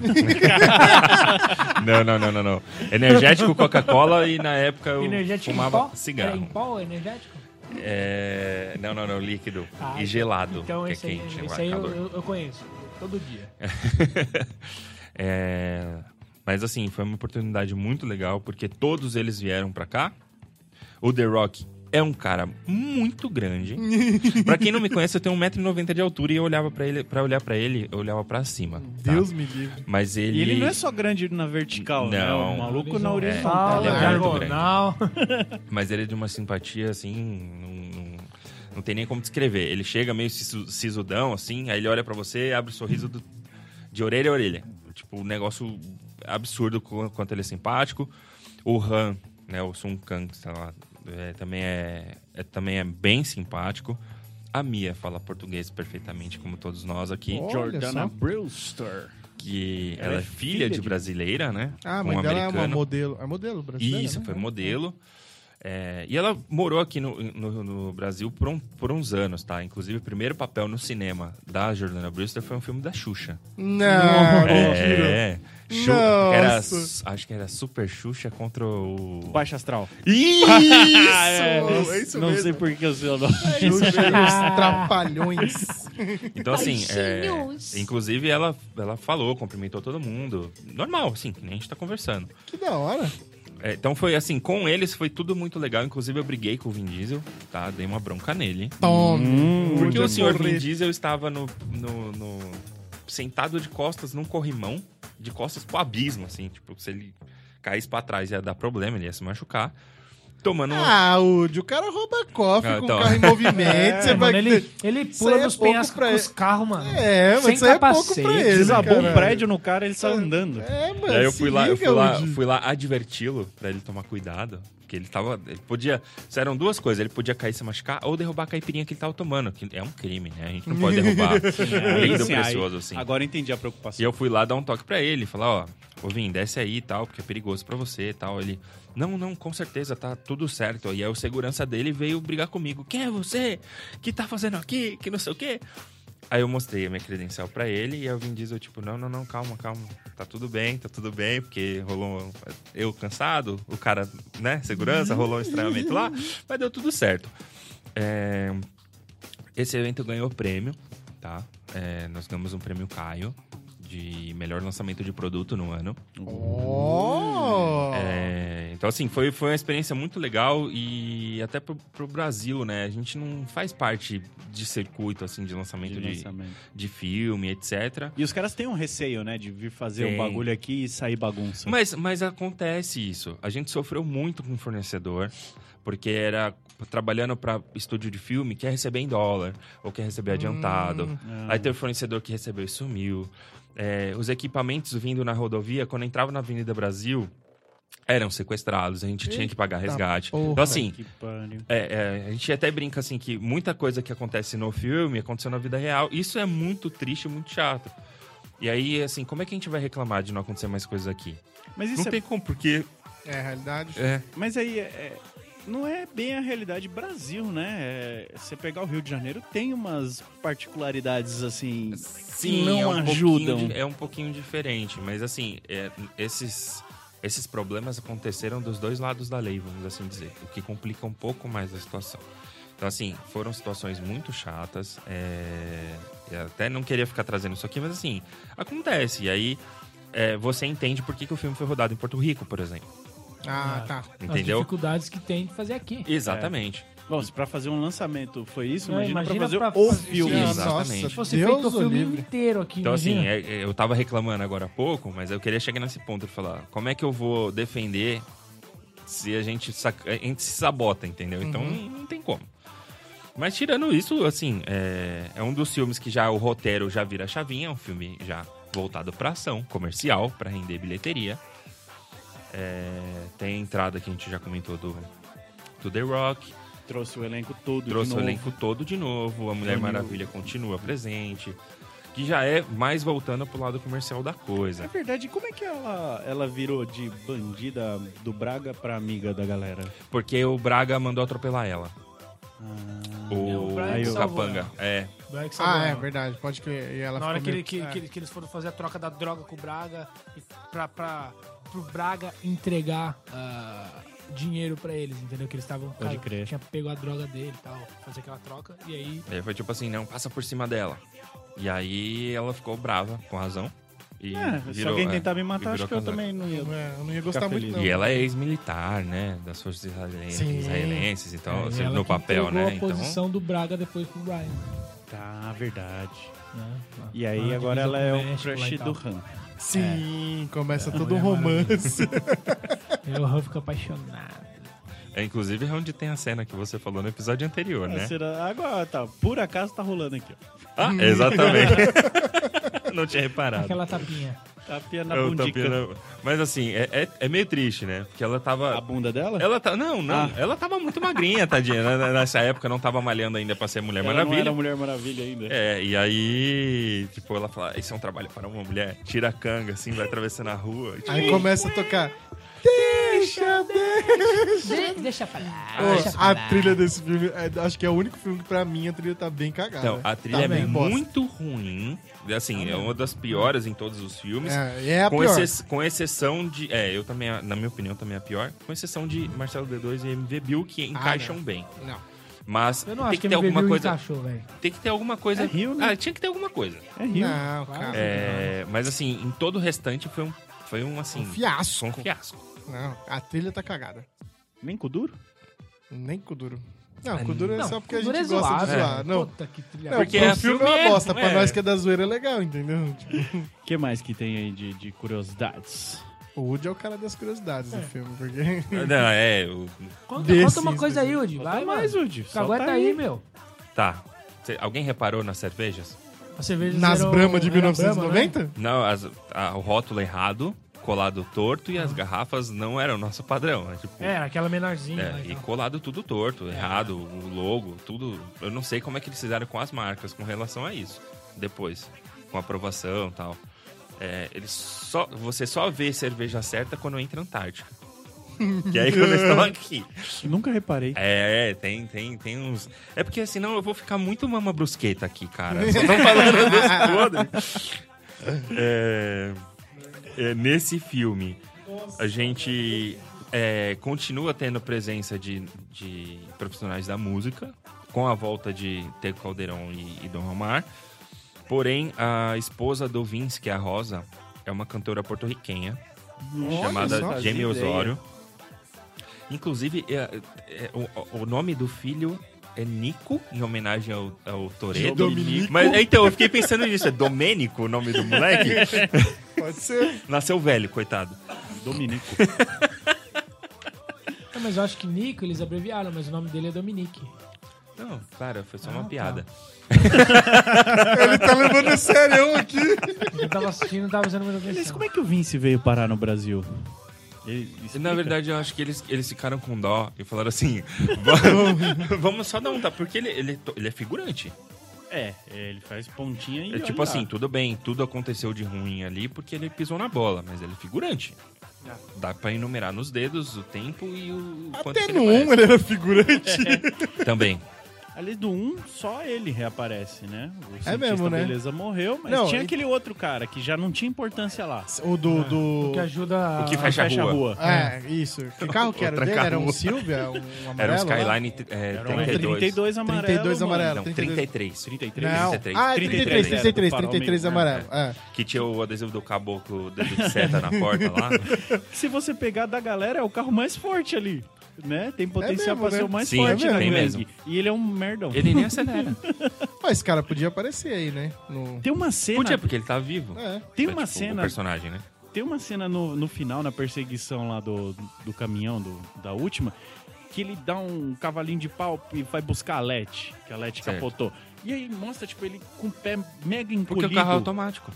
S3: Não, não, não, não, não. Energético, Coca-Cola e na época [LAUGHS] eu
S5: energético em
S3: fumava
S5: pó? Era em
S3: cigarro.
S5: pó energético?
S3: É, Não, não, não, líquido.
S5: Ah,
S3: e gelado.
S5: Então
S3: que é
S5: esse aí,
S3: quente,
S5: esse
S3: agora
S5: aí eu,
S3: calor.
S5: eu- eu conheço. Todo dia.
S3: [LAUGHS] É, Mas assim, foi uma oportunidade muito legal, porque todos eles vieram pra cá. O The Rock é um cara muito
S2: [LAUGHS]
S3: grande. pra quem não me conhece, eu tenho 1,90m de altura e eu olhava pra ele, para olhar pra ele, eu olhava pra cima. tá?
S1: Deus me livre.
S3: Mas ele
S2: E ele não é só grande na vertical, né?
S3: Não.
S2: O maluco na
S5: Ah,
S3: Horizontal.
S2: horizontal.
S3: ele é
S2: né?
S3: muito grande.
S5: diagonal.
S3: mas ele é de uma simpatia assim, não, não, não tem nem como descrever. Ele chega meio sisu- sisudão assim, aí ele olha pra você, abre o sorriso do- de orelha a orelha. Tipo, um negócio absurdo qu- quanto ele é simpático. O Han, né, o Sun Kang, sei lá, é, também é, é- também é bem simpático. A Mia fala português perfeitamente, como todos nós aqui.
S1: Olha
S2: Jordana
S1: só.
S2: Brewster.
S3: Que
S2: Ela
S3: ela
S2: é
S3: é filha de
S2: de-
S3: brasileira, né?
S1: Ah, a
S3: Com
S1: mãe
S3: um
S1: dela é uma
S3: americano.
S1: modelo. É modelo brasileira?
S3: Isso,
S1: né?
S3: foi modelo. É, e ela morou aqui no, no- no Brasil por, um- por uns anos, tá? Inclusive, o primeiro papel no cinema da Jordana Brewster foi um filme da Xuxa.
S1: Não, mentira.
S3: É, Xu- era,
S1: Ah, Nossa.
S3: su- acho que era Super Xuxa contra o...
S2: Baixa astral.
S3: Ah,
S1: Isso! É isso
S2: não
S1: mesmo.
S2: sei por que eu sei o nome.
S1: Xuxa e os trapalhões.
S3: Então, assim, é, inclusive ela, ela falou, cumprimentou todo mundo. Normal, assim, que nem a gente tá conversando.
S1: Que da hora.
S3: É, então foi assim, com eles foi tudo muito legal. Inclusive, eu briguei com o Vin Diesel, tá? Dei uma bronca nele.
S1: Tome.
S3: Porque o
S1: Onde
S3: senhor
S1: morrer.
S3: Vin Diesel estava no, no- no- sentado de costas num corrimão, de costas pro abismo, assim, tipo, se ele caísse pra trás ia dar problema, ele ia se machucar. Tomando um uma.
S1: Ah, Udi, o cara rouba cofre
S3: Ah,
S1: com
S3: então.
S1: o carro em
S3: [LAUGHS]
S1: movimento. você
S5: É,
S1: vai
S5: mano,
S1: ter-
S5: ele, ele
S1: Isso
S5: pula
S1: aí é
S5: nos
S1: pouco
S5: penhascos
S1: pra
S5: com os carros, mano.
S1: É, mas
S5: Sem
S1: isso aí é pouco pra
S5: capacete,
S1: ele.
S2: Desabou
S1: cara.
S2: um prédio no cara, ele saiu andando.
S1: É, mano.
S3: E aí eu
S1: se
S3: fui lá, eu
S1: liga,
S3: fui lá,
S1: Udi.
S3: fui lá adverti-lo pra ele tomar cuidado. Porque ele tava. Ele podia. isso Eram duas coisas. Ele podia cair e se machucar ou derrubar a caipirinha que ele tava tomando. Que é um crime, né? A gente não
S1: [LAUGHS]
S3: pode derrubar.
S2: É,
S3: Lindo,
S2: assim, aí-
S3: precioso, assim.
S2: Agora eu entendi a
S3: E
S2: preocupação.
S3: eu fui lá dar um toque pra ele, falar, ó, ô Vim, desce aí e tal, porque é perigoso pra você e tal. Ele, não, não, com certeza, tá tudo certo. E aí o segurança dele veio brigar comigo. Quem é você? Que tá fazendo aqui? Que não sei o quê. Aí eu mostrei a minha credencial pra ele e aí o Vin Diesel, tipo, não, não, não, calma, calma. Tá tudo bem, tá tudo bem, porque rolou um- eu cansado, o cara, né, segurança, rolou um estranhamento lá, mas deu tudo certo. É, Esse evento ganhou prêmio, tá? É, nós ganhamos um prêmio Caio de melhor lançamento de produto no ano.
S1: Oh!
S3: É, então, assim, foi, foi uma experiência muito legal e até pro, pro Brasil, né? A gente não faz parte de circuito, assim, de lançamento de, de,
S2: lançamento.
S3: filme, etc.
S2: E os caras têm um receio, né? De vir fazer
S3: Tem.
S2: um bagulho aqui e sair bagunça.
S3: Mas, mas acontece isso. A gente sofreu muito com o fornecedor, porque era trabalhando para estúdio de filme, quer receber em dólar, ou quer receber adiantado.
S2: Ah,
S3: Aí teve fornecedor que recebeu e sumiu. É, os equipamentos vindo na rodovia, quando entrava na Avenida Brasil, eram sequestrados, a gente tinha que pagar resgate.
S1: porra.
S3: Então, assim,
S2: que pariu.
S3: é, é, a gente até brinca assim que muita coisa que acontece no filme aconteceu na vida real. Isso é muito triste, muito chato. E aí, assim, como é que a gente vai reclamar de não acontecer mais coisas aqui?
S2: Mas
S3: Não
S2: isso é
S3: tem como, porque.
S1: É, a realidade.
S3: É,
S2: Mas aí é- é- não é bem a realidade Brasil, né? É, você pegar o Rio de Janeiro tem umas particularidades assim.
S3: sim,
S2: não
S3: é um
S2: ajudam.
S3: pouquinho di- É um pouquinho diferente, mas assim, é, esses, esses problemas aconteceram dos dois lados da lei, vamos assim dizer, o que complica um pouco mais a situação. Então, assim, foram situações muito chatas. é, eu até não queria ficar trazendo isso aqui, mas assim, acontece. E aí é, você entende por que, que o filme foi rodado em Porto Rico, por exemplo.
S1: Ah, tá.
S5: As
S3: Entendeu?
S5: dificuldades que tem de fazer aqui.
S3: Exatamente.
S2: Bom, se pra fazer um lançamento foi isso,
S5: Não,
S2: imagina,
S5: imagina
S2: pra fazer
S5: pra
S2: o
S5: fazer-
S2: filme.
S3: Sim,
S1: Nossa,
S3: exatamente.
S5: Se
S1: Deus
S5: fosse
S4: um
S5: feito o
S1: o
S5: filme
S1: livre.
S5: inteiro aqui,
S3: Então, assim,
S5: imagina.
S3: é- é, eu tava reclamando agora há pouco, mas eu queria chegar nesse ponto de falar: como é que eu vou defender se a gente, sac- a gente se sabota, entendeu? Então, não tem como. Mas tirando isso, assim, é, é um dos filmes que já o roteiro já vira chavinha, é um filme já voltado pra ação, comercial, pra render bilheteria. É, tem a entrada que a gente já comentou do, do The Rock,
S2: Trouxe o elenco todo. de
S3: trouxe o
S2: novo.
S3: elenco todo de novo, a Mulher Maravilha continua presente, que já é mais voltando pro lado comercial da
S2: Na
S3: coisa.
S2: verdade, como é que ela, ela virou de bandida do Braga pra amiga da galera?
S3: Porque o Braga mandou atropelar ela. o
S4: o Braga
S3: aí o
S4: salvou
S3: Capanga. É,
S4: Braga que salvou
S1: Ah, é
S4: ela.
S1: verdade. Pode crer. E ela
S4: Na hora que,
S1: ficou
S4: ele,
S1: meio-
S4: que,
S1: é.
S4: que, ele- que eles foram fazer a troca da droga com o Braga e pra, pra, pro Braga entregar ah, dinheiro pra eles, entendeu? Que eles estavam.
S2: Pode crer.
S4: Tinha pego a droga dele e tal, fazer aquela troca. E aí.
S3: aí foi tipo assim, não, passa por cima dela. E aí ela ficou brava, com razão. E
S2: É, se
S3: virou,
S2: alguém
S3: é,
S2: tentar me
S3: e
S2: matar, acho
S3: virou
S2: que eu
S3: casaca.
S2: também não ia.
S1: É, eu não ia gostar
S2: Ficar
S1: muito,
S2: feliz.
S1: não.
S3: E ela é ex-militar, né? Das forças israelenses,
S1: Sim.
S3: israelenses então,
S4: é,
S3: sempre
S4: ela
S3: no
S4: que
S3: papel,
S4: entregou
S3: né?
S4: a
S3: Então,
S4: posição do Braga depois pro Brian.
S2: Tá, verdade.
S4: né?
S2: E
S4: Ah,
S2: aí
S4: que
S2: agora
S4: visou
S2: ela
S4: pro
S2: é o
S4: México lá e
S2: crush
S4: tal.
S2: do Han.
S4: É.
S1: Sim, começa todo um
S4: Mulher
S1: romance. [LAUGHS]
S4: Aí o Han fica apaixonado.
S3: é inclusive é onde tem a cena que você falou no episódio anterior,
S2: Ah,
S3: né?
S2: será- Agora tá, por acaso tá rolando aqui, ó.
S3: Ah, exatamente. [LAUGHS] não tinha
S2: É
S3: reparado.
S4: Aquela tapinha.
S2: Tapinha tá na
S3: Eu
S2: bundica.
S3: tampei É na- Mas assim, é, é- é meio triste, né? Porque ela
S2: A
S3: tava.
S2: bunda dela?
S3: Ela tá. Não, não.
S2: Ah.
S3: Ela tava muito magrinha, tadinha. Na- na- Nessa época não tava malhando ainda pra ser Mulher
S2: Ela não
S3: Maravilha.
S2: era Mulher Maravilha ainda.
S3: É, e aí, tipo, ela fala, isso é um trabalho para uma mulher, tira a canga, assim, vai atravessando a rua. Tipo,
S1: Aí começa a tocar. Deixa, deixa.
S9: De- deixa pra lá.
S3: Ah,
S1: Pô,
S9: deixa pra
S1: a
S9: lá.
S1: trilha desse filme, é, acho que é o único filme que pra mim a trilha tá bem cagada.
S3: Então, a trilha
S1: Tá
S3: é
S1: bem, bosta.
S3: muito ruim. Assim, é uma das piores em todos os filmes.
S1: É, é a
S3: com,
S1: pior.
S3: exce- com exceção de. É, eu também, na minha opinião, também é a pior. Com exceção de Marcelo D2 e MV Bill, que encaixam bem.
S1: Ah, Não.
S3: Mas
S4: Eu
S3: tem
S4: não acho
S3: que
S4: que,
S3: ter
S4: ele
S3: alguma
S4: bebeu e
S3: coisa.
S4: encaixou, velho.
S3: Tem que ter alguma coisa.
S2: É Rio, né?
S3: Ah, tinha que ter alguma coisa.
S2: É Rio.
S1: Não, cara.
S3: É, mas assim, em todo o restante foi um, foi um assim.
S1: Um fiasco.
S3: Um fiasco.
S1: Não, a trilha tá cagada.
S2: Nem com duro?
S1: Nem Kuduro. Não, Kuduro é só porque a
S4: Kuduro
S1: gente
S4: é
S1: gosta de
S4: zoado,
S1: zoar. Não,
S4: Puta que trilha.
S1: não
S3: Porque
S1: porque
S3: é
S1: o filme é
S3: filme,
S1: uma bosta. Pra
S3: é.
S1: nós que é da zoeira é legal, entendeu? Tipo,
S2: O que mais que tem aí de, de curiosidades?
S1: o Woody é o cara das curiosidades do filme, porque...
S3: Não, é. o-
S4: Conta,
S1: Desses,
S4: conta uma coisa aí, Udi. Vai, mais,
S2: mais, Woody.
S4: Aguenta
S1: tá
S2: Solta
S4: aí, meu.
S3: Tá. Cê- alguém reparou nas cervejas?
S4: A cerveja
S1: Nas
S4: zero-
S1: Brahma de
S4: era Brahma, né?
S1: 1990?
S3: Não, as- a- o rótulo errado, colado torto e as garrafas não eram nosso padrão. né? Tipo,
S4: É, aquela menorzinha.
S3: é,
S4: lá e
S3: e
S4: tal.
S3: colado tudo torto, errado, o logo, tudo. Eu não sei como é que eles fizeram com as marcas com relação a isso. Depois, com aprovação e tal. É, eles só, você só vê cerveja certa quando entra na Antártica. que aí quando eles estão aqui.
S2: Nunca reparei.
S3: É, tem, tem, tem uns. É porque senão eu vou ficar muito mama brusqueta aqui,
S1: [LAUGHS]
S3: cara. É, Só tão falando dos podres. [LAUGHS] É, é, nesse filme, a gente é, continua tendo presença de, de profissionais da música. com a volta de Teco Caldeirão e, e Dom Romar. Porém, a esposa do Vince, que é a Rosa, é uma cantora porto-riquenha chamada
S2: só.
S3: Jamie
S2: Fazia ideia.
S3: Osório. Inclusive, é- é- o, o nome do filho é Nico, em homenagem ao, ao Toreto.
S2: Dominico.
S3: Mas é, então, eu fiquei pensando nisso. É Domênico o nome do moleque? [LAUGHS]
S1: Pode ser.
S3: Nasceu velho, coitado.
S2: Dominico.
S4: Não, É, mas eu acho que Nico eles abreviaram, mas o nome dele é Dominique.
S3: Não, cara, foi só uma piada.
S1: Ele tá levando a sério aqui.
S4: Eu tava assistindo e tava fazendo muita
S2: [LAUGHS] Mas
S4: atenção.
S2: como é que o Vince veio parar no Brasil? Ele- explica.
S3: Na verdade, eu acho que eles, eles ficaram com dó e falaram [LAUGHS] assim: vamos, vamos só dar um tá, porque ele, ele, ele é figurante.
S2: É, é, ele faz pontinha e.
S3: É tipo
S2: olha
S3: assim,
S2: lá.
S3: tudo bem, tudo aconteceu de ruim ali porque ele pisou na bola, mas ele é figurante. Dá pra enumerar nos dedos o tempo e o o quanto
S1: Até
S3: que
S1: no 1
S3: ele aparece.
S1: ele era figurante.
S3: Também.
S2: Ali do 1, só ele reaparece, né? O cientista
S1: mesmo, né?
S2: Beleza morreu, mas
S1: Não,
S2: tinha
S1: e-
S2: aquele outro cara que já não tinha importância lá.
S1: É, O do. do...
S4: O que ajuda
S3: [LAUGHS]
S4: a-
S3: O que fecha,
S2: Ah, Fecha
S3: a rua.
S1: É, isso. Que carro que era
S3: Outra
S1: dele? Era um
S3: carro.
S1: Silvia? Um amarelo?
S3: Era o
S1: lá?
S3: Skyline é,
S2: Era um
S3: 32.
S2: 32 amarelo.
S1: 32
S2: mano.
S1: amarelo.
S3: Não, 33.
S2: 33.
S1: Não.
S3: 33.
S1: Ah, 33, 33, 33,
S3: né?
S1: 33 amarelo. É.
S3: Que tinha o adesivo do caboclo dedo de seta na porta [LAUGHS] lá.
S2: Se você pegar da galera, é o carro mais forte ali. Né?
S4: É
S2: Tem potencial
S1: mesmo,
S2: pra ser
S1: né?
S2: o mais
S3: Sim,
S2: forte
S1: é
S2: da
S3: mesmo. Tem
S2: gangue. E ele é um merdão.
S3: Ele nem acelera.
S1: Mas É. esse cara podia aparecer aí, né? No...
S2: [LAUGHS] Tem uma cena.
S3: Podia, porque ele tá vivo.
S1: É.
S2: Tem
S3: É,
S2: uma
S3: tipo, O
S2: cena.
S3: personagem, né?
S2: Tem uma cena no, no final, na perseguição lá do, do caminhão, do, da última, que ele dá um cavalinho de pau e vai buscar a Let, que a Let
S3: Certo.
S2: capotou. E aí mostra, tipo, ele com o pé mega encolhido.
S3: Porque o carro é
S2: [LAUGHS]
S3: automático.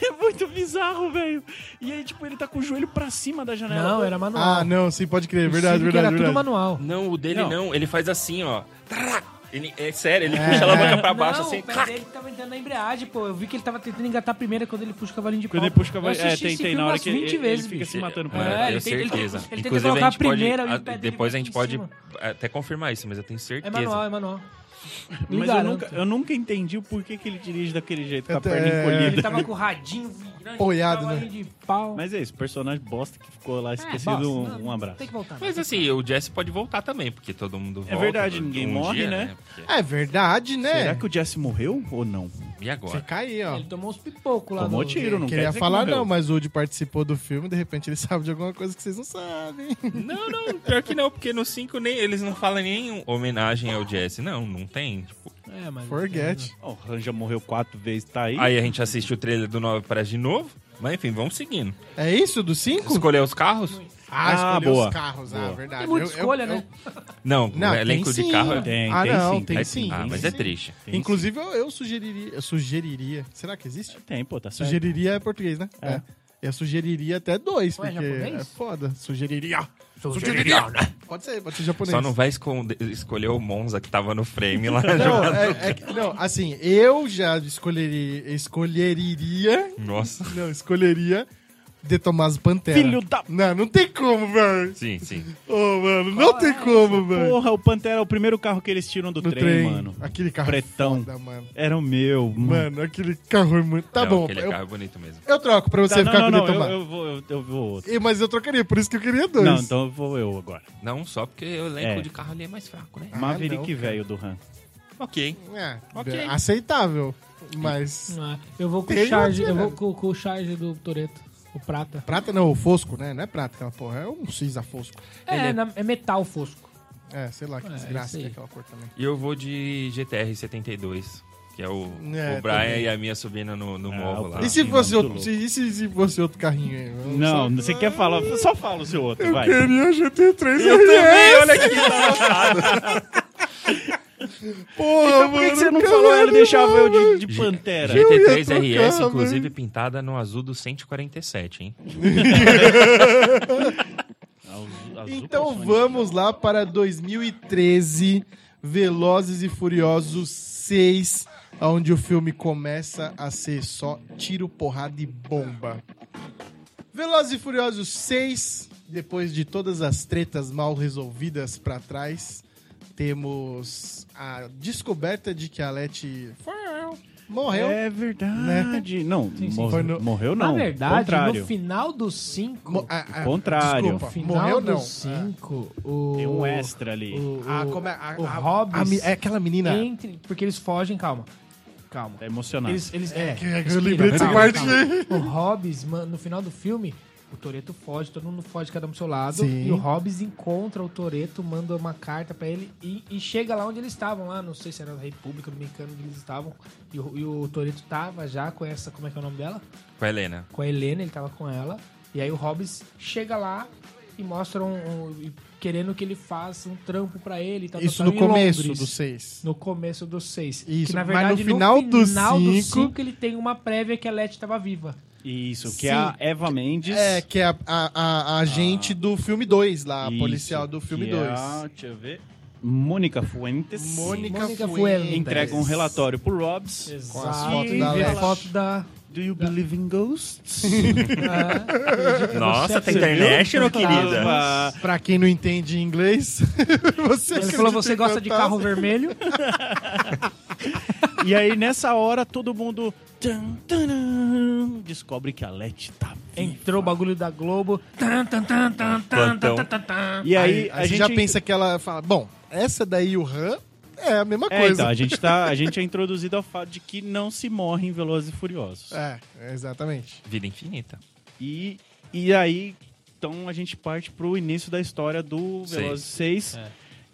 S2: É muito bizarro, velho. E aí, tipo, ele tá com o joelho pra cima da janela.
S4: Não, era manual.
S1: Ah, não, sim, pode
S2: é
S1: crer. Verdade,
S4: Civic
S1: verdade,
S4: Era tudo
S1: verdade.
S4: manual.
S3: Não, o dele
S2: Não.
S3: não. Ele faz assim, ó. Tará! Ele- é sério, ele puxa a alavanca pra baixo
S4: não,
S3: assim.
S4: mas
S3: clac.
S4: ele tava entrando na embreagem, pô. Eu vi que ele tava tentando engatar a primeira quando ele puxa o cavalinho de pau.
S2: Quando ele puxa o
S4: Eu
S2: cavalo. É,
S4: assisti
S2: tem,
S4: esse
S2: tem
S4: filme
S2: na hora
S4: umas
S2: que
S4: 20
S2: ele,
S4: vezes,
S2: ele fica
S4: bicho.
S2: se matando pra
S4: É,
S2: ela.
S3: eu
S4: ele
S3: tenho
S4: tem- ele tem-
S3: certeza.
S4: ele tenta
S3: Inclusive,
S4: colocar
S3: a gente
S4: a primeira
S3: pode,
S4: ali, o pé dele
S3: depois a
S4: bate
S3: gente
S4: em
S3: pode
S4: cima.
S3: até confirmar isso, mas eu tenho certeza.
S4: É manual, é manual. Me
S2: Mas eu
S4: garanto.
S2: nunca, eu nunca entendi o porquê que ele dirige daquele jeito, com a
S1: Até-
S4: é,
S2: perna
S4: Ele tá
S2: encolhida.
S4: tava com o
S2: [LAUGHS]
S4: radinho virando.
S1: Boiado,
S4: cavalinho De pau.
S2: Mas é isso, personagem bosta que ficou lá
S4: É,
S2: esquecido.
S4: bosta,
S2: um,
S4: não,
S2: um abraço.
S4: Tem que voltar.
S3: Mas assim, o Jesse pode voltar também, porque todo mundo volta.
S2: verdade,
S3: um
S2: ninguém
S3: dia,
S2: morre, né?
S3: Porque-
S1: É verdade, né?
S2: Será que o Jesse morreu ou não?
S3: E agora? [LAUGHS]
S1: Fica aí, ó.
S4: Ele tomou uns pipocos lá
S2: Tomou
S4: no...
S2: tiro, não quer
S1: Queria
S2: dizer que
S1: falar,
S2: morreu.
S1: não, mas o Woody participou do filme, de repente ele [LAUGHS] sabe de alguma coisa que vocês não sabem.
S3: Não, não, pior que não, porque no 5 nem, eles não falam nenhum homenagem ao Jesse. Não, não tem. tipo.
S4: É, mas...
S1: Forget.
S2: Ó, o Han já morreu quatro vezes, tá aí.
S3: Aí a gente assiste o trailer do 9 para de novo. Mas enfim, vamos seguindo.
S1: É isso? Do 5?
S3: Escolher os carros?
S2: Ah,
S1: escolheu
S2: boa.
S1: os carros, ah,
S2: Boa.
S1: verdade.
S4: Tem muita
S1: Eu- eu-
S4: escolha,
S1: eu-
S4: né?
S3: Não,
S1: Não,
S3: o elenco
S1: tem
S3: de
S1: sim.
S3: carro é.
S2: Tem,
S1: Ah,
S2: tem
S1: não,
S2: sim.
S1: tem
S3: é-
S1: sim.
S3: ah,
S1: tem
S3: mas
S1: sim.
S3: é triste.
S2: Tem sim.
S1: Inclusive, eu, eu sugeriria, eu sugeriria. Será que existe?
S2: Tem, pô, tá certo.
S1: Sugeriria é português, né? É. Eu sugeriria até dois,
S4: Ué,
S1: porque
S4: japonês?
S1: é foda. Sugeriria. Pode ser, pode ser japonês.
S3: Só não vai esconde- escolher o Monza que tava no frame lá.
S1: [LAUGHS]
S3: [LAUGHS]
S1: Não,
S3: jogando.
S1: é- é que- não, assim, eu já escolheria, escolheria,
S3: Nossa.
S1: não, escolheria de Tomás Pantera.
S2: Filho da
S1: Não, não tem como, velho.
S3: Sim, sim.
S1: Ô, mano, não tem como, velho.
S2: porra, o Pantera é o primeiro carro que eles tiram do
S1: No
S2: trem, mano.
S1: Aquele carro é
S2: Pretão.
S1: foda, mano.
S2: Era o meu, mano.
S1: Mano, aquele carro é muito... Tá
S3: Não,
S1: bom,
S3: Aquele
S1: eu,
S3: carro é bonito mesmo.
S1: eu troco pra você
S2: Tá,
S1: ficar com
S2: não, não,
S1: o de
S2: não,
S1: Tomás.
S2: eu, eu vou, eu, eu vou outro.
S1: E- Mas eu trocaria, por isso que eu queria dois.
S2: Não, então eu vou eu agora.
S3: Não só porque o elenco
S2: É.
S3: de carro ali é mais fraco, né?
S1: Ah, não,
S2: Maverick
S1: cara.
S2: velho do Han.
S3: Ok.
S1: É,
S3: Ok.
S1: aceitável, mas...
S4: Ah, eu vou com
S2: um
S1: Tem
S4: o charge,
S1: outra,
S4: eu vou
S1: né?
S4: com, com o charge do Toreto, o prata.
S1: Prata não, o Fosco, né? Não é prata aquela porra, é um cinza Fosco.
S4: É, na- é metal fosco.
S1: É, sei lá, que
S4: É, isso
S1: desgraça
S4: aí.
S1: que é aquela cor também.
S3: E eu vou de GTR 72, que é o,
S1: É,
S3: o Brian
S1: também.
S3: e a minha subindo no, no
S2: Ah,
S3: morro
S2: o
S3: lá.
S1: E se
S2: sim,
S1: fosse
S2: muito
S1: outro,
S2: louco.
S1: se, e se, se fosse outro carrinho aí? Eu
S2: Não,
S1: sei.
S2: você quer falar, só fala o seu outro, vai.
S1: Queria um GT3 RS,
S3: Olha que engraçado.
S1: porra,
S2: Então por que que você não falou ela e deixava eu de, de
S3: G-
S2: Pantera?
S3: GT3
S1: Eu ia
S3: RS,
S1: trocar,
S3: inclusive pintada no azul do 147, hein?
S2: Azul- azul
S1: Então
S2: com
S1: vamos lá para 2013, Velozes e Furiosos 6, onde o filme começa a ser só tiro, porrada e bomba. Velozes e Furiosos 6, depois de todas as tretas mal resolvidas pra trás, temos a descoberta de que a Leti foi
S4: Tchau.
S1: Morreu.
S2: É verdade. Né? Não,
S4: Sim, sim.
S2: mor-
S1: Foi no-
S2: morreu
S4: Na
S2: não.
S4: verdade,
S2: contrário.
S4: no final do 5.
S1: Mo- a- a-
S2: Contrário.
S1: desculpa,
S4: final
S1: morreu
S4: do
S1: não.
S4: 5, o.
S2: Tem um extra ali.
S4: O,
S1: Ah,
S4: o-
S1: como é? A,
S4: o
S1: a-
S4: Hobbes
S1: a mi- é aquela menina.
S4: entre. Porque eles fogem, calma. Calma.
S2: Tá emocionado.
S4: Eles, eles, é,
S1: que- que eu
S4: respira,
S1: lembrei dessa
S4: calma,
S1: parte.
S4: calma. O Hobbes, mano, no final do filme, o Toreto foge, todo mundo foge, cada um pro seu lado.
S1: Sim.
S4: E o Hobbes encontra o Toreto, manda uma carta pra ele e, e chega lá onde eles estavam, lá, não sei se era na República Dominicana onde eles estavam. E o, e o Toreto tava já com essa, como é que é o nome dela?
S3: Com a Helena.
S4: Com a Helena, ele tava com ela. E aí o Hobbes chega lá e mostra um. um- e querendo que ele faça um trampo pra ele. e Tal,
S1: Isso
S4: tal,
S1: no
S4: tal, Então, tá em
S1: começo
S4: Londres.
S1: do 6.
S4: No começo do 6.
S1: Isso,
S4: que, na
S1: mas
S4: verdade,
S1: no final do
S4: final do
S1: cinco-
S4: cinco, ele tem uma prévia que a Letty tava viva.
S2: Isso, que é a Eva Mendes.
S1: É, que é a, a, a-
S4: Ah.
S1: a agente do filme 2 lá, a
S2: Isso,
S1: policial do filme
S2: que
S1: 2.
S2: é a- deixa eu ver. Mônica Fuentes.
S1: Mônica,
S4: Mônica
S1: Fuentes.
S4: Fuentes.
S2: Entrega um relatório pro Robs.
S1: Com as
S4: Exato.
S1: fotos
S4: E
S1: da
S4: vê a
S1: Letty.
S4: foto da...
S2: Do you believe in ghosts?
S3: Nossa,
S4: Você
S3: tá
S4: viu?
S3: international, querida.
S2: Tava-
S1: Pra quem não entende inglês, [LAUGHS] você
S4: Ele falou,
S1: acredita
S4: você
S1: em
S4: gosta de
S1: fantasma?"
S4: carro vermelho?
S2: E aí, nessa hora, todo mundo tan, tanã, descobre que a Leti tá viva.
S4: Entrou o bagulho da Globo. Tan, tan, tan, tan, tan,
S3: Plantão.
S4: tan, tan, tan.
S2: E aí,
S1: Aí, a, gente, já pensa que ela fala, bom, essa daí o Han é a mesma
S2: É, então,
S1: coisa.
S2: a gente, tá, a gente é introduzido ao fato de que não se morre em Velozes e Furiosos.
S1: É, exatamente.
S3: Vida infinita.
S2: E, e aí, então, a gente parte pro início da história do Velozes 6,
S4: É.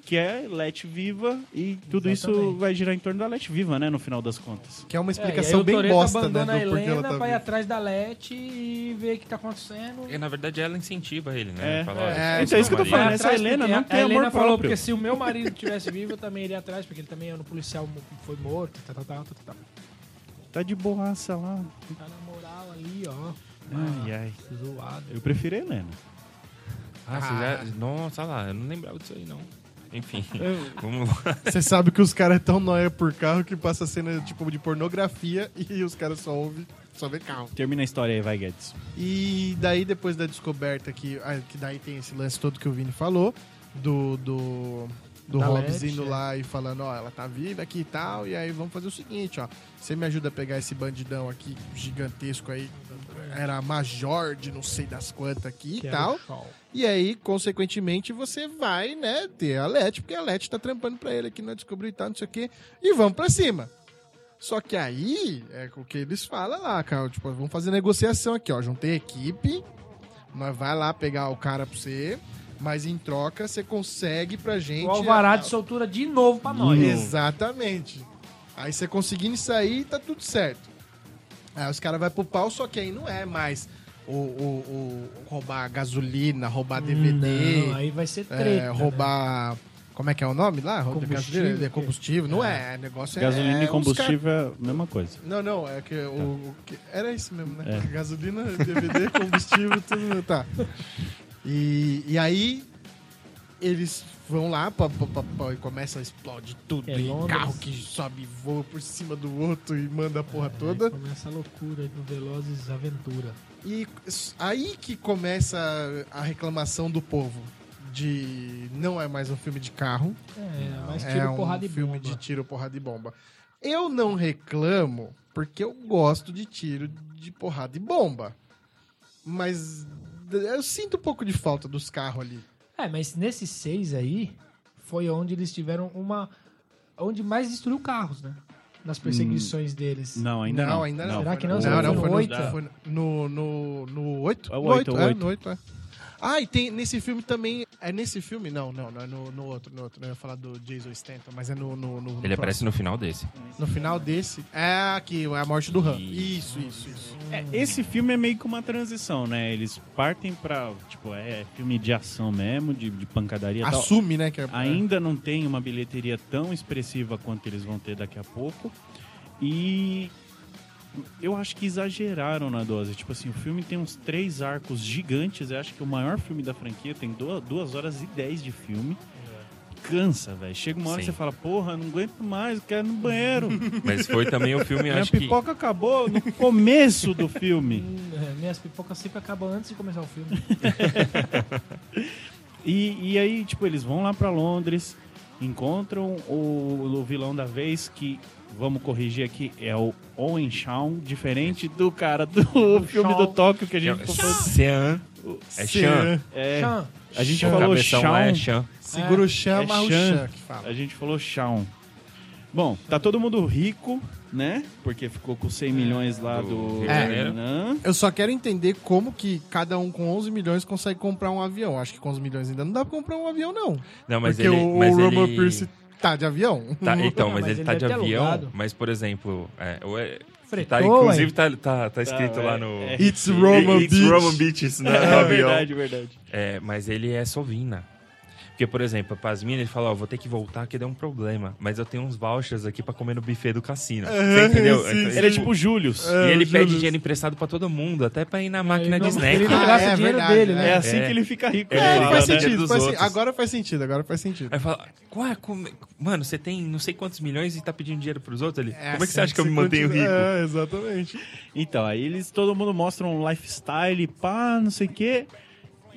S2: que é Let Viva, e tudo isso
S4: Exatamente.
S2: vai girar em torno da Let Viva, né, no final das contas.
S1: Que é uma
S4: É, e aí
S1: explicação
S4: o
S1: bem
S4: Toretto
S1: bosta, né?
S4: abandona
S1: Do
S4: a
S1: porquê ela
S4: Helena,
S1: tá
S4: vai
S1: viva.
S4: atrás da Letty e vê o que tá acontecendo.
S3: E, na verdade, ela incentiva ele, né?
S2: É.
S3: Fala,
S1: É,
S3: olha,
S1: então,
S3: você
S2: isso é isso que eu tô
S3: Maria.
S4: Vai
S2: falando. essa
S4: atrás
S2: Helena
S4: porque
S2: não
S4: a
S2: tem amor
S4: Helena falou,
S2: próprio.
S4: porque se o meu marido tivesse vivo, eu também iria atrás, porque ele também era um policial, foi morto, tal, tal, tal, tal, tal.
S2: Tá de borraça lá.
S4: Tá na moral ali, ó.
S2: Ai, ai.
S4: Zoado.
S2: Eu prefiro a Helena.
S3: Ah, você já... Nossa, olha lá, eu não lembrava disso aí, não.
S1: [LAUGHS]
S3: Enfim, vamos lá.
S1: Você sabe que os caras é tão nóia por carro que passa cena tipo de pornografia [LAUGHS] e os caras só ouvem, só vê carro.
S2: Termina a história aí, vai, Guedes.
S1: E daí, depois da descoberta que, ah, que daí tem esse lance todo que o Vini falou, do, do, do
S4: Da
S1: Hobbs
S4: Letty,
S1: indo
S4: é.
S1: lá e falando, ó, ela tá viva aqui e tal, e aí vamos fazer o seguinte, ó, você me ajuda a pegar esse bandidão aqui gigantesco aí, era major de não sei das quantas aqui e tal, e aí, consequentemente, você vai, né, ter a Let, porque a Let tá trampando pra ele aqui na Descobriu e tal, não sei o quê, e vamos pra cima. Só que aí é o que eles falam lá, cara. Tipo, vamos fazer negociação aqui, ó. Juntei a equipe, nós vai lá pegar o cara pra você, mas em troca você consegue pra gente. é-
S4: O alvará
S1: a-
S4: de soltura de novo pra nós.
S1: Exatamente. Aí você conseguindo sair, tá tudo certo. Aí os caras vão pro pau, só que aí não é mais o, o- o- roubar gasolina, roubar DVD,
S4: Hum, Não, aí vai ser
S1: é,
S4: treta. né?
S1: roubar. Como é que é o nome lá?
S4: Combustível.
S1: De combustível. Não é, negócio é. é os
S2: Gasolina e
S1: caras-
S2: combustível é a mesma coisa.
S1: não, não, é
S4: Tá.
S1: que o. o que- era isso mesmo, né?
S4: É.
S1: [LAUGHS] Gasolina, DVD,
S4: [LAUGHS]
S1: combustível, tudo. Tá. E, e aí eles vão lá pá, pá, pá, pá, e começam a explodir tudo.
S4: É
S1: e
S4: Londres.
S1: carro que sobe e voa por cima do outro e manda a porra
S4: Aí
S1: toda.
S4: começa a loucura do Velozes Aventura.
S1: E s- aí que começa a reclamação do povo. De não é mais um filme de carro.
S4: É, mas
S1: é
S4: tira
S1: um
S4: porrada e
S1: filme
S4: bomba.
S1: de tiro, porrada e bomba. Eu não reclamo porque eu gosto de tiro, de porrada e bomba. Mas d- eu sinto um pouco de falta dos carros ali.
S4: É, mas nesses seis aí, foi onde eles tiveram uma... Onde mais destruiu carros, né? Nas perseguições
S1: Hum.
S4: deles.
S2: Não, ainda não.
S1: ainda não.
S4: Será que não?
S1: Não,
S4: Será
S1: não,
S4: que
S1: foi no
S4: oito?
S1: 8. Foi no, no, no 8?
S2: É o
S1: no oito,
S2: oito, é o
S1: é,
S2: oito.
S1: no 8, é. Ah, e tem nesse filme também. É nesse filme? Não, não, não é no, no outro, no outro. Não ia falar do Jason Stanton, mas é no. no, no- no
S3: Ele
S1: próximo.
S3: aparece no final desse.
S1: No final desse. É aqui, é a morte do Han. Isso, isso, isso.
S2: É, esse filme é meio que uma transição, né? Eles partem pra, tipo, é filme de ação mesmo, de, de pancadaria e tal.
S1: Assume, né? Que é,
S2: Ainda não tem uma bilheteria tão expressiva quanto eles vão ter daqui a pouco. E eu acho que exageraram na dose. Tipo assim, o filme tem uns três arcos gigantes. Eu acho que o maior filme da franquia tem duas, duas horas e dez de filme. Cansa, velho. Chega uma hora que
S3: Sim.
S2: você fala, porra, não aguento mais, eu quero ir no banheiro.
S3: Mas foi também o filme, [LAUGHS] eu
S2: Minha
S3: acho que...
S2: pipoca acabou no começo do filme.
S4: Hum, é, Minhas pipocas sempre acabam antes de começar o filme.
S1: [LAUGHS]
S2: E, e aí, tipo, eles vão lá pra Londres, encontram o, o vilão da vez que vamos corrigir aqui, é o Owen Shawn, diferente do
S3: [LAUGHS]
S2: cara do filme do Tóquio que a gente falou.
S3: é Sean. É Sean.
S2: É,
S1: Tá,
S4: Chan,
S2: a gente
S3: O
S2: falou
S3: cabeção lá é
S2: Shawn,
S3: Sean.
S1: Segura o chão,
S2: É
S1: amarra o
S2: Chan.
S1: chão que fala.
S2: a gente falou Shawn. Bom, tá todo mundo rico, né? Porque ficou com 100 milhões lá
S3: É. Do
S2: do...
S3: Rio de
S2: É.
S3: Janeiro.
S2: Né?
S1: Eu só quero entender como que cada um com 11 milhões consegue comprar um avião. Acho que com 11 milhões ainda não dá pra comprar um avião, não.
S3: Não, mas
S1: porque
S3: ele...
S1: o
S3: mas
S1: Roman
S3: ele...
S1: Pierce tá de avião.
S3: Tá, então,
S4: Não,
S3: mas,
S4: mas
S3: ele,
S4: ele
S3: tá de
S4: deve ter
S3: avião.
S4: alugado.
S3: Mas, por exemplo, é, ou é-
S4: fretou,
S3: tá,
S4: hein?
S3: inclusive tá, tá, tá escrito
S2: Tá, é,
S3: lá no.
S2: é.
S1: [LAUGHS] It's Roman
S3: It's
S1: Beach.
S3: Roman
S1: [LAUGHS]
S3: Beaches no, no
S2: É
S3: avião.
S2: verdade, verdade.
S3: É, mas ele é sovina. Porque, por exemplo, a Pasmina, ele fala, ó, vou ter que voltar que deu um problema. Mas eu tenho uns vouchers aqui pra comer no buffet do cassino. Você entendeu?
S1: sim,
S3: Então,
S1: sim.
S2: Ele é tipo o Julius.
S3: E ele
S1: o
S3: pede
S1: Julius.
S3: dinheiro emprestado pra todo mundo, até pra ir na máquina de
S4: não-
S3: snack.
S4: ele não
S1: Ah,
S4: gasta
S1: é
S4: o dinheiro
S1: verdade,
S4: dele,
S2: É
S4: né?
S2: assim
S3: É.
S2: que ele fica rico.
S3: né? É,
S2: ele
S1: É,
S3: ele
S2: fala,
S1: faz
S3: né?
S1: sentido,
S3: Dos
S1: faz
S3: outros.
S1: sentido. Agora faz sentido, agora faz sentido.
S3: Aí fala, "Ué, como- mano, você tem não sei quantos milhões e tá pedindo dinheiro pros outros? Ele,
S1: É
S3: como é que
S1: assim
S3: você acha que eu me
S1: se
S3: mantenho
S1: continua-
S3: rico?
S1: É, exatamente.
S2: Então, aí eles, todo mundo mostra um lifestyle, pá, não sei o quê.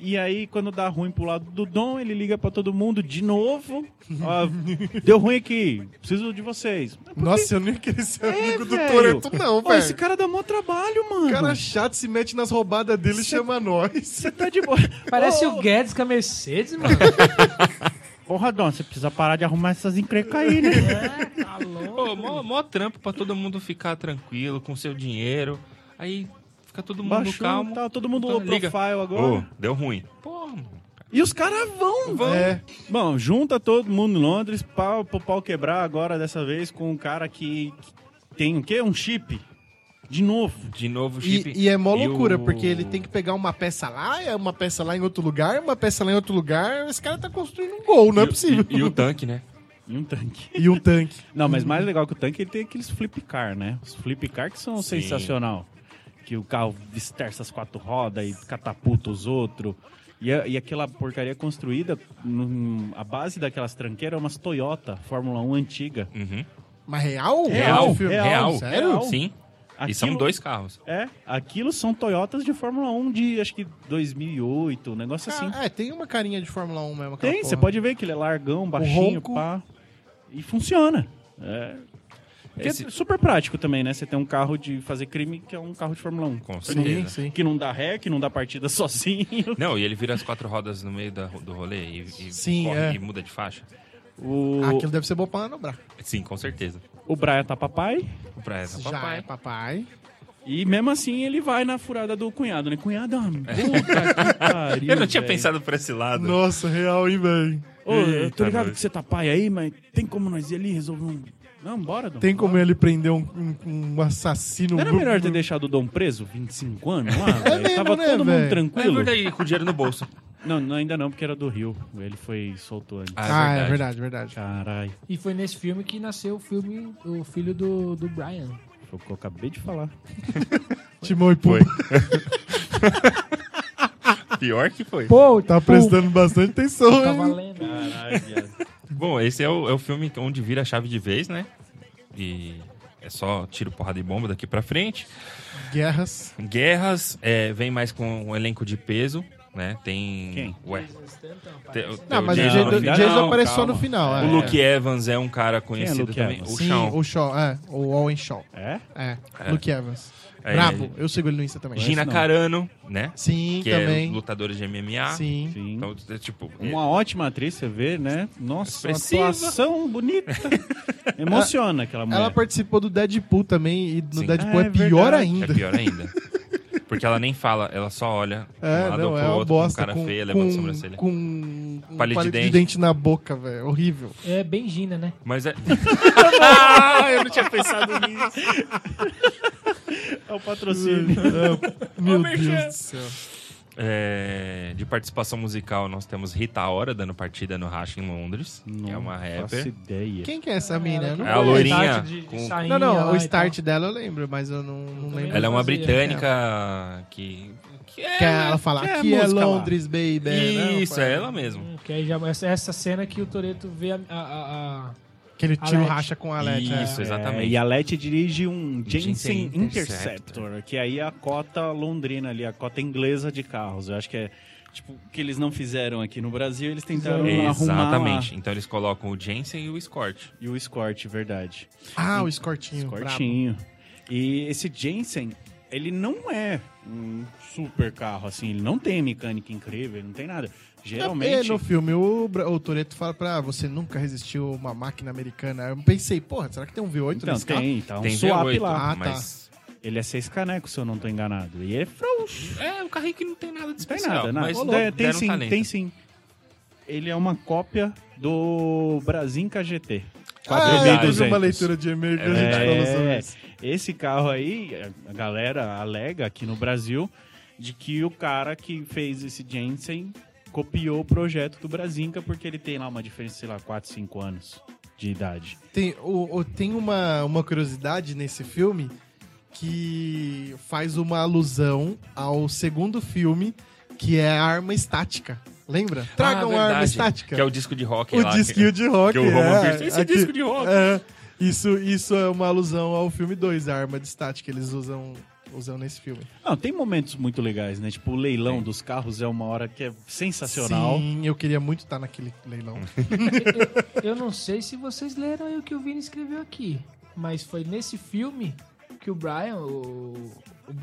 S2: E aí, quando dá ruim pro lado do Dom, ele liga pra todo mundo de novo.
S1: [LAUGHS]
S2: Ó, deu ruim aqui, preciso de vocês. Mas por
S1: Nossa, eu nem queria ser É, amigo do
S2: velho.
S1: Toreto, não,
S2: que- Ó, esse
S1: velho.
S2: cara dá mó trabalho, mano.
S1: O cara chato se mete nas roubadas dele e
S2: Cê-
S1: chama nós.
S2: Você tá de boa.
S5: Parece
S2: Ô,
S5: o Guedes com a Mercedes, mano.
S1: [LAUGHS]
S2: Porra, Dom, você precisa parar de arrumar essas encrencas aí, né?
S5: É, tá louco.
S3: Pô, mó, mó trampo pra todo mundo ficar tranquilo com seu dinheiro. Aí fica todo mundo
S2: Baixou,
S3: calmo.
S2: tá todo mundo
S3: Tá,
S2: low
S3: liga.
S2: profile agora.
S3: Ô, deu ruim. Pô,
S2: E os caras vão, vão.
S1: É,
S2: Bom, junta todo mundo em Londres pau, pro pau quebrar agora dessa vez com um cara que, que tem o quê? Um chip. De novo.
S3: de novo, chip.
S1: e, e é mó
S3: E
S1: loucura,
S3: o-
S1: porque ele tem que pegar uma peça lá, é uma peça lá em outro lugar, uma peça lá em outro lugar. Esse cara tá construindo um gol, não é
S3: o-
S1: possível.
S3: E, o tanque, né?
S2: E um tanque.
S1: E um tanque.
S2: Não, mas mais legal que o tanque, ele tem aqueles flip car, né? Os flip car que são
S3: Sim.
S2: sensacional. Que o carro esterça as quatro rodas e catapulta os outros. E, a- e aquela porcaria construída, num- a base daquelas tranqueiras é umas Toyota, Fórmula 1 antiga.
S3: Uhum.
S1: Mas real?
S3: Real, É,
S1: Esse filme?
S2: real,
S1: Sério?
S2: real.
S3: Sim. E são
S2: Aquilo-
S3: dois carros.
S2: É, aquilo são Toyotas de Fórmula 1 de acho que 2008, um negócio assim.
S1: Ah, é, tem uma carinha de Fórmula 1 mesmo. aquela
S2: Tem,
S1: porra.
S2: você pode ver que ele é largão, baixinho,
S1: ronco.
S2: pá. E funciona. É. Porque
S3: Esse-
S2: é super prático também, né? Você tem um carro de fazer crime que é um carro de Fórmula 1.
S3: Com
S1: Sim,
S3: certeza.
S1: sim.
S2: Que não dá ré, que não dá partida [LAUGHS] sozinho.
S3: Não, e ele vira as quatro rodas no meio da- do rolê e, e
S1: Sim,
S3: corre
S1: é.
S3: e muda de faixa.
S2: O,
S1: Ah, Aquilo deve ser bom pra manobrar.
S3: Sim, com certeza.
S2: o Brian tá papai.
S3: Pra essa
S1: Já
S3: papai.
S1: é papai.
S2: E mesmo assim ele vai na furada do cunhado, né?
S3: [LAUGHS]
S2: Cunhado é uma puta que pariu,
S3: Eu não tinha
S2: velho.
S3: pensado por esse lado.
S1: Nossa, real, hein, velho?
S2: Ô, eu tô
S3: Eita,
S2: ligado
S3: nós.
S2: que você tá pai aí, mas tem como nós ir ali e resolver um. Não, bora, Dom.
S1: Tem como ele prender um, um- um assassino?
S2: Não era
S1: bru-
S2: melhor ter
S1: bru-
S2: deixado o Dom preso 25 anos lá? velho?
S1: mesmo,
S2: Tava
S1: né,
S2: todo mundo
S1: velho?
S3: É
S2: tranquilo.
S3: verdade, com o dinheiro no bolso. [LAUGHS]
S2: Não, não, ainda não, porque era do Rio. Ele foi solto antes.
S1: Ah, é verdade, verdade.
S2: Caralho,
S5: E foi nesse filme que nasceu o filme O Filho do, do Brian.
S2: foi o que eu acabei de falar.
S1: Timão e Pumba.
S3: Foi. Pior que foi.
S5: Pô,
S4: tipo,
S1: Tá prestando bastante atenção,
S5: Tá
S1: hein?
S5: valendo.
S2: Caralho, viado.
S3: Bom, esse é o, é o filme onde vira a chave de vez, né? E é só tiro, porrada e bomba daqui pra frente.
S1: Guerras.
S3: Guerras, é, vem mais com um elenco de peso, né? Tem.
S2: Quem?
S3: Ué. Tem- tem
S1: Não,
S3: o
S1: mas
S2: Não,
S1: o
S3: Jason-
S1: Jason,
S2: ainda
S1: Jason
S3: não,
S1: aparece só
S3: calma.
S1: no final. É.
S3: O Luke Evans é um cara conhecido
S2: Luke
S3: também.
S2: Evans?
S3: O
S1: Sim,
S3: Shawn.
S1: o Shaw, é. O Owen Shaw.
S2: [LAUGHS] É?
S1: É,
S3: É.
S1: Luke Evans.
S3: É,
S1: Bravo, eu sigo ele no Insta também.
S3: Gina
S2: não.
S3: Carano, né?
S1: Sim,
S3: que é
S1: também.
S3: lutadores de MMA.
S1: Sim. Um
S2: Sim.
S3: Então, é, tipo. é-
S2: Uma ótima atriz, você vê, né? Nossa, uma
S3: Expressiva.
S2: atuação bonita. Emociona aquela mulher.
S1: Ela participou do Deadpool também, e no
S3: é. Sim.
S1: Deadpool
S2: Ah,
S1: é,
S2: é
S1: pior
S2: verdade.
S3: É
S1: ainda.
S3: pior ainda. Porque ela nem fala, ela só olha
S1: É,
S3: um lado
S1: não,
S3: ou pro
S1: é uma
S3: outro,
S1: bosta.
S3: com cara
S1: com,
S3: feia,
S1: com,
S3: levanta a sobrancelha.
S1: com um
S3: Palito de
S1: palito de
S3: dente.
S1: dente na boca, velho.
S3: [LAUGHS]
S1: Horrível.
S5: É bem Gina, né?
S3: Mas é.
S2: [LAUGHS] Ah, eu não tinha pensado nisso. É o patrocínio.
S1: Meu Deus do céu.
S3: É, de participação musical, nós temos Rita Ora dando partida no Racha em Londres, que [LAUGHS] é uma
S2: Faço
S3: rapper.
S2: ideia.
S1: Quem que é essa mina? Eu não
S3: É a
S1: conheço.
S3: loirinha
S4: de, de
S3: com-
S4: sainha
S1: Não, não,
S5: lá
S1: o
S5: e
S1: start dela eu lembro, mas eu não, não lembro.
S3: Ela é uma
S5: fazia,
S2: é.
S3: britânica que. que é,
S1: Que ela fala,
S2: que é
S1: aqui é,
S2: música lá."
S1: Londres, baby. né?
S3: Isso, é ela mesmo.
S2: Hum,
S5: tal. Que aí já, essa, essa cena que o Toreto vê a, a-
S1: [LAUGHS]
S5: a- a-
S1: Que ele tira o
S5: Alete.
S1: racha com a Leti.
S3: Isso,
S2: É,
S3: exatamente.
S2: e a Leti dirige um Jensen
S3: Jensen
S2: Interceptor, que aí é a cota londrina ali, a cota inglesa de carros. Eu acho que é Tipo, o que eles não fizeram aqui no Brasil, eles tentaram arrumar lá.
S3: Exatamente. Então eles colocam o Jensen e o Scott.
S2: E o Scort, verdade.
S1: Ah, o escortinho.
S2: Escortinho. um E esse Jensen, ele não é um super carro, assim. Ele não tem mecânica incrível, ele não tem nada.
S1: Realmente.
S2: Geralmente...
S1: É no filme, o, Bra- o Toreto fala pra ah, você nunca resistiu a uma máquina americana. Eu pensei, porra, será que tem um V8
S2: Então,
S1: nesse carro?
S2: tem, tá um
S3: Tem né?
S2: swap
S3: V8,
S2: lá.
S1: Ah, tá.
S3: mas
S2: Ele é seis canecos, se eu não tô enganado. E ele é frouxo.
S3: é um carrinho que não tem nada de
S2: Não tem
S3: especial.
S2: nada, nada.
S3: Mas
S2: Ô,
S3: deram
S2: tem, tem sim,
S3: talento.
S2: tem sim. Ele é uma cópia do Brasinca GT.
S1: Ah, eu teve
S3: 4.200.
S1: uma leitura de e-mail que a gente falou sobre
S2: É,
S1: isso.
S2: esse carro aí, a galera alega aqui no Brasil de que o cara que fez esse Jensen copiou o projeto do Brasinca porque ele tem lá uma diferença, sei lá, 4, 5 anos de idade.
S1: Tem, o, o- tem uma, uma curiosidade nesse filme que faz uma alusão ao segundo filme, que é a arma estática. Lembra? Tragam a arma
S3: Ah, verdade,
S1: estática.
S3: Que é o disco de rock
S1: o
S3: lá.
S1: disquinho de rock.
S3: que o Roman
S1: é,
S3: Pierce- Esse é
S1: aqui-
S3: disco de rock.
S1: é. isso, isso é uma alusão ao filme 2, a arma de estática, eles usam, usam nesse filme.
S2: Não, tem momentos muito legais, né? Tipo, o leilão dos carros é uma hora que é sensacional.
S1: Sim, eu queria muito estar naquele leilão.
S4: Eu não sei se vocês leram aí o que o Vini escreveu aqui, mas foi nesse filme que o Brian, o,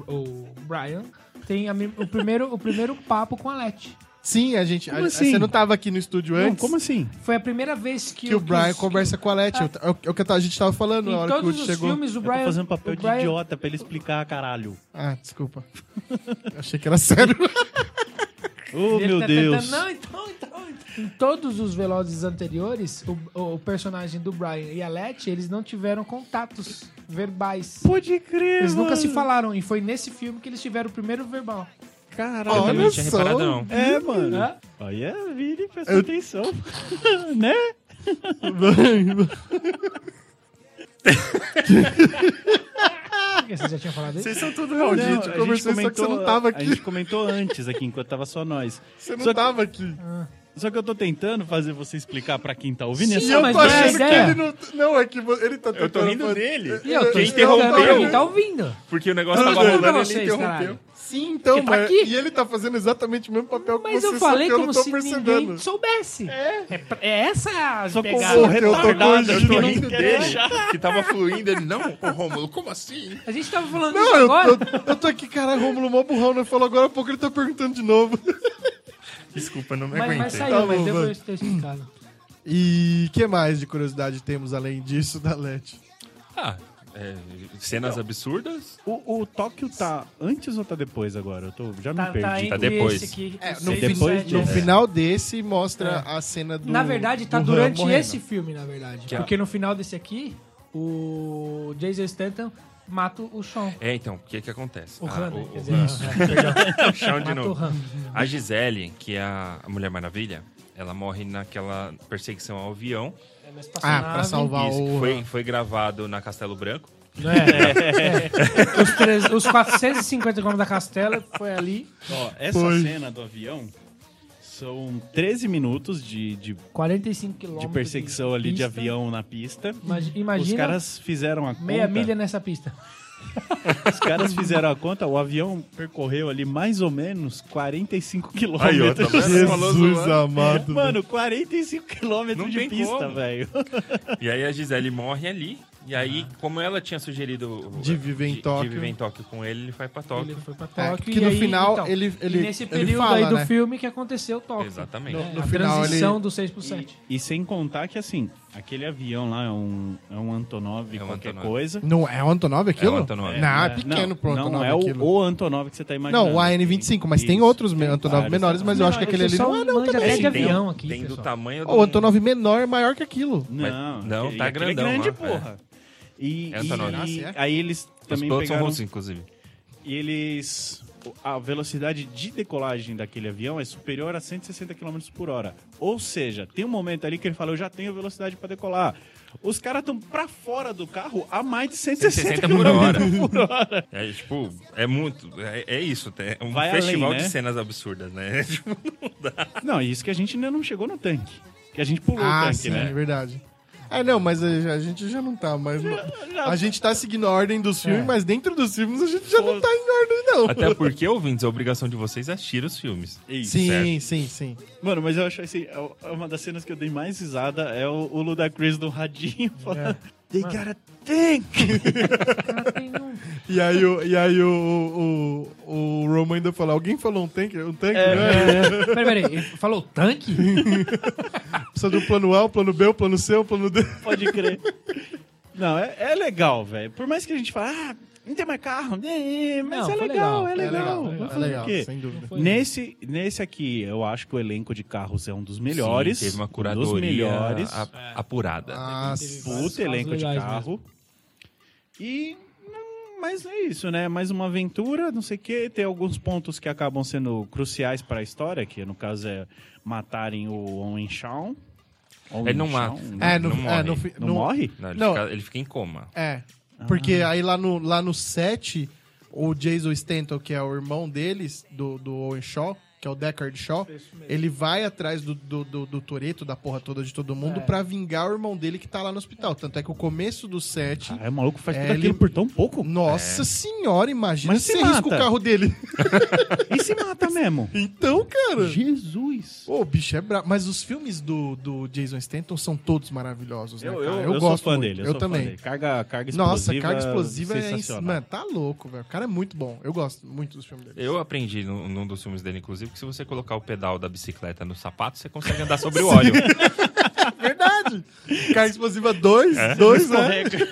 S4: o, o Brian, tem a mi- o, primeiro, o primeiro papo com a Leti.
S1: Sim, a gente.
S2: Como
S1: a-
S2: assim?
S1: Você não tava aqui no estúdio
S2: Não,
S1: antes?
S2: como assim?
S4: Foi a primeira vez que,
S1: que o Brian
S4: que-
S1: conversa com a Leti.
S4: Ah.
S1: É o que- é o que a gente tava falando na
S4: Em
S1: hora que o
S4: todos
S1: Woody
S4: os
S1: chegou.
S4: filmes o
S2: Eu tô
S4: Brian,
S2: fazendo papel
S4: o
S2: de
S4: Brian-
S2: idiota pra ele
S4: [LAUGHS]
S2: explicar, caralho.
S1: Ah, desculpa. [LAUGHS] Achei que era sério.
S2: Oh,
S4: Ele
S2: meu
S4: tá
S2: Deus.
S4: tentando, Não, então, então, então. Em todos os Velozes anteriores, o, o personagem do Brian e a Letty, eles não tiveram contatos verbais.
S2: Pode crer,
S4: Eles nunca
S2: mano.
S4: se falaram, e foi nesse filme que eles tiveram o primeiro verbal.
S2: Caralho.
S3: Eu também não
S1: Olha
S3: tinha
S1: só.
S3: reparado, não.
S2: É, mano.
S4: Hã?
S2: Olha, Vini, presta atenção. [LAUGHS] né?
S4: Vocês já tinham falado isso?
S1: Vocês são tudo real,
S2: Não,
S1: gente. Conversou só que você não tava
S2: A
S1: aqui.
S2: gente comentou antes aqui, enquanto tava só nós.
S1: Você
S2: só
S1: não
S2: que-
S1: tava aqui.
S2: Só que eu tô tentando fazer você explicar pra quem tá ouvindo.
S4: Sim,
S2: é
S1: E
S2: só
S1: eu
S4: mas
S1: tô
S4: não é
S1: achando que
S4: ideia.
S1: ele não. Não, é que vo- ele tá
S3: Eu tô
S1: tentando
S3: rindo
S1: fazer-
S3: dele.
S4: E eu tô
S3: Quem
S4: explicando pra
S3: interrompeu?
S4: quem tá ouvindo.
S3: Porque o negócio
S1: Tudo
S3: tava
S1: bem.
S3: rolando e
S4: tá Vocês,
S3: né? ele interrompeu.
S4: caralho.
S1: Sim, então,
S4: Porque tá
S1: mas.
S4: aqui.
S1: E ele tá fazendo exatamente o mesmo papel que
S4: Mas
S1: você,
S4: eu
S1: só
S4: falei
S1: que eu
S4: como
S1: não tô
S4: se
S1: percebendo.
S4: ninguém soubesse. É, pra- é essa a
S2: Só
S4: pegada.
S2: com o
S1: Eu tô
S2: retardado
S1: corrigindo,
S2: que
S1: eu
S2: não
S1: tô
S3: rindo
S2: quer
S3: dele.
S2: deixar.
S3: Que tava fluindo, ele, não, ô Rômulo, como assim?
S4: A gente tava falando isso
S1: Não, eu,
S4: agora.
S1: eu, eu tô aqui, caralho, Romulo mó burrão, né? Falou agora há pouco, ele tá perguntando de novo.
S3: Desculpa, não me
S4: Mas, mas
S3: aguentei.
S4: saiu,
S1: Tá
S4: mas
S1: bom,
S4: deu pra
S1: vai.
S4: eu ter explicado.
S1: E que mais de curiosidade temos além disso da Let?
S3: Ah, é, cenas absurdas?
S2: O, o Tóquio tá antes ou tá depois agora? Eu tô, já me
S4: Tá,
S2: perdi.
S4: tá entre
S3: depois.
S4: esse aqui.
S1: É,
S4: o
S1: no,
S4: seis,
S1: fi-
S2: depois
S4: sete,
S1: no
S4: é.
S1: final desse mostra a cena do.
S4: Na verdade, tá
S1: do Han
S4: durante
S1: morrendo.
S4: esse filme, na verdade.
S3: Que é-
S4: Porque no final desse aqui, o Jason Stanton mata o Sean.
S3: É, então, o que que acontece?
S4: O
S3: Ah,
S4: Han, né?
S3: o,
S4: Quer
S3: o
S4: dizer,
S3: Han. [LAUGHS]
S4: é, perdão.
S3: Chão
S1: [LAUGHS]
S3: de
S4: Mata
S3: novo.
S4: o Han.
S3: A Gisele, que é a a Mulher Maravilha, ela morre naquela perseguição ao avião.
S4: É
S1: Ah,
S4: uma espaçonave.
S1: pra salvar
S3: Isso,
S1: o.
S3: que foi, foi gravado na Castelo Branco. é?
S4: É, Os, três- os 450 quilômetros da Castela foi ali.
S2: Ó, essa
S1: Foi.
S2: cena do avião são 13 minutos de, de, de
S4: 45 quilômetros.
S2: perseguição ali de
S4: pista.
S2: avião na pista.
S4: Imag-
S2: Os
S4: Imagina
S2: caras fizeram a conta.
S4: meia milha nessa pista.
S2: Os caras fizeram a conta, o avião percorreu ali mais ou menos 45
S3: Aí, ó, tá
S2: quilômetros.
S3: vendo? Falou
S1: Jesus
S3: zoando.
S1: amado.
S2: Mano, né? 45 quilômetros
S3: Não
S2: de
S3: tem
S2: pista,
S3: como.
S2: velho.
S3: E aí a Gisele morre ali. E aí, como ela tinha sugerido
S1: Ah. De viver em Tóquio.
S3: de viver em Tóquio com ele, ele vai pra
S4: Ele
S3: Tóquio.
S4: foi pra
S1: É,
S4: Tóquio.
S1: que
S4: e
S1: no
S4: aí,
S1: final
S4: então,
S1: ele, ele,
S4: e nesse
S1: ele
S4: período
S1: fala,
S4: aí do
S1: né?
S4: filme que aconteceu Tóquio.
S3: Exatamente.
S1: No final
S4: a
S1: ele-
S4: transição do 6 pro 7.
S2: E, e sem contar que, assim, aquele avião lá é um, é um Antonov
S3: É um
S2: qualquer
S3: Antonov.
S2: coisa.
S1: Não é o Antonov aquilo?
S3: É o Antonov.
S1: Não, é,
S2: É,
S1: pequeno
S2: não,
S1: pro Antonov
S2: Não é
S1: aquilo.
S2: o, o Antonov que você tá imaginando.
S1: Não, o AN-25, mas tem outros me- Antonov
S2: vários
S1: menores, mas eu acho que aquele ali não é não
S4: manja
S1: também.
S4: até de
S3: tem, um-
S4: avião aqui,
S3: tem Assim, do
S4: pessoal.
S3: tamanho
S1: O Antonov menor é maior que aquilo.
S2: Não,
S3: Mas- não,
S2: aquele-
S3: tá
S2: aquele
S3: grandão
S2: é grande,
S3: lá,
S2: porra. E,
S3: É Antonov.
S2: e-
S1: Ah, sim, é?
S2: aí eles
S3: Os pilotos
S2: também
S3: são
S2: pegaram... um
S3: russos, inclusive.
S2: E eles. A velocidade de decolagem daquele avião é superior a 160 km por hora. Ou seja, tem um momento ali que ele fala: Eu já tenho velocidade pra decolar. Os caras estão pra fora do carro a mais de 160 km
S3: 160
S2: por
S3: por
S2: hora.
S3: hora. [LAUGHS] É, tipo, é muito. É, é isso. É um
S2: Vai
S3: festival
S2: além, né?
S3: de cenas absurdas, né? [LAUGHS] Tipo,
S2: Não, isso que a gente ainda não chegou no tanque. Que a gente pulou o
S1: Ah,
S2: tanque,
S1: sim, é
S2: né?
S1: verdade. É, não, mas a, a gente já não tá mais. no- A gente tá seguindo a ordem dos filmes,
S2: É.
S1: mas dentro dos filmes a gente já não tá em ordem, não.
S3: Até porque, ouvintes, a obrigação de vocês é assistir os filmes.
S2: Isso.
S1: Sim,
S3: Certo.
S1: sim, sim.
S2: Mano, mas eu acho assim, é o- é uma das cenas que eu dei mais risada é o, o Ludacris do radinho
S1: É.
S2: falando They gotta think!
S4: Cara, tem um-
S1: E aí, o, e aí o, o, o Roman ainda falou: alguém falou um tanque? Um tanque? né?
S4: É, Peraí, peraí, ele falou tanque?
S1: Precisa do plano A, o plano B, o plano C, o plano D.
S2: Pode crer. Não, é, é legal, velho. Por mais que a gente fale, ah, não tem mais carro, né, mas
S4: Não,
S2: é,
S4: foi
S2: legal,
S4: legal.
S2: é legal, Vai
S1: É
S2: fazer o
S1: legal,
S2: quê?
S1: sem dúvida.
S4: Foi-
S2: Nesse, nesse aqui, eu acho que o elenco de carros é um dos melhores.
S3: Sim, teve uma
S2: um
S3: curadoria
S2: dos melhores. É.
S3: a- apurada.
S1: Nossa.
S2: Puta elenco de
S4: legais mesmo.
S2: carro. E. hum, Mas é isso, né? Mais uma aventura, não sei o quê. Tem alguns pontos que acabam sendo cruciais para a história, que no caso é matarem o Owen Shawn. Owen
S3: Ele não
S2: Shawn?
S3: mata.
S1: É, no,
S3: Não morre.
S1: é, no, fi-
S2: né? Não
S1: no-
S2: morre?
S3: Não, ele,
S1: Não.
S3: Fica, ele fica em coma.
S1: É.
S2: Ah.
S1: Porque aí lá no, lá no 7, o Jason Stanton, que é o irmão deles, do, do Owen Shaw, que é o Deckard Shaw, ele vai atrás do, do, do, do Toreto, da porra toda de todo
S2: É.
S1: mundo, pra vingar o irmão dele que tá lá no hospital. Tanto é que o começo do 7.
S2: Caralho, Ah, o maluco faz
S1: É,
S2: tudo
S1: ele-
S2: aquilo por tão pouco.
S1: Nossa senhora, imagina
S2: é. Mas
S1: se
S2: se
S1: você risca o
S2: mata.
S1: carro dele.
S2: [LAUGHS]
S1: [LAUGHS]
S2: E se mata [LAUGHS] mesmo.
S1: Então, cara.
S2: Jesus.
S1: Ô, bicho, é brabo. Mas os filmes do, do Jason Stanton são todos maravilhosos, né,
S2: Eu,
S1: cara?
S2: eu, eu
S1: gosto
S2: sou fã
S1: muito.
S2: dele. Eu,
S1: Eu
S2: sou fã
S1: também.
S2: dele. Carga, carga explosiva.
S1: Nossa, carga explosiva é isso.
S2: sensacional.
S1: Mano, tá louco, velho. O cara é muito bom. Eu gosto muito dos
S3: [LAUGHS]
S1: filmes dele.
S3: Eu aprendi num, num dos filmes dele, inclusive, que se você colocar o pedal da bicicleta no sapato, você consegue andar sobre o óleo.
S1: Verdade! Carga explosiva 2, 2, né?
S2: Escorrega.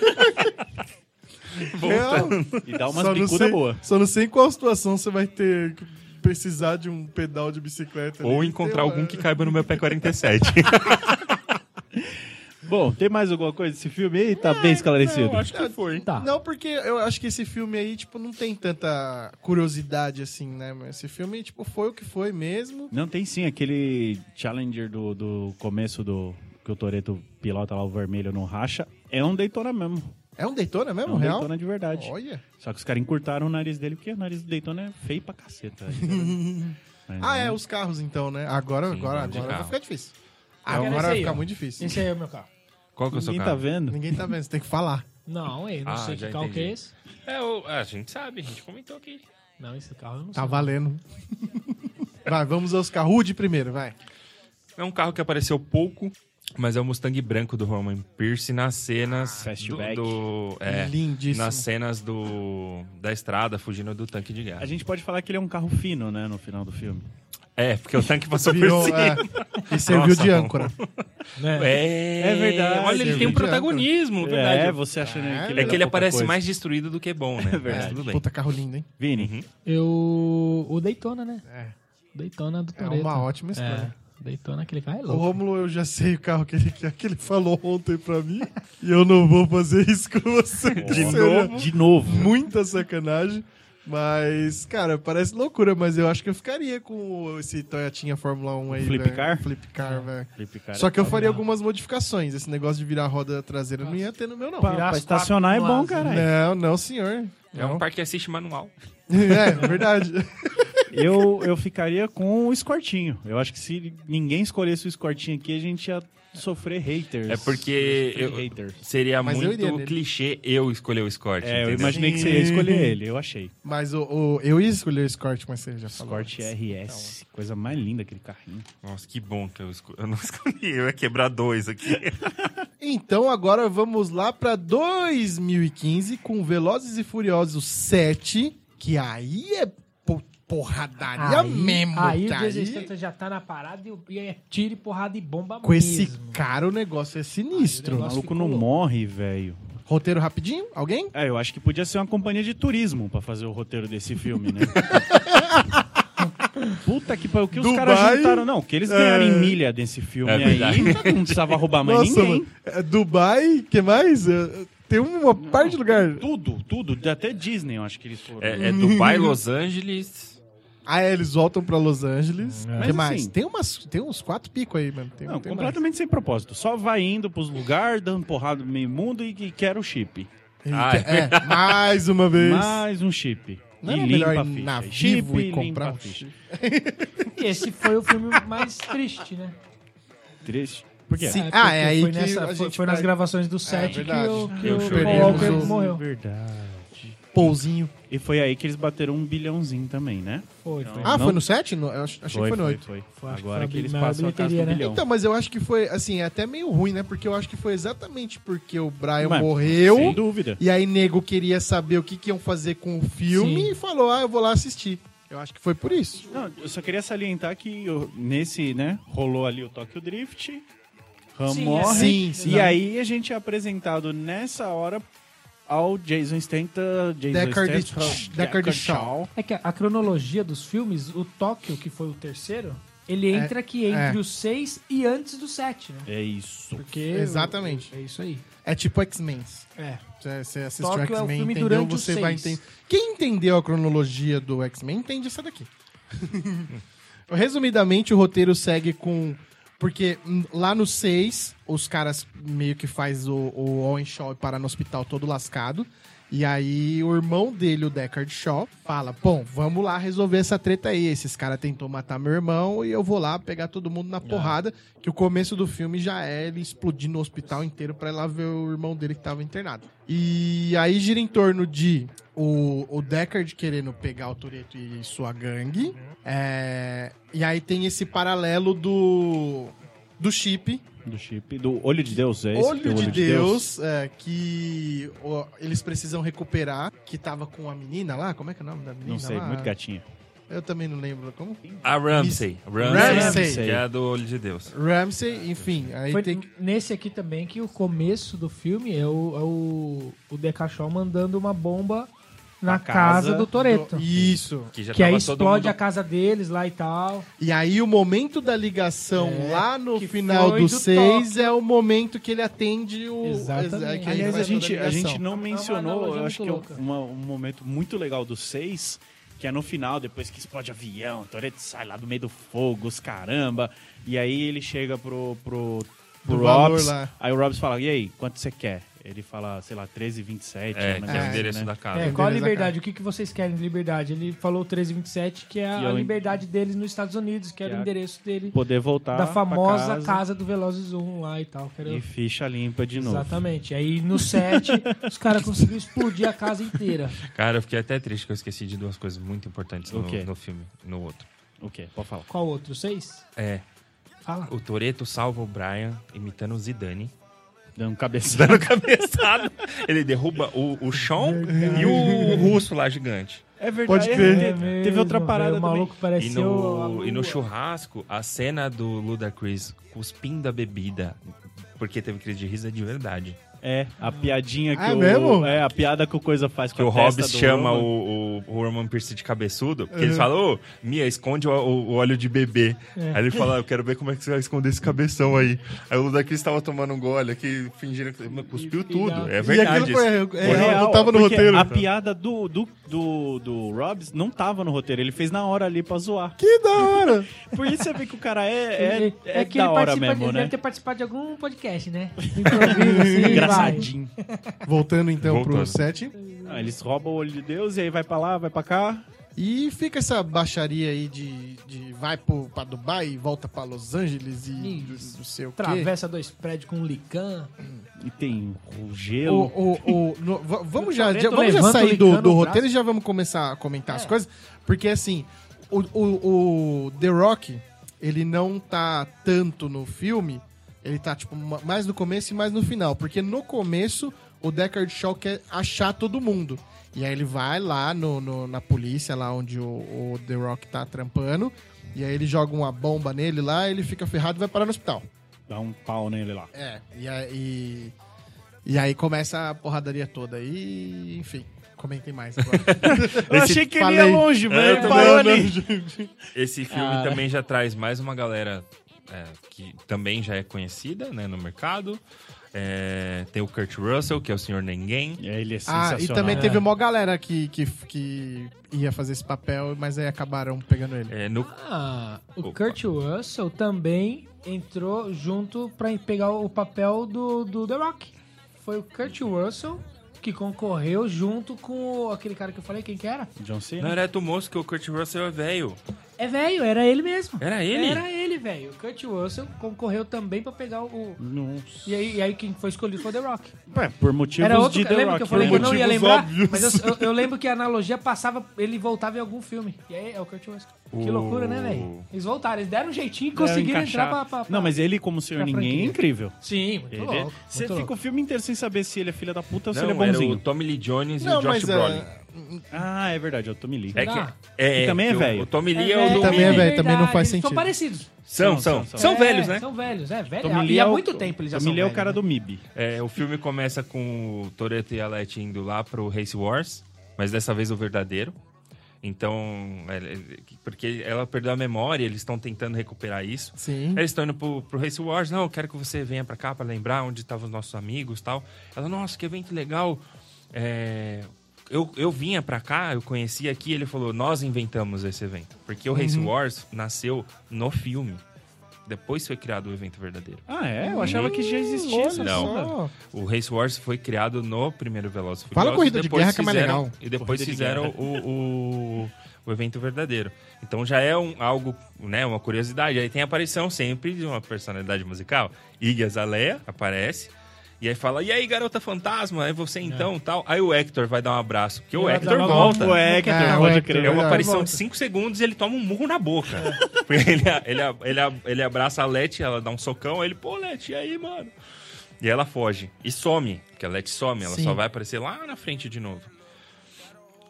S1: Real.
S2: E dá umas
S1: Só não sei-
S2: bicudas boas.
S1: Só não sei em qual situação você vai ter que precisar de um pedal de bicicleta. né? ali.
S3: Ou encontrar
S1: Tem
S3: algum
S1: uma-
S3: que caiba no meu pé [LAUGHS] 47.
S2: Bom, tem mais alguma coisa desse filme aí?
S1: É,
S2: Tá bem esclarecido.
S3: Eu acho que foi.
S4: Tá.
S1: um- Não, porque eu acho que esse filme aí, tipo, não tem tanta curiosidade assim, né? Mas esse filme, tipo, foi o que foi mesmo.
S2: Não, tem sim aquele Challenger do, do começo do. Que o Toreto pilota lá o vermelho no racha. É um Daytona mesmo.
S1: É um Daytona
S2: É
S1: mesmo,
S2: um
S1: real?
S2: Daytona de verdade.
S1: Olha.
S2: Só que os caras encurtaram o nariz dele, porque o nariz do Daytona é feio pra
S1: [LAUGHS]
S2: caceta. Mas,
S1: Ah,
S2: né?
S1: é, os carros então, né? Agora,
S3: Uhum. Sim,
S1: agora,
S3: carro de
S1: agora vai
S3: carro. É,
S1: ficar difícil.
S4: Ah, cara,
S1: agora
S4: esse
S1: vai
S4: aí,
S1: ficar
S4: ó.
S1: muito difícil.
S4: Esse aí é o meu carro.
S3: Qual que é o seu
S2: Ninguém tá
S3: carro?
S2: vendo?
S1: Ninguém tá vendo, você tem que falar.
S4: Não, eu não
S3: Ah,
S4: sei
S3: já
S4: que carro que é
S3: entendi.
S4: esse.
S3: É, o- a gente sabe, a gente comentou aqui.
S4: Não, esse carro eu não
S1: Tá
S4: sei.
S1: valendo. Vai, vamos aos carros de primeiro, vai.
S3: É um carro que apareceu pouco, mas é o Mustang branco do Roman Pierce nas cenas
S2: Fastback.
S3: do, do é,
S1: Lindíssimo.
S3: nas cenas do da estrada fugindo do tanque de
S2: A
S3: guerra.
S2: gente pode falar que ele é um carro fino, né? No final do filme.
S3: É, porque o tanque passou
S1: Virou,
S3: por cima.
S1: é, e serviu
S3: Nossa,
S1: de
S3: bom.
S1: âncora.
S4: né?
S3: É,
S2: É verdade.
S3: Olha, ele tem um
S1: Serviu de
S3: protagonismo,
S2: É,
S3: verdade.
S2: você achando
S1: É,
S2: que
S3: É, que ele
S2: pouca
S3: aparece
S2: coisa.
S3: mais Uhum. destruído do que bom, né? É
S2: verdade.
S3: tudo bem.
S1: Puta, carro lindo, hein?
S2: Vini,
S4: Eu. O Daytona, né? É. Daytona do
S1: É
S4: Toreto.
S1: uma ótima né?
S4: É,
S1: escolha.
S4: Daytona, aquele carro é
S1: O
S4: louco.
S1: Rômulo, eu já sei o carro que ele quer, que ele falou ontem pra mim. e eu não vou fazer isso com você.
S2: de
S1: Seria
S2: novo. De novo.
S1: Muita sacanagem. Mas, cara, parece loucura, mas eu acho que eu ficaria com esse Toyotinha Fórmula 1 aí,
S2: Flip
S1: velho.
S2: car?
S1: Flip car, velho.
S2: Felipe, cara,
S1: Só que eu
S2: tá-
S1: faria algumas modificações. Esse negócio de virar a roda traseira não ia ter no meu, não.
S2: Pra,
S4: Virar
S2: pra
S4: as
S2: estacionar é
S4: quatro
S2: bom,
S4: asas, né?
S2: caralho.
S1: Não, não, senhor. [LAUGHS]
S3: É um
S1: Não.
S3: parque que assiste manual.
S1: É, verdade.
S2: Eu, eu ficaria com o escortinho. Eu acho que se ninguém escolhesse o escortinho aqui, a gente ia sofrer haters.
S3: É porque
S2: Sofrer
S3: eu-
S2: haters.
S3: Seria
S1: Mas eu iria
S3: muito
S1: nele.
S3: clichê eu escolher o Escort.
S2: É, eu
S3: entendeu?
S2: imaginei que você ia escolher ele, eu achei.
S3: Tá
S1: Mas o, o- eu ia escolher o Escort, mas você já falou.
S2: Escort RS, coisa mais linda aquele carrinho.
S3: Nossa, que bom que eu, esco- eu não [LAUGHS] escolhi. Eu ia quebrar dois aqui.
S1: Então agora vamos lá pra 2015 com Velozes e Furiosos 7, que aí é po- porradaria mesmo,
S4: aí
S1: tá?
S4: o Jason
S1: Aí-
S4: Statham já tá na parada e, o- e é tiro e porrada e bomba
S1: com esse [LAUGHS]
S4: mesmo.
S1: cara o negócio é
S2: O
S1: sinistro.
S4: negócio-
S2: maluco
S4: ficou
S2: não
S4: louco.
S2: morre, velho.
S1: Roteiro rapidinho? Alguém?
S2: É, eu acho que podia ser uma companhia de turismo pra fazer o roteiro desse
S1: [LAUGHS]
S2: filme, né? Puta que pariu, o que os caras
S1: Dubai-
S2: juntaram? Não, o que eles ganharam em milha desse filme
S3: É
S2: aí,
S3: verdade.
S2: não precisava roubar mais ninguém.
S1: mano, é Dubai, que mais? É, Tem uma parte de lugar.
S2: Tudo, tudo, até Disney, eu acho que eles foram.
S3: É, é Dubai, Los Angeles.
S1: Ah, é, eles voltam pra Los Angeles.
S2: Mas
S1: que mais?
S2: assim-
S1: tem, umas, tem uns quatro picos aí, mano. Tem,
S2: Não,
S1: tem mais.
S2: completamente sem propósito. Só vai indo pros lugares, dando porrada no meio mundo e que quer o chip.
S3: Ah, é.
S1: É, mais uma vez.
S2: Mais um chip.
S1: Não
S2: e
S1: era
S2: limpa
S1: melhor
S2: a
S1: ir na
S2: ficha.
S1: Vivo e
S2: limpa
S1: comprar
S2: a
S1: um
S2: ficha.
S4: Esse foi o filme mais triste, né?
S2: Triste. por quê?
S1: Sim.
S4: É,
S1: Ah,
S4: porque
S1: é aí
S4: foi
S1: que
S4: nessa-
S1: a
S4: foi-
S1: gente
S4: foi nas
S1: vai-
S4: gravações do set que
S1: verdade.
S4: o, que
S3: Eu
S4: o Paul
S3: chorei.
S4: Walker
S1: Perdemos o-
S4: morreu.
S2: É, Verdade.
S1: Pouzinho.
S2: E foi aí que eles bateram um bilhãozinho também, né?
S4: Foi, foi.
S1: Ah,
S2: Não-
S1: foi no 7? Eu ach- achei que foi no 8.
S2: Foi,
S4: Foi, acho que
S2: Agora
S4: foi a
S2: que eles
S4: maior
S2: passam a casa do
S4: bilheteria, né?
S2: bilhão.
S1: Então, mas eu acho que foi, assim, é até meio ruim, né? Porque eu acho que foi exatamente porque o Brian
S2: Mas,
S1: um morreu.
S2: Sem dúvida.
S1: E aí, nego queria saber o que, que iam fazer com o filme
S4: Sim.
S1: e falou: ah, eu vou lá assistir. Eu acho que foi por isso.
S2: Não, eu só queria salientar que eu- nesse, né, rolou ali o Tokyo Drift, Ram
S4: Sim,
S2: morre,
S1: sim, sim.
S2: e aí a gente é apresentado nessa hora ao Jason Statham, Jason
S1: Deckard-
S2: Statham,
S1: Deckard Shaw.
S4: É que a, a cronologia dos filmes, o Tóquio, que foi o terceiro, ele entra aqui
S1: é.
S4: entre os seis e antes do sete, né?
S2: É isso.
S4: Porque
S1: Exatamente.
S4: É isso aí.
S1: É tipo X-Men.
S4: É.
S1: Você você assistiu
S4: Tóquio é o
S1: X-Men,
S4: filme
S1: entendeu?
S4: durante os
S1: Você vai
S4: seis.
S1: entender. Quem entendeu a cronologia do X-Men entende essa
S4: [LAUGHS]
S1: daqui. Resumidamente, o roteiro segue com. Porque hum, lá no 6, os caras meio que faz o, o Owen Shaw parar no hospital todo lascado. E aí o irmão dele, o Deckard Shaw, fala: Bom, vamos lá resolver essa treta aí. Esses caras tentou matar meu irmão e eu vou lá pegar todo mundo
S4: Ah.
S1: na porrada. Que o começo do filme já é ele explodindo o hospital inteiro pra ir lá ver o irmão dele que tava internado. E aí gira em torno de o, o Deckard querendo pegar o Toreto e sua gangue. É, e aí tem esse paralelo do. Do chip,
S2: Do chip, do Olho de Deus, é esse? que tem
S1: Olho de
S2: o
S1: Deus, é, que ó, eles precisam recuperar, que tava com a menina lá, como é que é o nome da menina
S2: Não sei,
S1: lá?
S2: muito gatinha.
S1: Eu também não lembro como.
S3: A Ramsey.
S1: Ramsey.
S3: Que é a do Olho de Deus.
S1: Ramsey, enfim, aí
S4: Foi
S1: tem que...
S4: nesse aqui também que o começo do filme é o, é o, o Decachol mandando uma bomba na
S2: Na
S4: casa,
S2: casa
S4: do Toreto.
S1: Isso.
S3: Que já
S4: Que aí
S3: tava todo
S4: explode
S3: mundo...
S4: a casa deles lá e tal.
S1: E aí o momento da ligação
S4: É,
S1: lá no
S4: que
S1: final
S4: foi
S1: do
S4: do
S1: 6 é o momento que ele atende o...
S4: Exatamente.
S1: é que aí
S2: Aliás, a
S1: faz toda
S2: gente, a
S1: ligação.
S2: gente não mencionou,
S4: analogia
S2: eu acho que é
S4: muito
S2: um- uma- um momento muito legal do 6, que é no final, depois que explode avião, Toreto sai lá do meio do fogo, os caramba, e aí ele chega pro, pro, pro
S1: Do valor
S2: Robs,
S1: lá.
S2: aí o Robs fala, e aí, quanto você quer? Ele fala, sei lá, 13,27.
S3: É, que é o
S1: É,
S3: endereço
S2: né?
S3: da casa.
S4: É, qual a
S1: Beleza,
S4: liberdade?
S1: cara.
S4: O que, que vocês querem de liberdade? Ele falou 1327, que é
S2: Que
S4: a
S2: é o-
S4: liberdade deles nos Estados Unidos, que era o
S2: Que é a-
S4: endereço dele.
S2: Poder voltar
S4: da
S2: pra
S4: famosa casa.
S2: casa,
S4: do Velozes 1 lá e tal. que era-
S2: e ficha limpa de novo.
S4: Exatamente. Aí no
S2: [LAUGHS]
S4: 7, os caras conseguiram explodir a casa inteira.
S3: Cara, eu fiquei até triste que eu esqueci de duas coisas muito importantes
S2: O
S3: no,
S2: quê?
S3: no filme, no outro.
S2: O quê? Pode falar.
S4: Qual outro? 6?
S3: É,
S4: Fala.
S3: o Toreto salva o Brian imitando o Zidane.
S2: Dando um cabeçada.
S3: Dando cabeçada. Ele derruba o, o Sean e o russo lá gigante.
S2: É verdade.
S1: [LAUGHS] Pode
S2: é,
S1: crer.
S2: te- Teve outra
S4: mesmo,
S2: parada
S4: velho, O
S2: também.
S4: maluco pareceu.
S3: E
S4: a
S3: no,
S4: lua.
S3: e no churrasco, a cena do Ludacris cuspindo a bebida, porque teve crise de riso, é de verdade.
S2: É, a piadinha que
S1: Ah, é
S2: o...
S1: mesmo?
S2: É, a piada que o Coisa faz com
S3: Que
S2: a
S3: o
S2: testa
S3: Hobbes
S2: do
S3: chama
S2: Roman.
S3: o, o Roman Pierce de cabeçudo, porque ele fala, ô, Mia, esconde o, o- o óleo de bebê. Aí ele fala, eu quero ver como é que você vai esconder esse cabeção aí. Aí o Ludacris tava tomando um gole aqui, fingindo que mas cuspiu tudo. É verdade.
S1: E
S3: isso.
S1: aquilo foi, é,
S3: Foi
S1: não
S2: real,
S1: tava no
S2: porque
S1: roteiro. [LAUGHS]
S2: A piada do, do, do, do Robs não tava no roteiro, ele fez na hora ali pra zoar.
S1: Que da hora!
S2: [LAUGHS] Por isso você vê que o cara é, é, é,
S4: que
S2: da
S4: ele,
S2: hora
S4: participa-
S2: mesmo,
S4: ele
S2: né?
S4: deve ter participado de algum podcast,
S2: [LAUGHS]
S4: né? Improviso, assim, vai.
S2: Engraçadinho.
S1: Voltando então pro
S3: Voltando.
S1: 7.
S2: Ah, eles roubam o olho de Deus e aí vai pra lá, vai pra cá.
S1: E fica essa baixaria aí de, de vai pro, pra Dubai e volta pra Los Angeles e
S4: Isso.
S1: não sei o quê.
S4: Atravessa dois prédios com um lican.
S2: E tem o
S1: O,
S2: gelo.
S1: o, o- no- va- vamos já,
S4: Toretto
S1: já- vamos já
S4: levanta o
S1: sair
S4: Licano
S1: do, do
S4: no
S1: roteiro
S4: braço. É.
S1: e já vamos começar a comentar as coisas. Porque assim, o, o, o The Rock, ele não tá tanto no filme, ele tá tipo ma- mais no começo e mais no final. Porque no começo, o Deckard Shaw quer achar todo mundo. E aí ele vai lá no, no- na polícia, lá onde o, o The Rock tá trampando. E aí ele joga uma bomba nele lá, ele fica ferrado e vai parar no hospital.
S2: Dá um pau nele lá.
S1: É, e aí. E aí começa a porradaria toda aí, enfim. Comentem mais agora.
S2: Eu achei que ele ia
S1: falei.
S2: longe, mas
S3: É,
S2: ele
S3: também
S2: parou
S3: não,
S2: ali.
S3: Esse filme
S2: Ah.
S3: também já traz mais uma galera é, que também já é conhecida né, no mercado. É, tem o Kurt Russell, que é o Senhor Ninguém.
S2: E aí ele é
S1: ah,
S2: sensacional.
S1: e também
S2: né?
S1: teve uma galera que, que, que ia fazer esse papel, mas aí acabaram pegando ele.
S3: É, no,
S4: Ah, o
S3: Opa.
S4: Kurt Russell também entrou junto pra pegar o papel do, do The Rock. Foi o Kurt Russell que concorreu junto com o- aquele cara que eu falei, quem que era?
S2: John Cena.
S3: não era do moço que o Kurt Russell é velho.
S4: É velho, era ele mesmo.
S3: Era ele?
S4: Era ele, ele, velho. O Kurt Russell concorreu também pra pegar o.
S2: Nossa.
S4: E aí, e aí quem foi escolhido foi o The Rock.
S2: É, por motivos
S4: Era outro.
S2: de The
S4: lembra
S2: Rock.
S4: que eu falei
S2: né?
S4: que eu não ia
S2: Motivos
S4: lembrar?
S2: óbvios.
S4: Mas eu, eu- eu lembro que a analogia passava, ele voltava em algum filme. E aí é o Kurt Russell. Que
S3: O-
S4: loucura, né, velho? Eles voltaram, eles deram um jeitinho e conseguiram
S2: Era
S4: entrar
S2: encaixar.
S4: pra, pra- pra-
S2: Não, mas ele, como senhor
S4: pra
S2: ninguém, é
S4: franquia.
S2: incrível.
S4: Sim, muito
S2: Ele- é
S4: louco.
S2: Você
S4: muito
S2: fica
S4: louco.
S2: o filme inteiro sem saber se ele é filha da puta ou se
S3: Não,
S2: ele é
S3: era o
S2: bonzinho.
S3: Tommy Lee Jones e
S1: Não,
S3: o Josh
S1: mas
S3: Brolin.
S1: é,
S2: Ah, é verdade, eu tô me ligando.
S3: É
S4: Será?
S3: que, é,
S2: E também é
S3: que o-
S2: velho.
S3: O Tommy Lee é, o do
S1: Também é
S3: Mini.
S1: velho, também não
S4: verdade,
S1: faz
S4: eles São
S1: sentido.
S4: parecidos.
S3: São,
S2: São,
S3: são.
S2: são.
S3: São
S4: É,
S3: velhos, né?
S4: São velhos, é velho.
S2: Tommy Lee
S4: e há
S2: é o-
S4: muito tempo eles já
S2: Tommy
S4: são
S2: Lee é o
S4: velhos,
S2: cara
S4: né?
S2: do MIB.
S3: É, o filme começa com o Toreto e a Letty indo lá pro Race Wars, mas dessa vez o verdadeiro. Então, é, é, porque ela perdeu a memória, eles estão tentando recuperar isso.
S1: Sim.
S3: Aí Eles estão indo pro, pro Race Wars. Não, eu quero que você venha pra cá pra lembrar onde estavam os nossos amigos e tal. Ela, nossa, que evento legal. É, eu, eu vinha pra cá, eu conheci aqui. Ele falou, nós inventamos esse evento. Porque o Race Wars nasceu no filme. Depois foi criado o evento verdadeiro.
S2: Ah, é? Eu achava que já existia
S1: Olha
S2: essa
S3: Não.
S2: onda.
S1: só.
S3: O Race Wars foi criado no primeiro Veloz e
S1: Fala
S3: Furiosos,
S1: Corrida de
S3: depois
S1: Guerra que é mais
S3: fizeram-
S1: legal.
S3: E depois
S2: Corrida de
S3: fizeram o, o, o evento verdadeiro. Então já é um, algo, né, uma curiosidade. Aí tem a aparição sempre de uma personalidade musical. Iggy Azalea aparece. E aí fala, e aí, garota fantasma? É você então, tal. Aí o Hector vai dar um abraço, porque o
S4: vai dar
S3: Hector
S4: uma
S3: volta.
S2: O Hector,
S1: Ah, o
S2: pode
S1: Hector,
S2: crer.
S3: É uma
S1: Verdade.
S3: aparição de 5 segundos e ele toma um murro na boca. Porque [LAUGHS] ele, ele, ele, ele abraça a Leti, ela dá um socão, aí ele, pô, Leti, e aí, mano? E ela foge. E some. Porque a Leti some, ela
S1: Sim.
S3: só vai aparecer lá na frente de novo.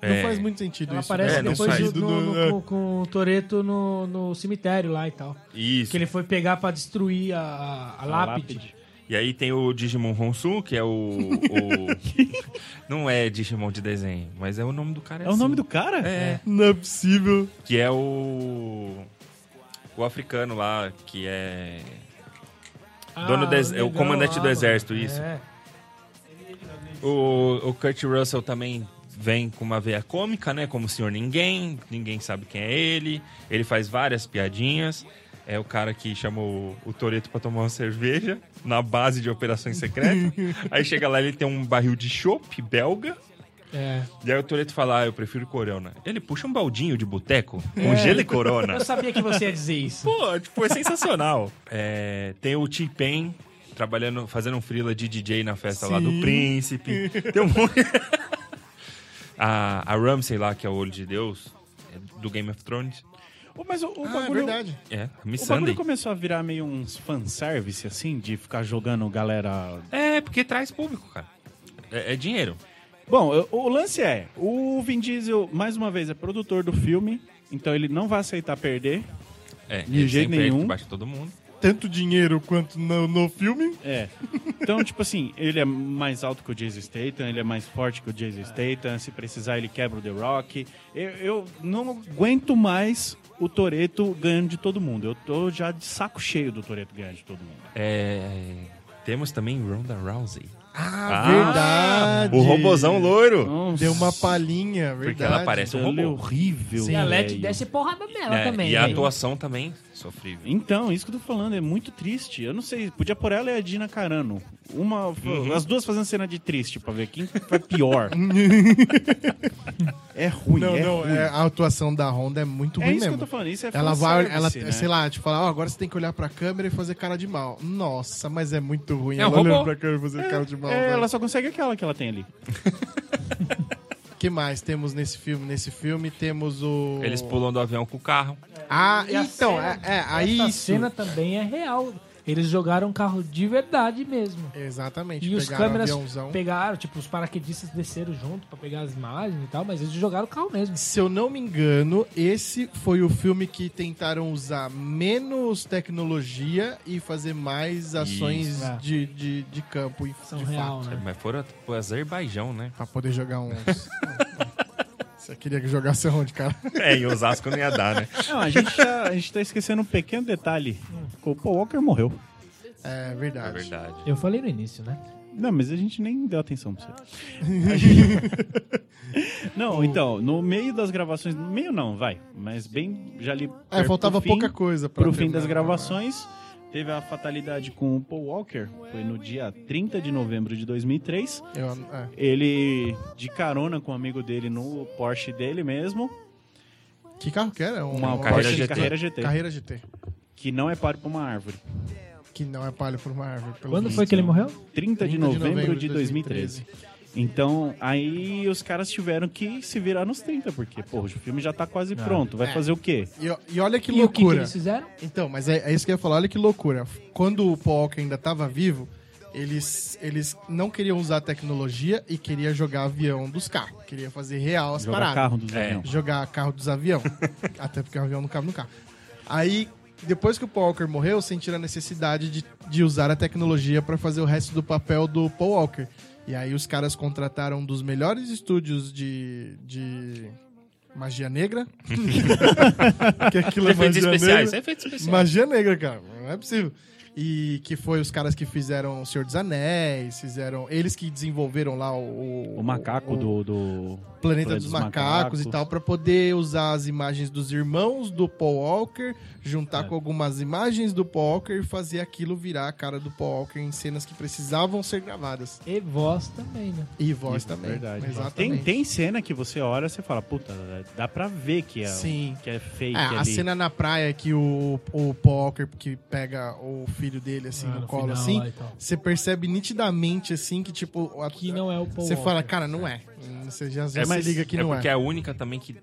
S1: Não faz muito sentido
S4: Ela
S1: isso. né?
S4: aparece
S3: É, não
S4: depois
S3: faz.
S4: do- no-
S1: é.
S4: no- com, com o Toreto no, no cemitério lá e tal.
S3: Isso.
S4: Que ele foi pegar pra destruir a, a- a lápide.
S2: lápide.
S3: E aí tem o Digimon Honsu, que é o. o- Não é Digimon de desenho, mas é o nome do cara.
S2: É o nome do cara?
S3: É.
S1: Não é possível.
S3: Que é o. O africano lá, que é. Dono do ex-
S4: o
S3: é o
S4: negão
S3: comandante
S4: lá,
S3: do
S4: mano.
S3: exército, isso.
S4: Ah, É.
S3: O, o Kurt Russell também vem com uma veia cômica, né? Como o Senhor Ninguém, ninguém sabe quem é ele. Ele faz várias piadinhas. É o cara que chamou o Toreto pra tomar uma cerveja na base de operações secretas. aí chega lá, ele tem um barril de chopp belga.
S4: É.
S3: E aí o Toreto fala, ah, eu prefiro Corona. Ele puxa um baldinho de boteco com gelo e Corona.
S4: Eu sabia que você ia dizer isso.
S3: Pô, tipo, é sensacional. É, tem o T-Pain trabalhando, fazendo um frila de DJ na festa lá do Príncipe. Tem um monte... [LAUGHS] a, a Ramsey lá, que é o Olho de Deus, é do Game of Thrones.
S2: Ô, Mas o, o
S1: Ah, é
S2: bagulho...
S1: verdade.
S3: É, a Miss
S2: o bagulho
S3: Sunday.
S2: começou a virar meio uns fanservice, assim, de ficar jogando galera
S3: É, porque traz público, cara. É, é dinheiro.
S2: Bom, eu- o lance é, o Vin Diesel, mais uma vez, é produtor do filme, então ele não vai aceitar perder.
S3: É,
S2: De
S3: ele
S2: jeito
S3: sempre é
S2: nenhum.
S3: que bate todo mundo.
S1: Tanto dinheiro quanto no, no filme.
S2: É. Então, tipo assim, ele é mais alto que o Jason Statham, ele é mais forte que o Jason Statham, se precisar ele quebra o The Rock. Eu, eu não aguento mais o Toreto ganhando de todo mundo. Eu tô já de saco cheio do Toreto ganhando de todo mundo.
S3: É, temos também Ronda Rousey.
S1: Ah,
S3: Ah,
S1: verdade.
S3: O robozão loiro.
S2: Nossa,
S1: Deu uma palhinha, verdade.
S3: Porque ela parece um
S2: ela é
S3: robô.
S2: horrível.
S4: e a Leti
S2: velho.
S4: desce porrada nela
S3: É,
S4: também.
S3: e a
S4: velho.
S3: atuação também sofrível.
S2: Então, isso que eu tô falando, é muito triste. Eu não sei, podia pôr ela e a Dina Carano. Uma,
S1: Uhum.
S2: As duas fazendo cena de triste pra ver quem foi
S1: [LAUGHS]
S2: pior. é ruim,
S1: Não,
S2: é
S1: não,
S2: ruim.
S1: é, a atuação da Honda é muito
S2: É
S1: ruim
S2: isso
S1: mesmo.
S2: que eu tô falando, isso é
S1: Ela vai, ela,
S2: fanservice, né?
S1: sei lá, tipo, fala, ó, agora você tem que olhar pra câmera e fazer cara de mal. Nossa, mas é muito ruim.
S3: É um
S1: ela
S3: robô.
S1: olhando pra câmera e fazer cara de mal.
S2: É,
S1: velho.
S2: ela só consegue aquela que ela tem ali.
S1: que mais temos nesse filme? Nesse filme temos o...
S3: Eles pulam do avião com o carro.
S1: Ah,
S4: E a
S1: então,
S4: cena-
S1: é, é, aí
S4: Essa
S1: isso.
S4: cena também é real. Eles jogaram um carro de verdade mesmo.
S1: Exatamente,
S4: E os
S1: pegaram o
S4: câmeras
S1: aviãozão.
S4: pegaram, tipo, os paraquedistas desceram junto pra pegar as imagens e tal, mas eles jogaram o carro mesmo.
S1: Se eu não me engano, esse foi o filme que tentaram usar menos tecnologia e fazer mais ações
S4: É.
S1: de, de, de campo, e-
S4: São
S1: de
S4: real,
S1: fato.
S4: né?
S3: Mas foram pro Azerbaijão, né?
S1: Pra poder jogar uns... Você queria que jogasse onde, cara?
S3: [LAUGHS] É, e Osasco não ia dar, né?
S2: Não, a gente, tá, a gente tá esquecendo um pequeno detalhe. O Paul Walker morreu.
S1: É
S3: É
S1: verdade.
S3: verdade.
S4: Eu falei no início, né?
S2: Não, mas a gente nem deu atenção pra [LAUGHS] você. não, então, no meio das gravações... No meio não, vai. Mas bem, já li...
S1: É, faltava
S2: pouca
S1: pouca coisa pra
S2: pro fim das
S1: terminar.
S2: gravações. Teve a fatalidade com o Paul Walker, foi no dia 30 de novembro de 2003.
S1: Eu, é.
S2: Ele, de carona com um amigo dele no Porsche dele mesmo,
S1: Que carro que era? Um,
S2: uma
S3: carreira
S2: Porsche
S3: GT.
S2: carreira GT.
S1: Carreira GT.
S2: que não é páreo para uma árvore.
S1: Que não é palha por uma árvore. pelo
S4: Quando
S1: visto.
S4: foi que ele morreu?
S2: 30 de novembro de 2013. Então, aí os caras tiveram que se virar nos 30, porque, pô, o filme já tá quase pronto. Vai
S1: É.
S2: fazer o quê?
S1: E, o- e olha que
S4: E o que, que
S1: loucura.
S4: eles fizeram?
S1: Então, mas é, é isso que eu ia falar. Olha que loucura. Quando o Paul Walker ainda estava vivo, eles, eles não queriam usar a tecnologia e queria jogar avião dos carros. Queria fazer real as
S2: Jogar
S1: paradas.
S2: carro dos
S3: É.
S2: aviões.
S1: Jogar carro dos
S2: [LAUGHS]
S1: avião. até porque o avião não cabe no carro. Aí, depois que o Paul Walker morreu, sentiram a necessidade de, de usar a tecnologia para fazer o resto do papel do Paul Walker. E aí os caras contrataram um dos melhores estúdios de... de... Magia
S2: [LAUGHS]
S1: negra? que aquilo é
S3: Efeitos
S1: magia
S3: especiais,
S1: negra.
S3: efeitos especiais.
S1: Magia negra, cara. Não é possível. E que foi os caras que fizeram O Senhor dos Anéis, fizeram. Eles que desenvolveram lá o.
S2: O macaco
S1: o
S2: do, do.
S1: Planeta, dos, macacos, e tal, pra poder usar as imagens dos irmãos do Paul Walker, juntar
S2: É.
S1: com algumas imagens do Paul Walker e fazer aquilo virar a cara do Paul Walker em cenas que precisavam ser gravadas.
S4: E voz também, né?
S1: E voz
S2: Isso,
S1: também.
S2: verdade. Tem,
S1: Exatamente.
S2: tem cena que você olha e você fala, puta, dá pra ver que é,
S1: Sim.
S2: que é fake
S1: É,
S2: ali.
S1: a cena na praia que o, o Paul Walker que pega o filho dele assim
S4: Ah,
S1: no,
S4: no
S1: colo,
S4: final,
S1: assim,
S4: lá e tal.
S1: você percebe nitidamente assim que tipo a-
S4: Que não é o Paul
S1: você fala,
S4: Walker.
S1: cara, não é. Hum, Você já, já
S3: É,
S1: se
S3: mas
S1: liga que
S3: é
S1: não
S3: porque
S1: é.
S3: a única também que.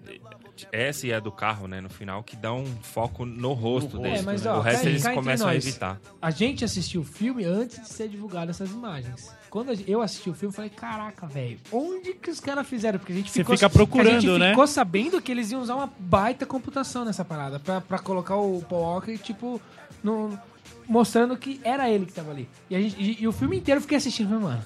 S3: Essa e a do carro, né? No final, que dá um foco no rosto né? dele.
S2: rosto,
S4: É, mas,
S3: o
S4: ó,
S3: resto
S4: cá-
S3: eles
S4: cá entre
S3: começam a
S4: nós.
S3: evitar.
S4: A gente assistiu o filme antes de ser divulgado essas imagens. Quando a gen- eu assisti o filme, eu falei, caraca, velho, onde que os caras fizeram? Porque a gente
S2: Você
S4: ficou...
S2: fica procurando,
S4: a gente
S2: né?
S4: ficou sabendo que eles iam usar uma baita computação nessa parada pra, pra colocar o Paul Walker, tipo, no, mostrando que era ele que tava ali. E, a gente- e- e o filme inteiro eu fiquei assistindo, falei, mano,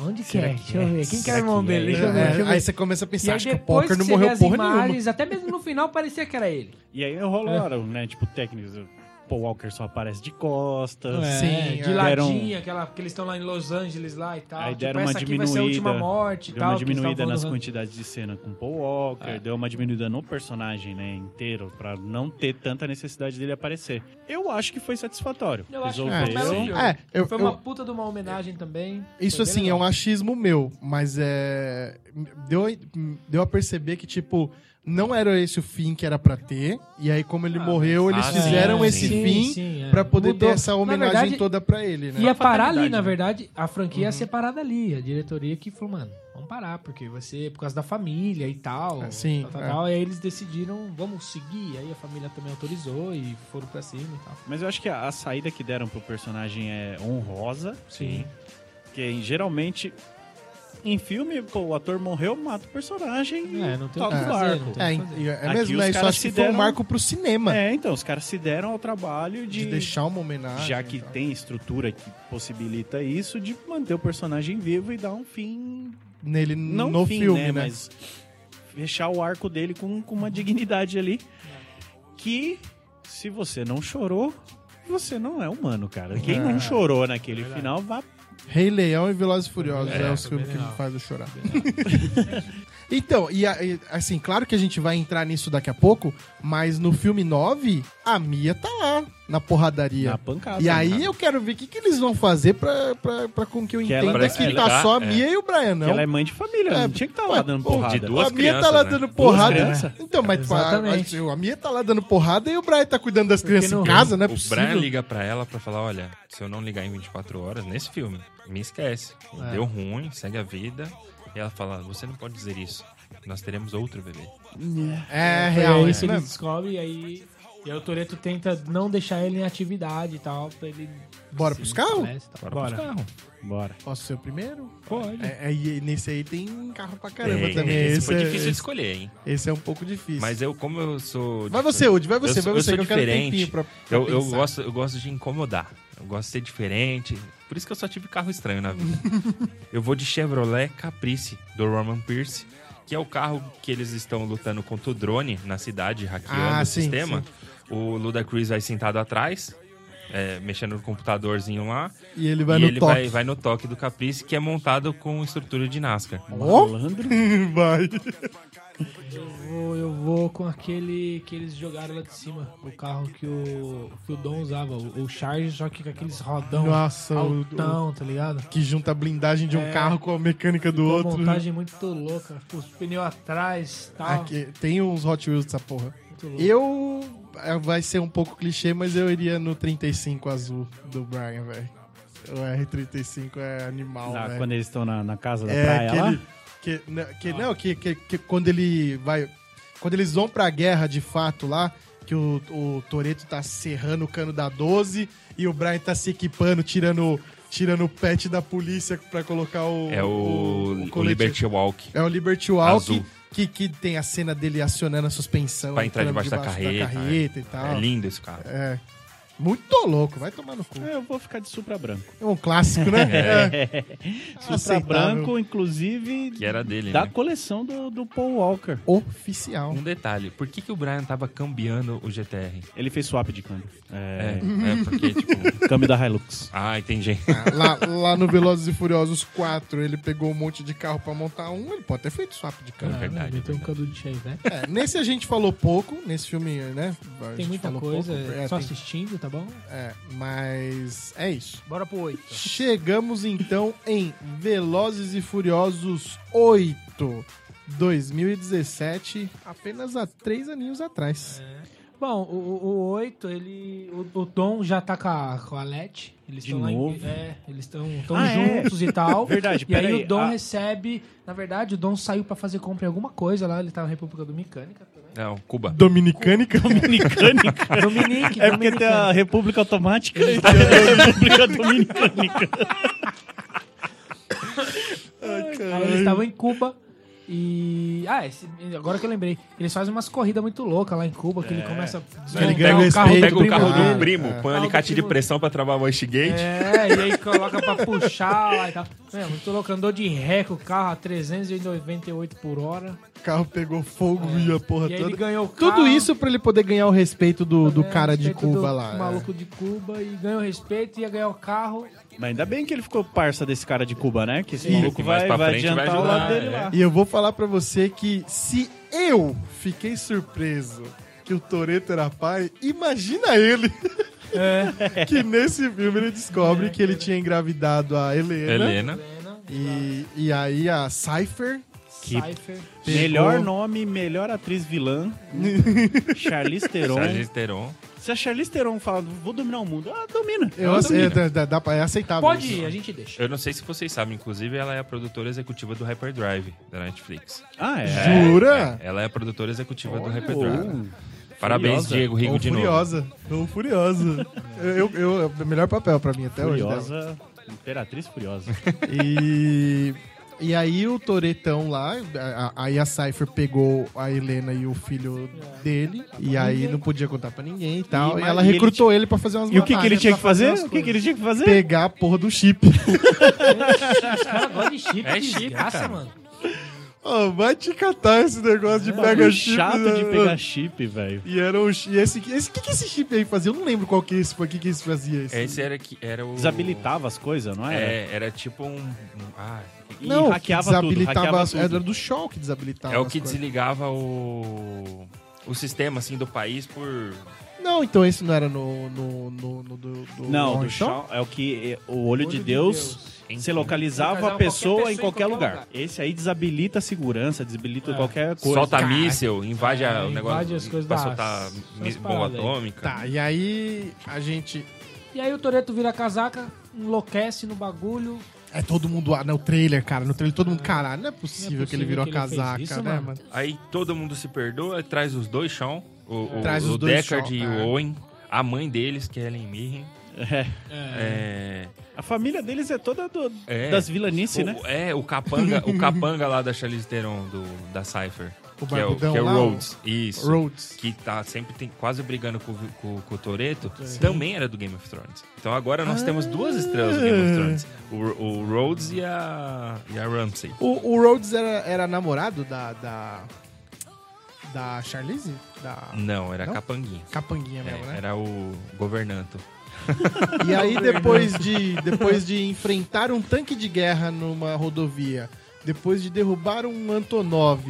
S4: onde que é? Deixa eu ver, quem que era o irmão dele? Deixa eu ver, deixa eu
S1: É,
S4: ver.
S1: aí você começa a
S4: E
S1: pensar,
S4: aí
S1: acho que o
S4: depois
S1: Poker
S4: que
S1: não
S4: você vê
S1: morreu
S4: as
S1: porra nenhuma.
S4: imagens, até mesmo no final parecia que era ele.
S2: E aí
S4: É.
S2: rolaram, né? Tipo, técnicos. o Paul Walker só aparece de costas.
S1: É. Sim,
S4: de
S1: é.
S4: ladinho, aquela que eles estão lá em Los Angeles lá e tal.
S2: Aí
S4: tipo,
S2: deram uma
S4: essa aqui vai ser a última
S2: diminuída,
S4: morte e
S2: Deu
S4: tal.
S2: uma
S4: que eles
S2: diminuída
S4: estavam
S2: nas
S4: falando. É.
S2: quantidades de cena com Paul Walker, deu uma diminuída no personagem, né, inteiro, pra não ter tanta necessidade dele aparecer. Eu acho que foi satisfatório.
S4: Eu acho que
S2: Resolveu.
S4: foi um filme.
S1: É, eu-
S4: Foi
S1: eu-
S4: uma puta de uma homenagem também.
S1: Isso
S4: Foi bem
S1: assim, é
S4: legal.
S1: um achismo meu, mas é. Deu, deu a perceber que, tipo, não era esse o fim que era pra ter. E aí, como ele
S2: Ah,
S1: morreu, eles
S3: ah, sim.
S1: fizeram
S3: É,
S1: esse
S4: sim,
S1: fim
S4: sim, é.
S1: pra poder
S4: Mudou.
S1: ter essa
S4: Na
S1: homenagem
S4: verdade,
S1: toda Uhum. pra ele, né?
S4: Ia parar ali,
S2: fatalidade,
S4: na
S2: né?
S4: verdade, a franquia ia ser parada ali. A diretoria que falou, mano, vamos parar, porque vai ser por causa da família e tal.
S1: É, sim,
S4: tal, tal,
S1: é.
S4: tal. E aí eles decidiram, vamos seguir. Aí a família também autorizou e foram pra cima e tal.
S2: Mas eu acho que a, a saída que deram pro personagem é honrosa.
S4: Sim.
S2: Porque geralmente, em filme, pô, o ator morreu, mata o personagem.
S4: É, não tem o
S2: Toca
S4: que
S2: o
S4: fazer.
S2: barco.
S4: Não tem
S1: É,
S4: o que fazer.
S1: e- é
S2: Aqui
S1: mesmo,
S2: os
S1: né? Isso
S2: caras
S1: acho que
S2: se
S1: foi um
S2: deram-
S1: marco pro cinema.
S2: É, então, os caras se deram ao trabalho
S1: De deixar uma homenagem.
S2: já que
S1: e tal.
S2: tem estrutura que possibilita isso, de manter o personagem vivo e dar um fim.
S1: Nele
S2: Não
S1: no
S2: fim,
S1: filme,
S2: né,
S1: né?
S2: Mas fechar o arco dele com, com uma dignidade ali. Que se você não chorou, você não é humano, cara. Quem não chorou naquele final, vá.
S1: Rei Leão e Velozes e Furiosos é,
S4: É,
S1: os filmes que
S4: também
S1: me
S4: não.
S1: faz eu chorar. [LAUGHS] então, e, a- e, assim, claro que a gente vai entrar nisso daqui a pouco, mas no filme 9, a Mia tá lá, na porradaria.
S2: Na pancada.
S1: E aí eu quero ver o que, que eles vão fazer pra, pra, pra com que eu
S2: Que ela-
S1: entenda
S3: pra
S1: que
S3: explicar,
S1: tá só a
S3: é.
S1: Mia e o Brian, não.
S2: Ela é mãe de família,
S1: É,
S2: não tinha que estar
S1: ué,
S2: lá dando
S1: pô, de
S2: porrada.
S3: de duas
S1: a Mia tá lá
S3: crianças, né?
S1: dando porrada.
S2: crianças.
S1: Então, mas pô, a,
S4: Exatamente.
S1: a Mia tá lá dando porrada e o Brian tá cuidando das crianças em
S4: não-
S1: casa, né?
S3: O Brian liga pra ela pra falar: olha, se eu não ligar em 24 horas, nesse filme, me esquece. Deu ruim, segue a vida. E ela fala: você não pode dizer isso. Nós teremos outro bebê.
S1: É,
S4: Foi
S1: real,
S4: aí
S1: isso
S4: que ele
S1: mesmo.
S4: descobre e aí. E aí o Toreto tenta não deixar ele em atividade e tal, pra ele.
S1: Bora
S4: se
S1: pros carros?
S4: estresse e tal.
S3: Bora pros carros.
S2: Bora.
S1: Posso ser o primeiro?
S4: Pode.
S1: É, é, e nesse aí tem carro pra caramba
S3: Tem,
S1: também.
S3: tem.
S1: Esse,
S3: Esse foi
S1: é,
S3: difícil de escolher, hein?
S1: esse é um pouco difícil.
S3: Mas eu, como eu sou.
S1: vai você, Udi, vai você,
S3: eu sou-
S1: vai
S3: eu
S1: você,
S3: sou
S1: que eu quero um
S3: diferente.
S1: tempinho pra, pra
S3: Eu, eu,
S1: pensar.
S3: gosto, eu gosto de incomodar. Eu gosto de ser diferente. Por isso que eu só tive carro estranho
S1: [LAUGHS]
S3: na vida. eu vou de Chevrolet Caprice, do Roman Pierce, que é o carro que eles estão lutando contra o drone na cidade, hackeando
S1: Ah,
S3: o
S1: sim,
S3: sistema. O Ludacris vai sentado atrás, é, mexendo no computadorzinho lá.
S1: E ele vai
S3: e
S1: no
S3: ele
S1: toque. [LAUGHS]
S3: Vai, vai no toque do Caprice, que é
S1: [LAUGHS]
S3: montado com estrutura de NASCAR.
S1: Ó.
S2: Malandro.
S1: Vai.
S4: Eu vou, eu vou comparou com aquele que eles jogaram lá de cima. O carro que o, que o Dom usava, o, o Charge, só que com aqueles rodão
S1: Nossa, o- o,
S4: altão, tá ligado?
S1: que junta a blindagem de um
S4: É.
S1: carro com a mecânica do
S4: Uma
S1: outro. né?
S4: montagem muito louca. Os pneus atrás e tal.
S1: Aqui, Ah, tem uns Hot Wheels dessa porra.
S4: Muito louco.
S1: Eu. é, Vai ser um pouco clichê, mas eu iria no 35 azul do Brian, velho. O R35 é animal,
S2: Na-
S1: velho.
S2: tá, quando eles estão na, na casa da
S1: É,
S2: praia
S1: que
S2: lá. Ah.
S1: ele. Que, né, que- não, que, que, que quando ele vai. Quando eles vão pra guerra de fato lá, que o, o Toreto tá serrando o cano da 12 e o Brian tá se equipando, tirando, tirando o pet da polícia pra colocar o.
S3: É o, o,
S1: colete.
S3: Liberty Walk.
S1: É o Liberty Walk,
S3: Azul.
S1: que, que tem a cena dele acionando a suspensão.
S3: Pra entrar
S1: entrando
S3: debaixo da carreta,
S1: e tal.
S3: É lindo esse carro.
S1: Tá. É. Muito louco, vai tomar no cu.
S2: É, eu vou ficar de supra branco.
S1: É um clássico,
S3: [LAUGHS]
S1: né? É.
S2: supra
S1: Aceitável.
S2: branco, inclusive,
S3: Que era dele,
S2: da
S1: Tá
S3: né?
S2: coleção do, do Paul Walker.
S1: Oficial.
S3: Um detalhe, por que, que o Brian tava cambiando o GTR?
S2: Ele fez swap de câmbio.
S3: É,
S2: É,
S3: é porque, tipo...
S2: câmbio da
S1: [LAUGHS]
S2: Hilux.
S3: Ah, entendi.
S1: Lá, lá no Velozes e Furiosos 4, ele pegou um monte de carro pra montar um, ele pode ter feito swap de
S4: Ah,
S1: câmera.
S3: É verdade,
S4: né, Tem um
S3: verdade.
S4: cano de Chevette.
S1: É, nesse a gente falou pouco, nesse filme, né? a
S4: Tem
S1: gente
S4: muita
S1: falou
S4: coisa,
S1: pouco. É,
S4: só
S1: tem-
S4: assistindo, tá bom?
S1: é, mas é isso.
S5: Bora pro 8.
S1: Chegamos então em Velozes e Furiosos 8, 2017, apenas há três aninhos atrás.
S4: É. Bom, o, o 8, ele. O, o Dom já tá com a, com a Leti. Eles
S2: De
S4: estão lá em-
S2: novo?
S4: é, eles estão tão
S2: Ah, é?
S4: juntos e tal.
S2: [LAUGHS] Verdade,
S4: E aí,
S2: peraí,
S4: o Dom
S2: a-
S4: recebe. Na verdade, o Dom saiu pra fazer compra em alguma coisa lá. Ele tá na República
S2: [LAUGHS]
S4: Dominicana.
S3: Não, Cuba.
S1: Dominicânica?
S2: Dominicânica.
S4: Dominique,
S2: É porque tem a
S4: Dominicana.
S2: República Automática e tem a República Dominicânica.
S4: Aí eles estavam em Cuba. E. Ah, esse- agora que eu lembrei. Eles fazem umas corridas muito loucas lá em Cuba, que ele começa a desmontar
S1: Ele ganha o respeito
S3: Pega o
S1: primo
S3: carro
S1: dele.
S3: do primo, põe um
S4: Carro do
S3: alicate de
S4: primo.
S3: pressão pra travar o Washgate.
S4: É, e aí coloca pra puxar lá e tal. É, muito louco. Andou de ré com o carro a 398 por hora.
S1: O carro pegou fogo e a porra
S4: É. e aí ele
S1: toda.
S4: ganhou o
S1: Tudo
S4: carro,
S1: isso pra ele poder ganhar o respeito do, do
S4: né,
S1: cara de
S4: respeito
S1: Cuba
S4: do
S1: lá. é.
S4: maluco de Cuba e ganhou respeito, ia ganhar o carro.
S2: Mas ainda bem que ele ficou parça desse cara de Cuba, né? Que esse
S3: Sim.
S2: maluco
S3: Que mais
S2: vai,
S3: pra
S2: vai
S3: frente vai
S2: adiantar o
S3: ajudar,
S2: lado dele
S3: é.
S2: lá.
S1: E eu vou falar pra você que se eu fiquei surpreso que o Toreto era pai, imagina ele. [LAUGHS] que nesse filme ele descobre que ele tinha engravidado a Helena.
S3: Helena.
S4: Helena,
S1: E, e aí a Cypher.
S2: Que-
S4: Cypher.
S1: Pegou.
S2: Melhor nome, melhor
S1: [LAUGHS]
S2: atriz vilã. Charlize Theron.
S3: Charlize Theron.
S2: Se a Charlize Theron fala, vou dominar o mundo, ah, domina.
S1: Eu,
S3: Ela
S1: ace-
S3: domina.
S1: dá- dá- dá pra- é aceitável.
S4: Pode
S1: isso.
S4: ir, a gente deixa.
S3: Eu não sei se vocês sabem, inclusive ela é a produtora executiva do Hyperdrive da Netflix.
S2: Ah, é.
S1: Jura?
S3: Ela é a produtora executiva do
S2: Pô,
S3: Hyperdrive. Parabéns,
S2: curiosa.
S3: Diego Rigo
S1: Ou
S3: de novo.
S1: Oh. furiosa. Ou furiosa. eu, eu, eu- é o melhor papel pra mim até hoje. né? dela.
S2: Furiosa. Imperatriz
S1: [LAUGHS]
S2: Furiosa.
S1: E, e aí o Toretão lá, a- a- aí a Cypher pegou a Helena e o filho dele, e aí não podia contar pra ninguém e tal.
S2: E-
S1: E,
S2: mas-
S1: ela
S2: e ele
S1: recrutou ele, pra fazer umas
S2: E o que, que ele
S1: matagens,
S2: tinha que
S1: pra
S2: fazer?
S1: umas
S2: O que, que
S1: coisas.
S2: ele tinha que fazer?
S1: Pegar a porra do chip.
S4: Os caras gostam de
S2: [LAUGHS]
S4: chip,
S3: É
S4: que
S3: chip,
S4: desgraça,
S3: cara.
S4: mano.
S1: [LAUGHS] Ô, vai te catar esse negócio de
S2: Bagulho
S1: pega chip.
S2: chato
S1: né?
S2: de pegar chip, velho.
S1: E era o chi- e esse, esse que que esse chip aí fazia? Eu não lembro qual que é esse foi, o que que esse fazia esse.
S3: Esse
S2: é-
S3: era que era o
S2: Desabilitava as coisas, não era?
S3: É, era tipo um, um- ah,
S2: E
S1: não, que
S2: hackeava tudo.
S1: desabilitava,
S2: Hackeava
S1: as-
S2: tudo.
S1: era do Shaw que desabilitava.
S3: é o
S1: Tá, as
S3: que
S1: coisas.
S3: desligava o o sistema assim do país por
S1: Não, então esse não era no, no, no, no do, do
S2: Não,
S1: Orson?
S2: do chão é o que é, o olho, de Deus, você localizava a
S4: Localizava
S2: pessoa em qualquer
S4: qualquer pessoa em
S2: lugar. É.
S4: qualquer
S2: Esse aí desabilita a segurança, desabilita qualquer coisa.
S3: solta míssil, invade a-
S4: É,
S3: o negócio,
S4: invade as coisas
S3: pra
S4: da-
S3: soltar
S4: as-
S3: mi-
S4: as
S3: bomba
S4: paradas aí.
S3: atômica.
S1: Tá, e aí a gente.
S4: E aí o Toreto vira casaca, enlouquece no bagulho.
S1: É todo mundo. Ah, no trailer, cara. No trailer todo mundo. Caralho, não é possível,
S4: Não é
S1: que ele virou
S4: possível que ele
S1: a
S4: fez
S1: casaca,
S4: isso,
S1: né,
S4: mano?
S1: mano?
S3: Aí todo mundo se perdoa, traz os dois chão, o, o,
S1: Traz os
S3: o
S1: dois
S3: Deckard
S1: Shawn,
S3: e
S1: é.
S3: o Owen, a mãe deles, que é Ellen Mirren.
S2: É.
S3: É.
S2: A família deles é toda do-
S3: É.
S2: das vilanices,
S3: o,
S2: né?
S3: É, o capanga, o capanga lá da Charlize Theron, do, da Cypher.
S1: O
S3: que é o, que
S1: barbudão
S3: é o
S1: lá,
S3: Rhodes. Isso.
S1: Rhodes.
S3: Que tá sempre tem, quase brigando com, o- com, com o Toreto. Também era do Game of Thrones. Então agora nós temos duas estrelas do Game of Thrones. O, o Rhodes e a, e a Ramsey.
S1: O, o Rhodes era, era namorado da. Da, da Charlize? Da
S3: Não, era
S1: Não?
S3: capanguinha.
S1: capanguinha
S3: É,
S1: mesmo, né?
S3: Era o governanto.
S1: E aí, depois de, depois de enfrentar um tanque de guerra numa rodovia, depois de derrubar um Antonov,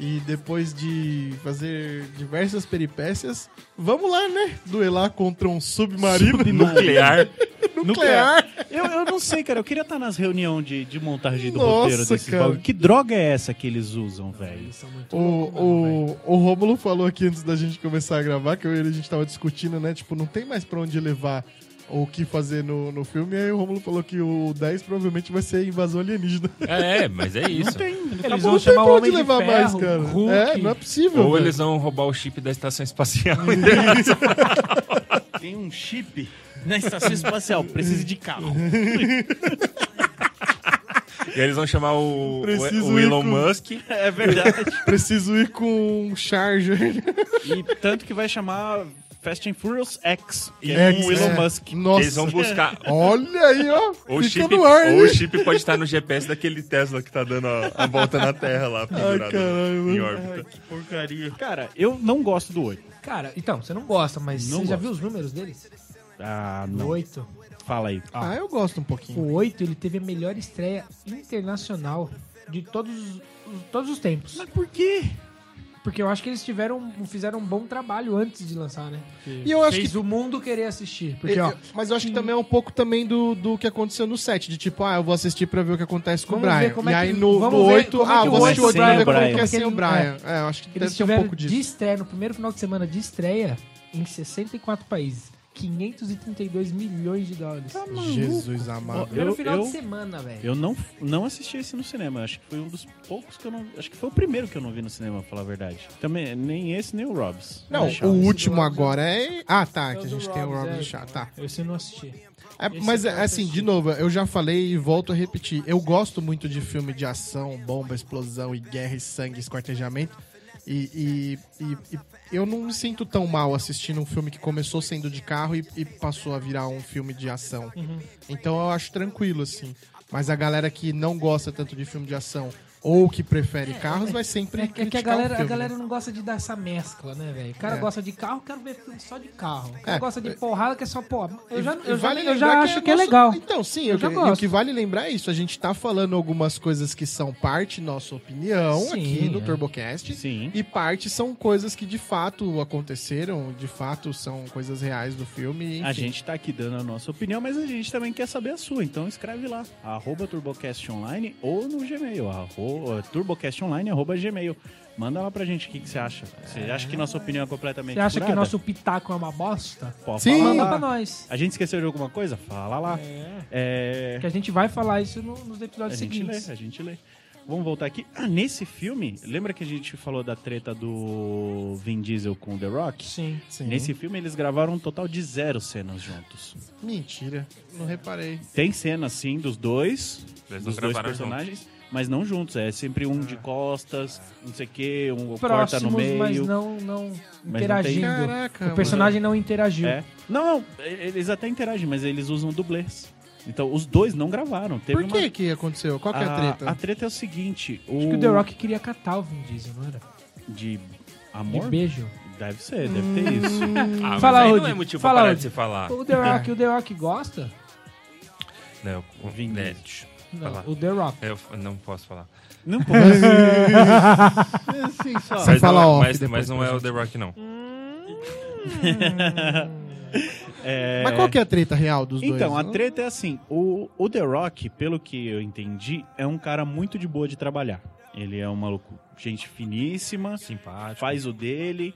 S1: E depois de fazer diversas peripécias, vamos lá, né? Duelar contra um submarino
S3: Nuclear.
S1: nuclear.
S2: Eu, eu não sei, cara. Eu queria estar nas reuniões de, de montagem do
S1: Nossa,
S2: roteiro desses
S1: cara.
S2: bagulho. Que droga é essa que eles usam, velho?
S4: Eles são muito
S1: O,
S4: loucos, mano, velho.
S1: o, o Rômulo falou aqui antes da gente começar a gravar, que eu e ele a gente tava discutindo, né? Tipo, não tem mais pra onde levar ou o que fazer no, no filme. E aí o Rômulo falou que o 10 provavelmente vai ser invasão alienígena.
S3: É, é, mas é isso.
S4: Eles
S1: Acabou,
S4: vão chamar o
S1: pra
S4: Homem de Ferro, Hulk.
S1: É, não é possível.
S3: Ou
S1: velho.
S3: eles vão roubar o chip da estação espacial.
S1: Hum.
S2: Tem um chip na estação [LAUGHS] espacial. Precisa de carro.
S3: [LAUGHS] e aí eles vão chamar o,
S1: Preciso
S3: o Elon
S1: ir com-
S3: Musk.
S2: É verdade.
S1: Preciso ir com um charger.
S2: E tanto que vai chamar Fast and Furious X. Que
S4: um
S2: é
S1: X,
S2: com o Elon
S1: é.
S2: Musk.
S1: Nossa.
S3: Eles vão
S1: [LAUGHS]
S3: buscar.
S1: Olha aí, ó.
S3: Ou o,
S1: Fica
S3: chip,
S1: no ar, né?
S3: ou o
S1: hein?
S3: chip pode estar no GPS daquele Tesla que tá dando a, a volta na Terra lá, pendurado
S1: caralho.
S3: em órbita.
S2: Porcaria. Cara, eu não gosto do 8.
S4: Cara, então, você não gosta, mas
S2: Não
S4: você já
S2: gosto.
S4: viu os números dele?
S2: Ah,
S4: O
S2: não.
S4: 8.
S2: Fala aí.
S1: Ah, eu gosto um pouquinho.
S4: O 8, ele teve a melhor estreia internacional de todos, os- todos os tempos.
S2: Mas por quê?
S4: Porque eu acho que eles tiveram, fizeram um bom trabalho antes de lançar, né?
S1: E eu acho
S4: Fez
S1: que.
S4: o mundo querer assistir. Porque, ó,
S1: mas eu acho que também é um pouco também do, do que aconteceu no set. De tipo, ah, eu vou assistir pra ver o que acontece com o
S4: Vamos ver
S1: Brian.
S4: como é
S1: e
S4: que-
S1: aí no,
S4: vamos
S1: no
S4: ver
S1: 8,
S4: como é
S1: ah,
S4: que
S1: eu vou
S4: o
S1: assistir o
S2: oito
S1: outro pra
S2: sem
S1: ver
S2: o
S1: como
S2: Brian.
S1: que é sem o
S4: Porque
S1: Brian. É, eu acho que
S4: eles
S1: deve ter um
S4: tiveram
S1: pouco disso.
S4: de estreia no primeiro final de semana de estreia em 64 países. 532 milhões de dólares.
S1: é, Jesus amado.
S2: Eu-
S4: Primeiro final
S2: eu-
S4: de semana, velho.
S2: Eu não, não assisti esse no cinema. Acho que foi um dos poucos que eu não. Acho que foi o primeiro que eu não vi no cinema, pra falar a verdade. Também, nem esse, nem o Robs.
S1: Não,
S2: Deixa
S1: o
S2: eu-
S1: último agora é. Ah, tá,
S4: É o
S1: que a
S4: do
S1: gente tem o
S4: Robs,
S1: Robin
S4: é.
S1: do Chá. Tá.
S4: Eu sei não assisti.
S1: É,
S4: Esse
S1: mas
S4: eu quero
S1: é, assim, de
S4: assistir.
S1: novo, eu já falei e volto a repetir. Eu gosto muito de filme de ação, bomba, explosão e guerra e sangue, esquartejamento. E, e- e- e eu não me sinto tão mal assistindo um filme que começou sendo de carro e, e passou a virar um filme de ação.
S4: Uhum.
S1: Então eu acho tranquilo, assim. Mas a galera que não gosta tanto de filme de ação ou que prefere carros vai sempre
S4: É, que- é que a
S1: criticar o
S4: galera, a
S1: filme, né?
S4: galera não gosta de dar essa mescla, né, velho? O cara
S1: É.
S4: gosta de carro, quero ver filme só de carro. O cara
S1: É.
S4: gosta de porrada, que é só porra. Eu já,
S1: E
S4: eu já,
S1: vale
S4: eu
S1: lembrar
S4: já acho que é
S1: nosso-
S4: legal.
S1: Então, sim,
S4: Eu
S1: eu
S4: já
S1: que-
S4: gosto.
S1: e o que vale lembrar é isso. A gente tá falando algumas coisas que são parte nossa opinião
S4: Sim,
S1: aqui do
S4: é.
S1: TurboCast.
S2: Sim.
S1: E parte são coisas que de fato aconteceram, de fato são coisas reais do filme.
S2: A
S1: enfim.
S2: gente tá aqui dando a nossa opinião, mas a gente também quer saber a sua. Então escreve lá, arroba TurboCast Online ou no Gmail, arroba, TurboCastOnline, arroba Gmail. Manda lá pra gente o que, que você acha. Você acha que nossa opinião é completamente
S4: Você acha que
S2: furada?
S4: nosso pitaco é uma bosta?
S2: Pô,
S1: né, Sim.
S2: fala
S4: Manda
S2: lá.
S4: pra nós.
S2: A gente esqueceu de alguma coisa? Fala lá. É,
S4: Que a gente vai falar isso no- nos
S2: A
S4: episódios
S2: gente lê,
S4: seguintes.
S2: a gente lê. Vamos voltar aqui. Ah, nesse filme, lembra que a gente falou da treta do Vin Diesel com o The Rock?
S4: Sim.
S1: Sim.
S2: Nesse filme, eles gravaram um total de zero cenas juntos.
S1: Mentira, não reparei.
S2: Tem cenas, sim, dos dois,
S3: Eles não
S2: dos dois
S3: gravaram
S2: personagens, mas não juntos. É sempre um de costas, não sei o quê, um corta no
S4: Ah. Próximos,
S2: meio.
S4: mas não, não
S2: não
S4: interagindo.
S2: tem-
S1: Caraca,
S4: o personagem não interagiu.
S2: É. Não, não, eles até interagem, mas eles usam dublês. Então, os dois não gravaram. Teve
S1: Por que
S2: uma-
S1: que aconteceu? Qual que é a treta?
S2: A treta é o seguinte: o...
S4: Acho que o The Rock queria catar o Vin Diesel, não era?
S2: De
S4: De
S2: amor?
S4: beijo.
S2: Deve ser,
S1: Hum,
S2: deve ter isso.
S3: Ah, mas
S4: Fala,
S3: aí não
S4: Rudy.
S3: é motivo
S4: Fala,
S3: pra parar
S4: Rudy.
S3: de se
S2: Ah.
S3: falar.
S4: O The Rock, o The Rock gosta?
S3: Não, o
S2: Vin
S3: né,
S2: Diesel.
S4: Não,
S3: Fala.
S4: o The Rock.
S3: Eu f- não posso falar.
S2: Não posso. É assim só.
S1: Você
S3: Mas
S1: fala
S3: não,
S1: off
S3: mas,
S1: depois
S3: mas não
S1: pra
S3: é o
S1: gente.
S3: The Rock, não.
S2: É,
S1: Mas qual que é a treta real dos dois?
S2: [LAUGHS]
S1: Ah,
S2: Então, a
S1: Não-
S2: treta é assim: o, o The Rock, pelo que eu entendi, é um cara muito de boa de trabalhar. Ele é um maluco, gente finíssima,
S3: Simpático.
S2: faz o dele,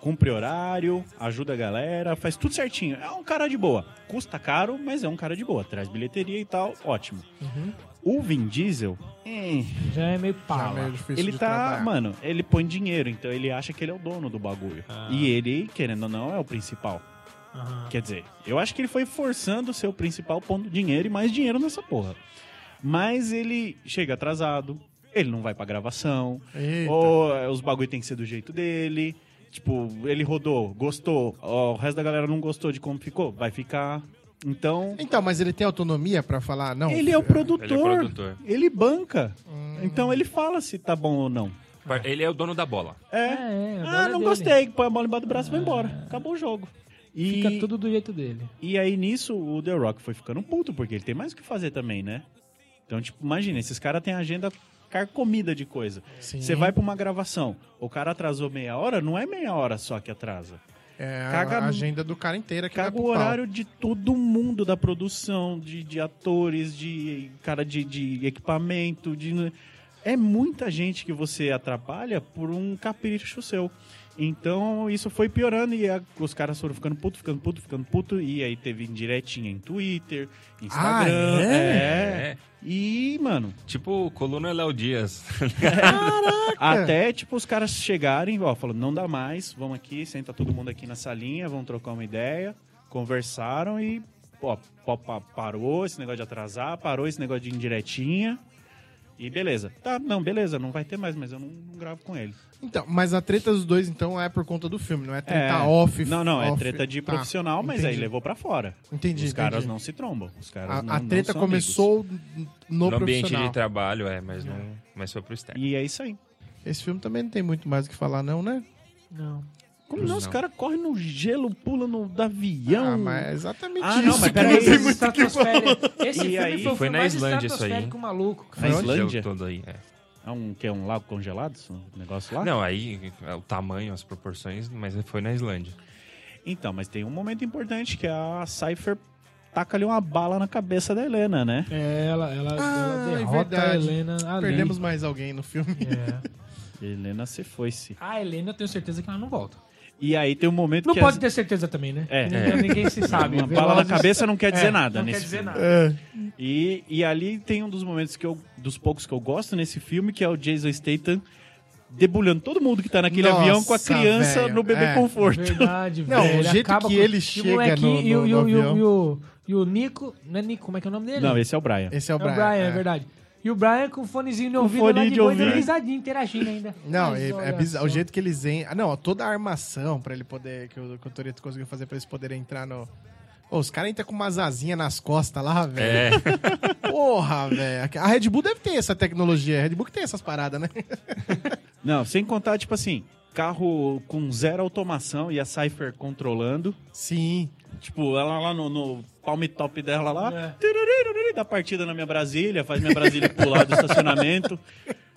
S2: cumpre horário, ajuda a galera, faz tudo certinho. É um cara de boa. Custa caro, mas é um cara de boa. Traz bilheteria e tal, ótimo.
S4: Uhum.
S2: O Vin Diesel, hum,
S4: Já é meio
S1: Já é
S4: pau.
S1: meio difícil
S2: ele
S1: de
S2: tá,
S1: trabalhar.
S2: mano, ele põe dinheiro, então ele acha que ele é o dono do bagulho.
S3: Ah.
S2: E ele, querendo ou não, é o principal. Quer dizer, eu acho que ele foi forçando o seu principal pondo dinheiro e mais dinheiro nessa porra. Mas ele chega atrasado, ele não vai pra gravação,
S1: Eita.
S2: ou é, os bagulho tem que ser do jeito dele. Tipo, ele rodou, gostou, ó, o resto da galera não gostou de como ficou, vai ficar. Então,
S1: Então, mas ele tem autonomia pra falar? Não.
S2: ele é o produtor,
S3: Ele é produtor.
S2: ele banca.
S1: Hum.
S2: Então ele fala se tá bom ou não.
S3: Par- Ele é o dono da bola.
S2: É.
S4: É, é, agora
S2: Ah,
S4: é
S2: não
S4: dele. É.
S2: gostei. Põe a bola embaixo do braço e vai embora. Acabou o jogo. E,
S4: Fica tudo do jeito dele.
S2: e aí nisso o The Rock foi ficando puto, porque ele tem mais o que fazer também, né? Então, tipo, imagina, esses caras têm agenda carcomida de coisa.
S1: Sim.
S2: Você vai pra uma gravação, o cara atrasou meia hora, não é meia hora só que atrasa.
S1: É
S2: Caga-
S1: a agenda do cara inteira que é vai
S2: Caga
S1: pro
S2: o
S1: pau.
S2: horário de todo mundo da produção, de, de atores, de cara de, de equipamento, de. É muita gente que você atrapalha por um capricho seu. Então isso foi piorando e a- os caras foram ficando puto, ficando puto, ficando puto. E aí teve indiretinha em Twitter, Instagram.
S1: Ah,
S2: é?
S3: É.
S2: E, mano,
S3: Tipo, coluna Léo Dias.
S1: É.
S2: até tipo os caras chegarem, ó, falando, não dá mais, vamos aqui, senta todo mundo aqui na salinha, vamos trocar uma ideia. Conversaram e, ó, pa- pa- parou esse negócio de atrasar, parou esse negócio de indiretinha. E beleza. Tá, não, beleza, não vai ter mais, mas eu não, não gravo com ele.
S1: Então, mas a treta dos dois, então, é por conta do filme, não é treta
S2: É.
S1: off.
S2: Não, não, é
S1: off.
S2: treta de
S1: Tá,
S2: profissional, mas aí
S1: entendi.
S2: levou pra fora.
S1: Entendi.
S2: os caras
S1: entendi.
S2: não se trombam. Os caras
S1: A,
S2: não,
S1: a
S2: não
S1: treta
S2: são
S1: começou no,
S3: no ambiente
S1: profissional.
S3: de
S2: tá-
S3: trabalho, é, mas não. Mas foi pro externo.
S2: amigos. E é isso aí.
S1: Esse filme também não tem muito mais o que falar, não, né?
S4: Não.
S2: Como não? Os
S3: Não.
S2: caras correm no gelo, pulam no avião.
S1: Ah, mas é exatamente
S2: Ah,
S1: isso.
S2: não, mas
S1: cara.
S2: peraí.
S1: Tem
S2: Tem
S1: muito-
S4: Estratosférico. Esse
S2: E
S4: filme
S2: aí?
S4: foi, o
S3: Foi
S4: filme
S3: na
S4: mais
S3: Islândia isso aí, hein?
S4: estratosférico maluco, cara.
S2: Na
S3: Esse jogo
S2: Islândia?
S3: Todo aí, é.
S2: É um que é um lago congelado, esse negócio lá?
S3: Não, aí é, o tamanho, as proporções, mas foi na Islândia.
S2: Então, mas tem um momento importante que a Cypher taca ali uma bala na cabeça da Helena, né?
S4: É, ela, ela,
S1: Ah,
S4: ela
S1: é
S4: derrota a
S1: verdade.
S4: Helena ali.
S1: Perdemos mais alguém no filme.
S4: É.
S2: Helena se foi-se.
S4: A Helena eu tenho certeza que ela não volta.
S2: E aí tem um momento
S4: Não
S2: que...
S4: pode
S2: as-
S4: ter certeza também, né?
S2: É.
S4: Ninguém, ninguém se sabe.
S2: Uma bala na
S4: Velozes-
S2: cabeça não quer dizer
S4: É,
S2: nada
S4: Não
S2: nesse
S4: quer dizer
S2: filme.
S4: nada.
S1: É.
S2: E, e ali tem um dos momentos que eu... Dos poucos que eu gosto nesse filme, que é o Jason Statham debulhando todo mundo que tá naquele
S1: Nossa,
S2: avião com a criança
S1: velho,
S2: no bebê
S1: é.
S2: conforto.
S4: Verdade,
S1: Não,
S4: velho.
S1: o jeito
S4: acaba
S1: que
S4: com-
S1: ele
S4: e o
S1: chega
S4: molequinho
S1: no-
S4: e o-
S1: no-
S4: e o-
S1: no
S4: e o-
S1: avião.
S4: E o, e o Nico... Não é Nico, como é que é o nome dele?
S2: [LAUGHS] Não, esse é o Brian.
S1: Esse é
S4: é
S1: o Brian.
S4: é verdade. E o Brian com o fonezinho no ouvido
S2: fone
S4: lá
S2: de
S4: de boa,
S2: ouvido.
S4: dando risadinha, interagindo ainda.
S1: Não,
S4: Mas
S1: é, é
S4: olha
S1: bizarro. O
S4: só.
S1: jeito que eles en... Ah, não, toda a armação pra ele poder. Que o, que o Toreto conseguiu fazer pra eles poderem entrar no. Ô, os caras entram com umas asinhas nas costas lá, velho.
S3: É,
S1: Porra, velho. A Red Bull deve ter essa tecnologia. A Red Bull que tem essas paradas, né?
S2: Não, sem contar, tipo assim, carro com zero automação e a Cypher controlando.
S1: Sim.
S2: Tipo, ela lá no, no palm top dela lá,
S4: É.
S2: tiririririri, dá partida na minha Brasília, faz minha Brasília pular
S4: [LAUGHS]
S2: do estacionamento.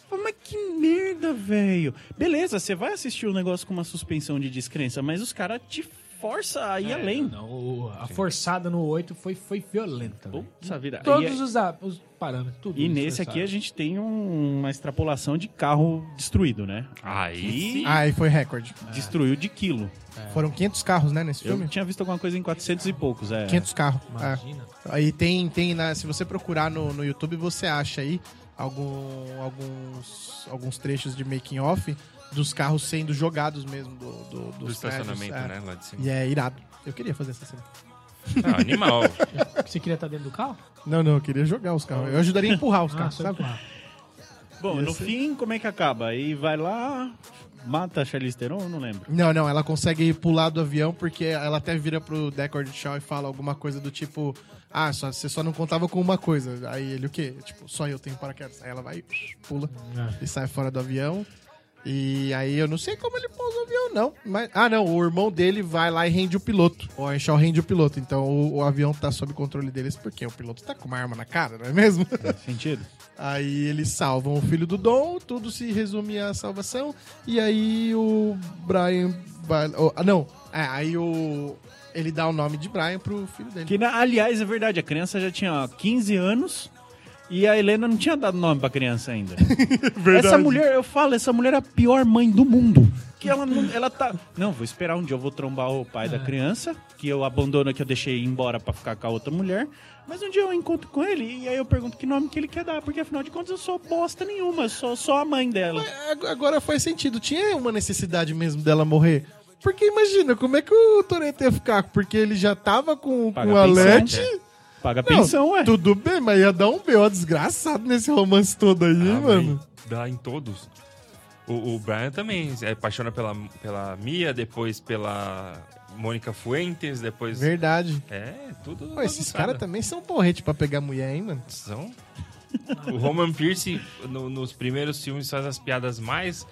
S2: Pô, Mas que merda, velho. Beleza, você vai assistir o negócio com uma suspensão de descrença, mas os caras te forçam a ir
S4: É,
S2: além.
S4: não, o- a forçada no 8 foi, foi violenta. velho.
S2: Puta vida.
S4: Todos
S2: e, é-
S4: os, a- os parâmetros, tudo.
S2: e nesse aqui a gente tem um- uma extrapolação de carro destruído, né?
S3: [LAUGHS] Aí
S2: Aqui,
S1: Ah, e foi recorde.
S4: É.
S2: Destruiu de quilo.
S1: Foram 500 carros, né, nesse
S2: Eu
S1: filme?
S2: tinha visto alguma coisa em 400 e poucos, é.
S1: 500 carros. É.
S4: Imagina.
S1: Aí tem, tem na- se você procurar no, no YouTube, você acha aí algum- alguns, alguns trechos de making off dos carros sendo jogados mesmo do, do, dos
S3: do estacionamento,
S1: prédios, é.
S3: né? Lá
S1: [LAUGHS]
S3: de cima.
S1: E é irado. Eu queria fazer essa cena.
S3: Ah, animal.
S4: Você queria estar dentro do carro? Ah,
S1: Não, não, eu queria jogar os carros. Eu ajudaria a empurrar os carros,
S4: só
S1: sabe?
S4: empurrar.
S2: Bom,
S1: Ia
S2: no
S1: ser.
S2: fim, como é que acaba? Aí vai lá, mata a Charlize Theron, não lembro.
S1: Não, não, ela consegue pular do avião porque ela até vira pro Deckard Shaw e fala alguma coisa do tipo: Ah, só, você só não contava com uma coisa. Aí ele, o quê? Tipo, só eu tenho paraquedas. Aí ela vai, pula e sai fora do avião. E aí eu não sei como ele pousa o avião, não. Mas, ah, não, o irmão dele vai lá e rende o piloto. O Shaw rende o piloto. Então o, o avião tá sob controle deles porque o piloto tá com uma arma na cara, não é mesmo?
S2: Faz sentido?
S1: Aí eles salvam o filho do Dom, tudo se resume à salvação. E aí o Brian vai. oh, ah, não, é, aí o. Ele dá o nome de Brian pro filho dele.
S2: Que, na- aliás, é verdade, a criança já tinha ó, 15 anos e a Helena não tinha dado nome pra
S1: [LAUGHS]
S2: criança ainda. Essa mulher, eu falo, essa mulher é a pior mãe do mundo. Que ela não, ela tá. Não, vou esperar um dia, eu vou trombar o pai
S1: Ah.
S2: da criança, que eu abandono, que eu deixei ir embora pra ficar com a outra mulher. Mas um dia eu encontro com ele e aí eu pergunto que nome que ele quer dar, porque afinal de contas eu sou bosta nenhuma, eu sou só a mãe dela.
S1: Ag- Agora faz sentido, tinha uma necessidade mesmo dela morrer. Porque imagina, como é que o Toreto ia ficar? Porque ele já tava com,
S2: Paga
S1: com a
S2: pensão,
S1: Letty.
S3: é.
S2: Paga
S1: Não,
S2: pensão, é.
S1: Tudo bem, mas ia dar um B.O. desgraçado nesse romance todo aí,
S3: Ah,
S1: hein, mano.
S3: mas Dá em todos. O, o Brian também se apaixona pela, pela Mia, depois pela Mônica Fuentes, depois.
S1: Verdade.
S3: É, tudo.
S1: Pô, esses
S3: bagunçado.
S1: caras também são porrete pra pegar mulher, hein, mano?
S3: São. O Roman Pierce, no- nos primeiros filmes, faz as piadas mais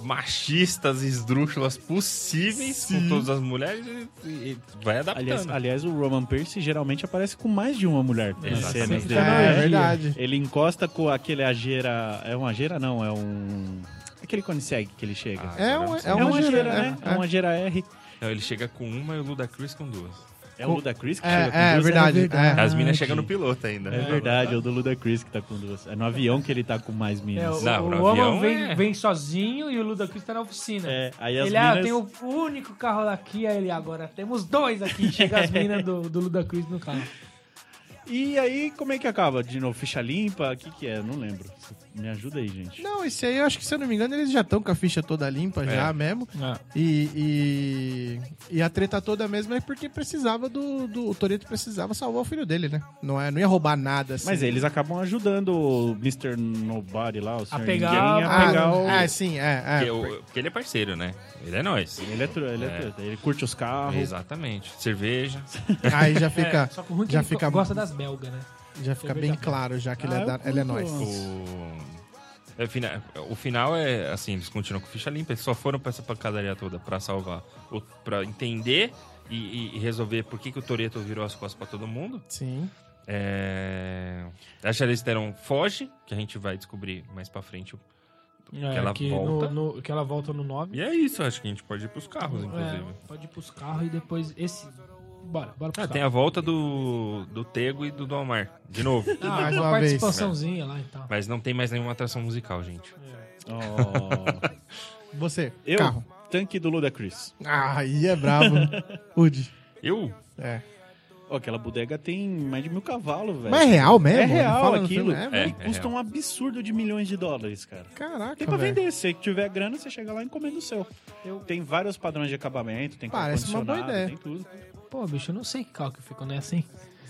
S3: machistas e esdrúxulas possíveis com todas as mulheres e, e vai adaptando.
S2: Aliás, aliás, o Roman Pierce geralmente aparece com mais de uma mulher nas
S3: Exatamente.
S2: cenas dele.
S1: Ah,
S2: né?
S1: é verdade.
S2: Ele encosta com aquele ageira. É uma ageira, não, é um. Aquele consegue que ele chega.
S3: Ah,
S1: É
S3: agora
S1: um-
S3: você-
S1: é
S2: É
S1: uma
S2: uma
S1: ageira,
S2: ageira, né?
S1: é,
S2: É uma ageira R.
S3: Não, ele chega com uma e o Ludacris com duas.
S2: É o Ludacris que
S1: É,
S2: chega com
S1: é
S2: duas? né?
S1: verdade.
S5: verdade.
S1: É.
S3: As minas
S5: Verdade.
S3: chegam no piloto ainda.
S2: Ah, É verdade, é o do Ludacris que tá com duas. É no avião que ele tá com mais
S4: É,
S2: minas.
S4: o,
S3: Não,
S4: o
S3: no
S4: Roman
S3: avião
S4: vem,
S3: é-
S4: vem sozinho e o Ludacris tá na oficina.
S2: É, aí as
S4: Ele,
S2: minas...
S4: ah, tem o único carro daqui, aí ele, agora temos dois
S3: [LAUGHS]
S4: aqui. Chega as minas do, do Ludacris no carro.
S2: E aí, como é que acaba? De novo, ficha limpa? O que que é? Não lembro. Me ajuda aí, gente.
S1: Não, esse aí eu acho que, se eu não me engano, eles já estão com a ficha toda limpa,
S2: É.
S1: já mesmo. E, e, e a treta toda mesmo é porque precisava do. do o Toreto precisava salvar o filho dele, né? Não, é, não ia roubar nada assim.
S2: Mas eles acabam ajudando o Mr. Nobody lá, o Sr.
S4: pegar-
S2: Ninguém, a
S1: Ah,
S2: pegar o...
S1: é, sim, é.
S3: Porque,
S1: é.
S3: o- porque ele é parceiro, né? Ele é nós.
S2: Ele é, tru- ele, é tru- ele curte os carros.
S3: Exatamente. Cerveja.
S1: Aí já fica,
S4: Só que o ruim é que
S1: já
S4: ele
S1: fica,
S4: gosta das belgas, né?
S1: já fica bem claro já que ele
S2: Ah,
S1: é,
S2: eu
S1: da, ele é
S2: curto.
S1: nós.
S3: O, é, fina- o final é assim, eles continuam com ficha limpa, eles só foram pra essa pancadaria toda pra salvar, o- pra entender e, e- e resolver por que, que o Toreto virou as costas pra todo mundo.
S1: Sim.
S3: É... A Charlize Theron foge, que a gente vai descobrir mais pra frente.
S4: É,
S3: ela
S4: no-
S3: volta.
S4: no- que ela volta no 9.
S3: E é isso, acho que a gente pode ir pros carros, inclusive.
S4: É, pode ir pros carros e depois esse... Bora, bora pros
S3: Ah,
S4: carros.
S3: tem a volta do, do Tego e do Domar, de novo.
S4: Ah,
S1: Mais
S4: uma
S1: uma vez.
S4: participaçãozinha lá e tal.
S3: Mas não tem mais nenhuma atração musical, gente.
S4: É.
S2: Oh.
S1: Você,
S2: Eu,
S1: carro.
S2: tanque do Ludacris.
S1: Ah, aí é
S2: [LAUGHS]
S1: bravo. Ud.
S3: Eu?
S1: É.
S2: Ó, aquela bodega tem mais de mil cavalos, velho.
S1: Mas é real mesmo?
S2: É
S1: Não
S2: real
S1: fala no
S2: aquilo.
S1: filme, é,
S2: E
S1: velho.
S3: É, é
S2: custa um absurdo de milhões de dólares, cara.
S1: Caraca,
S2: Tem pra
S1: velho.
S2: vender. Se tiver grana, você chega lá e encomenda o seu. Tem vários padrões de acabamento, tem
S1: Parece uma boa
S2: condicionado,
S1: ideia.
S2: tem tudo.
S4: Pô, bicho, eu não sei que carro que eu fico nessa, hein?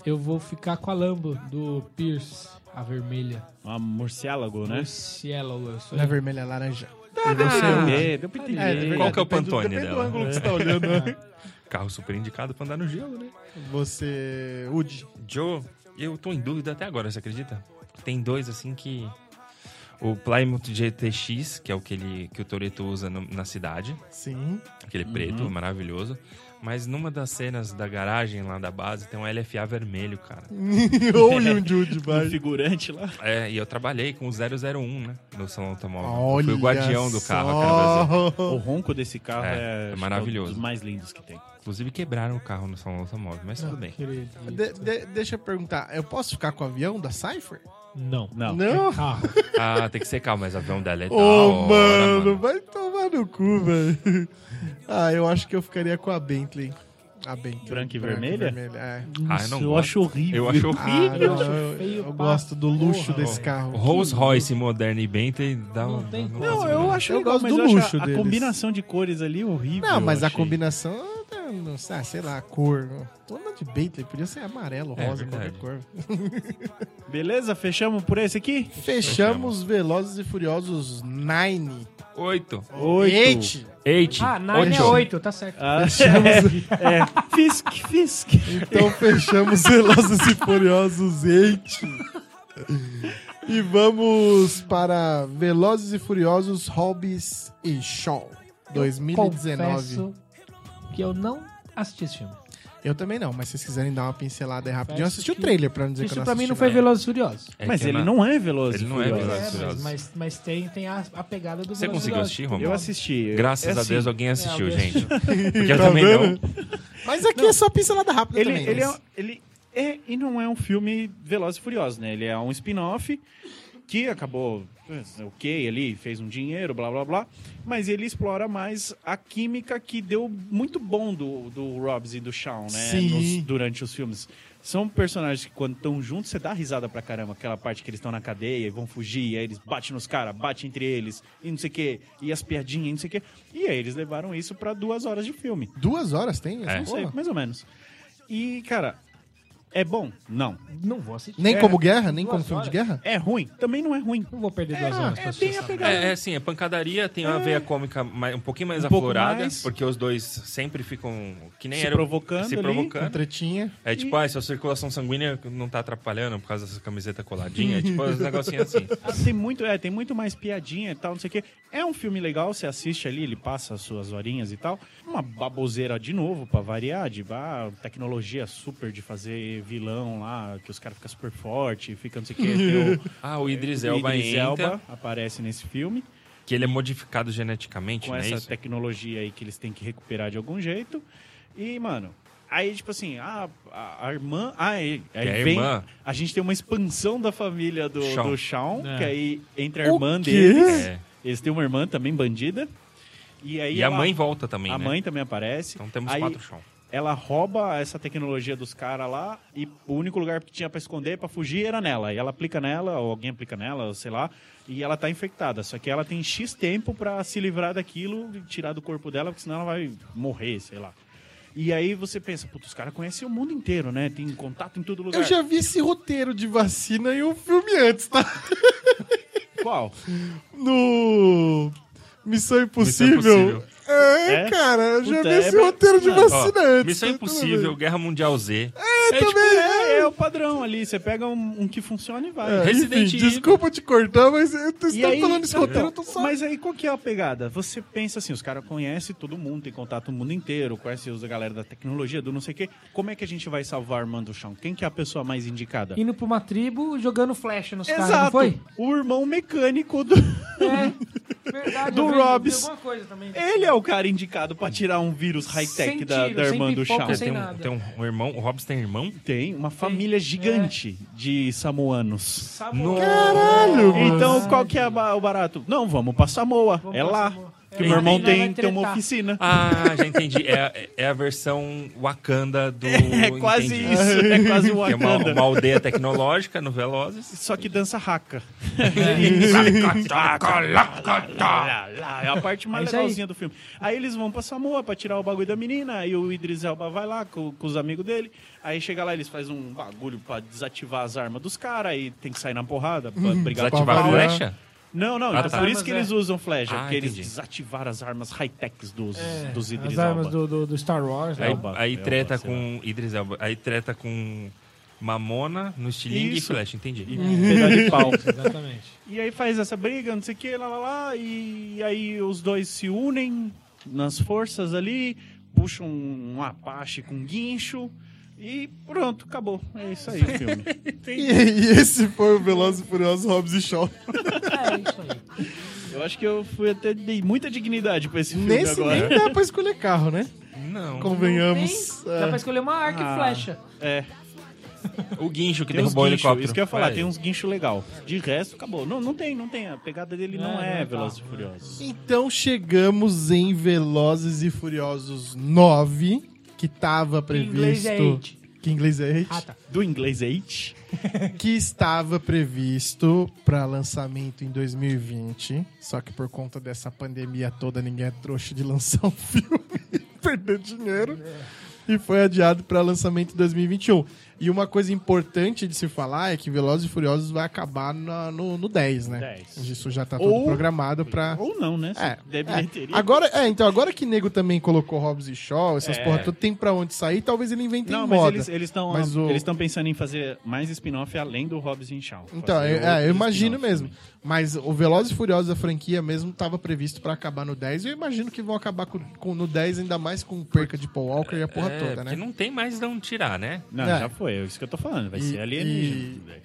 S4: Eu vou ficar com a Lambo do Pierce, a vermelha.
S2: É Uma morciélago,
S3: É?
S2: né?
S4: Cielo, eu sou
S1: Na vermelha laranja.
S3: Ah,
S2: É, deu pra
S1: É,
S2: entender.
S3: Qual que é o
S1: depende do-
S3: Pantone
S1: depende
S3: dela?
S1: do ângulo que você tá olhando. né?
S3: Carro super indicado pra andar no gelo, né?
S1: Você, Ud.
S3: Joe, eu tô em dúvida até agora, você acredita? Tem dois assim que. O Plymouth GTX, que é o que, ele, que o Toreto usa no- na cidade,
S1: [LAUGHS] Sim.
S3: aquele preto maravilhoso. Mas numa das cenas da garagem lá da base tem um LFA vermelho, cara.
S1: Olha um Jude
S2: Um
S1: baixo.
S2: figurante lá.
S3: É, e eu trabalhei com o 001, né? No salão automóvel. Eu
S1: Olha
S3: fui o guardião do carro aqui no Brasil.
S2: O
S1: no
S2: ronco desse carro
S3: É, é
S2: é, acho que
S3: maravilhoso.
S2: um dos mais lindos que tem.
S3: Inclusive quebraram o carro no salão automóvel, mas
S4: É.
S3: tudo bem.
S1: de, de- Deixa eu perguntar, eu posso ficar com o avião da Cypher?
S4: Não.
S2: Não.
S4: Carro.
S3: Ah, tem que ser calmo, mas avião dela é
S1: Ô,
S3: da hora,
S1: mano, vai tomar no cu, velho. Ah, eu acho que eu ficaria com a Bentley. A Bentley.
S2: Branca e
S1: branca
S2: vermelha?
S1: é.
S3: Ah, eu não
S2: eu
S3: gosto.
S2: acho horrível.
S3: Eu acho
S1: Ah,
S3: horrível.
S1: não,
S4: acho
S1: eu,
S4: feio
S1: eu
S4: pra
S1: gosto do luxo
S4: porra,
S1: desse
S4: velho.
S1: carro.
S3: Rolls Royce moderno e Bentley dá
S4: Não
S3: um.
S4: tem
S3: dá um-
S2: Não, eu acho
S1: né? Eu
S2: legal,
S1: gosto
S2: mas
S1: do
S2: eu acho
S1: luxo
S2: a, a
S1: deles.
S2: combinação de cores ali horrível.
S1: Não, mas
S2: eu
S1: a
S2: achei.
S1: combinação, eu não sei, ah, sei lá, a cor. Toma de Bentley, podia ser amarelo,
S3: É
S1: rosa,
S3: verdade.
S1: qualquer cor.
S2: Beleza? Fechamos por esse aqui?
S1: Fechamos Velozes e Furiosos 9.
S3: Oito.
S2: Oito.
S1: Eight.
S3: Eight.
S4: Ah, Nine é
S3: Oito.
S4: 8, tá certo.
S2: Ah, [LAUGHS] é, é, fisk, fisk.
S1: Então fechamos [LAUGHS] Velozes e Furiosos 8. E vamos para Velozes e Furiosos Hobbs e Shaw 2019.
S4: Confesso que eu não assisti esse filme.
S1: Eu também não, mas se vocês quiserem dar uma pincelada aí rapidinho, eu
S4: Confesso
S1: assisti o
S4: que-
S1: trailer pra não dizer que eu
S4: Isso
S1: não
S4: pra mim não
S1: assisti
S4: foi Velozes e Furiosos.
S3: É
S2: mas
S3: que
S2: ele
S3: na-
S2: não é veloz.
S3: Ele
S2: e
S3: não é
S2: Furioso.
S3: Velozes e
S4: É, mas,
S3: Furiosos.
S4: mas, mas tem, tem a, a pegada do
S3: Você
S4: Velozes
S3: conseguiu
S4: e Furiosos.
S3: assistir, Romulo?
S2: Eu assisti.
S3: Graças
S2: É
S3: a Deus
S2: assim, Tá
S3: alguém assistiu,
S4: alguém-
S3: gente. Porque eu também não.
S1: Mas aqui é só pincelada rápida
S2: Ele,
S1: também.
S2: ele,
S1: mas-
S2: é, ele é e não é um filme Veloz e Furioso, né? Ele é um spin-off que acabou eh, ok ali, fez um dinheiro, blá blá blá. Mas ele explora mais a química que deu muito bom do, do Hobbs e do Shawn, né?
S1: Sim.
S2: Nos- durante os filmes. São personagens que quando estão juntos, você dá risada pra caramba. Aquela parte que eles estão na cadeia e vão fugir, e aí eles batem nos caras, batem entre eles, e não sei o quê, e as piadinhas, e não sei o quê. E aí eles levaram isso
S1: um-
S2: pra duas horas de filme.
S1: Duas horas tem?
S3: É.
S1: Essa
S2: Não sei,
S1: porra?
S2: mais ou menos. E, cara, É bom? Não.
S4: Não vou assistir.
S1: Nem
S2: É.
S1: como guerra, nem como
S4: Duas
S1: filme de
S4: horas.
S1: guerra?
S2: É ruim? Também não é ruim.
S4: Não vou perder duas horas pra assistir.
S2: tem a
S4: essa
S2: pegada.
S3: É, é assim, a pancadaria tem uma veia cômica mais- um pouquinho mais
S2: É. Um pouco
S3: aflorada,
S2: mais.
S3: porque os dois sempre ficam que nem
S2: Se
S3: era
S2: provocando
S3: se
S2: ali,
S1: Com
S3: provocando.
S1: tretinha.
S3: É tipo, ah, sua circulação sanguínea não tá atrapalhando por causa dessa camiseta coladinha, é
S2: [LAUGHS]
S3: tipo uns negocinhos assim.
S2: Ah, Tem muito, é, tem muito mais piadinha e tal, não sei o quê. É um filme legal, você assiste ali, ele passa as suas horinhas e tal. Uma baboseira de novo, pra variar, de ah, tecnologia super de fazer vilão lá, que os caras ficam super forte, fica não sei
S3: [LAUGHS]
S2: o quê. Tem o-
S3: Ah, o Idris
S2: o
S3: Elba
S2: Idris
S3: entra,
S2: Elba aparece nesse filme,
S3: que ele é modificado geneticamente,
S2: com
S3: não é
S2: essa
S3: isso?
S2: tecnologia aí que eles têm que recuperar de algum jeito. E, mano, aí tipo assim, a, a, a irmã... Ah, aí, aí
S3: Que é a
S2: vem...
S3: irmã.
S2: A gente tem uma expansão da família do
S3: Shawn.
S2: Shawn, do Shawn
S4: É.
S2: que aí entra a
S1: O
S2: irmã
S1: quê?
S2: deles.
S3: É.
S2: Eles têm uma irmã também, bandida. E aí
S3: E, a
S2: ela-
S3: mãe volta também,
S2: a
S3: né?
S2: mãe também aparece.
S3: Então temos
S2: aí
S3: quatro chão.
S2: ela rouba essa tecnologia dos caras lá e o único lugar que tinha pra esconder, pra fugir, era nela. E ela aplica nela, ou alguém aplica nela, ou sei lá, e ela tá infectada. Só que ela tem X tempo pra se livrar daquilo e tirar do corpo dela, porque senão ela vai morrer, sei lá. E aí você pensa, putz, os caras conhecem o mundo inteiro, né? Tem contato em todo lugar.
S1: Eu já vi esse roteiro de vacina e o filme antes, tá? [LAUGHS]
S2: Qual?
S1: No Missão Impossível.
S3: Impossível.
S1: É,
S2: É?
S1: cara, eu já
S2: Puta,
S1: vi
S2: é
S1: esse
S2: pra-
S1: roteiro de
S2: Mano,
S1: vacina
S3: Ó,
S1: antes.
S3: Missão
S1: tá tudo
S3: Impossível, Guerra Mundial Z.
S2: É, tipo, é, é o padrão ali. Você pega um, um que funciona e vai.
S1: bem. É,
S3: Resident
S1: enfim,
S3: Evil.
S1: desculpa te cortar, mas eu tô
S2: E
S1: você tá
S2: aí-
S1: falando esse
S2: não,
S1: roteiro, eu
S2: então,
S1: tô só.
S2: Mas aí qual que é a pegada? Você pensa assim, os caras conhecem todo mundo, tem contato com o mundo inteiro, conhece os- a galera da tecnologia, do não sei o quê. Como é que a gente vai salvar Armando Chão? Quem que é a pessoa mais indicada?
S4: Indo pra uma tribo jogando flecha nos caras, não foi?
S2: O irmão mecânico do. [LAUGHS]
S4: É, verdade.
S2: Do
S4: eu vejo-
S2: Robs.
S4: vi Alguma coisa também.
S2: Ele é o cara indicado pra tirar um vírus high-tech
S4: Sem
S2: da,
S4: tiro,
S2: da
S4: sem
S2: irmã do
S4: pipoca,
S2: Chão.
S4: sem-
S3: Tem
S4: É.
S3: um,
S4: nada.
S3: tem um- um irmão, o Hobbs tem irmão?
S2: Tem uma família gigante de samoanos.
S4: Samuel.
S1: Caralho, mano.
S2: Então, qual que é a ba- o barato? Não, vamos pra Samoa.
S4: Vamos
S2: é
S4: pra
S2: lá.
S4: Samoa.
S2: Que
S4: É.
S2: meu irmão
S4: Aí nós
S2: tem,
S4: vai
S2: tem uma
S4: tretar.
S2: oficina.
S3: Ah, já entendi. É, é a versão Wakanda do.
S2: [LAUGHS] É quase
S3: entendi.
S2: isso, é quase o
S3: Que é uma,
S2: Wakanda.
S3: uma aldeia tecnológica no
S2: [LAUGHS]
S3: Velozes. tá,
S2: Só que dança raca. Tá
S3: Ah,
S2: Lá, lá, É a parte
S4: É
S2: mais
S4: isso aí.
S2: legalzinha do filme. Aí eles vão pra Samoa pra tirar o bagulho da menina. Aí o Idris Elba vai lá com, com os amigos dele. Aí chega lá, eles fazem um bagulho pra desativar as armas dos caras. Aí tem que sair na porrada pra brigar com o
S3: Hum, Desativar a
S1: Pavão.
S2: pau.
S3: flecha?
S2: Não, não.
S3: Ah,
S2: então
S3: tá.
S2: Por isso
S4: Armas,
S2: que
S4: é.
S2: eles usam flecha.
S3: Ah,
S2: porque eles
S3: entendi.
S2: desativaram as armas high-techs dos,
S4: É,
S2: dos Idris
S4: As armas
S2: Elba.
S4: do, do- do Star Wars.
S3: Aí,
S4: né?
S2: Elba,
S3: aí
S2: Elba,
S3: treta
S2: sei
S3: com. Idris Elba. Aí treta com Mamona no estilingue
S2: Isso.
S3: e flecha, entendi.
S2: E pegar de
S4: [LAUGHS]
S2: pau.
S4: Exatamente.
S2: E aí faz essa briga, não sei o que, lá, lá, lá, e aí os dois se unem nas forças ali, puxam um, um Apache com guincho e pronto, acabou. É isso aí o filme.
S1: E, e esse foi o Veloz e Furioso Hobbs e Shaw.
S4: É isso aí.
S2: [LAUGHS] Eu acho que eu fui até dei muita dignidade pra esse filme
S1: Nesse
S2: agora.
S1: nem dá pra escolher carro, né?
S3: Não.
S1: Convenhamos. é.
S4: Tem- Dá pra escolher uma arco
S2: Ah.
S4: e flecha.
S2: É,
S3: O guincho que
S2: tem uns
S3: derrubou o
S2: guincho,
S3: helicóptero.
S2: isso que eu ia falar,
S3: É.
S2: tem um uns guincho legal. De resto, acabou. Não, não tem, não tem. A pegada dele não,
S4: É,
S2: é,
S4: não,
S2: Velozes
S4: tá.
S2: e Furiosos.
S1: Então chegamos em Velozes e Furiosos 9, que tava
S4: Em
S1: previsto.
S4: inglês é eight.
S1: Que em inglês é 8.
S4: Ah, tá.
S2: Do inglês 8.
S1: que estava previsto para lançamento em 2020, só que por conta dessa pandemia toda, ninguém é trouxa de lançar um [LAUGHS] filme e perder dinheiro. E foi adiado para lançamento em 2021. E uma coisa importante de se falar é que Velozes e Furiosos vai acabar na- no, no 10, né?
S2: 10.
S1: Isso já tá
S2: Ou-
S1: tudo programado para
S2: Ou não, né? Se
S1: É,
S2: der bilheteria.
S1: Agora, é, então, agora que nego também colocou Hobbs e Shaw, essas
S2: É.
S1: porra, tudo tem pra onde sair, talvez ele invente
S2: Não, mas
S1: moda.
S2: eles eles estão
S1: Mas o-
S2: eles estão pensando em fazer mais spin-off além do Hobbs e Shaw.
S1: Então,
S2: Fazer né?
S1: eu, é, eu
S2: outros
S1: imagino
S2: spin-offs
S1: mesmo.
S2: também.
S1: Mas o Velozes e Furiosos, a franquia mesmo, tava previsto pra acabar no 10. E eu imagino que vão acabar com, com- no 10, ainda mais com perca de Paul Walker e a porra
S3: É,
S1: toda,
S3: porque
S1: né?
S3: não tem mais de onde tirar, né?
S2: Não,
S1: É.
S2: já foi, é isso que eu tô falando, vai
S1: E-
S2: ser alienígena.
S1: e-
S2: tudo bem.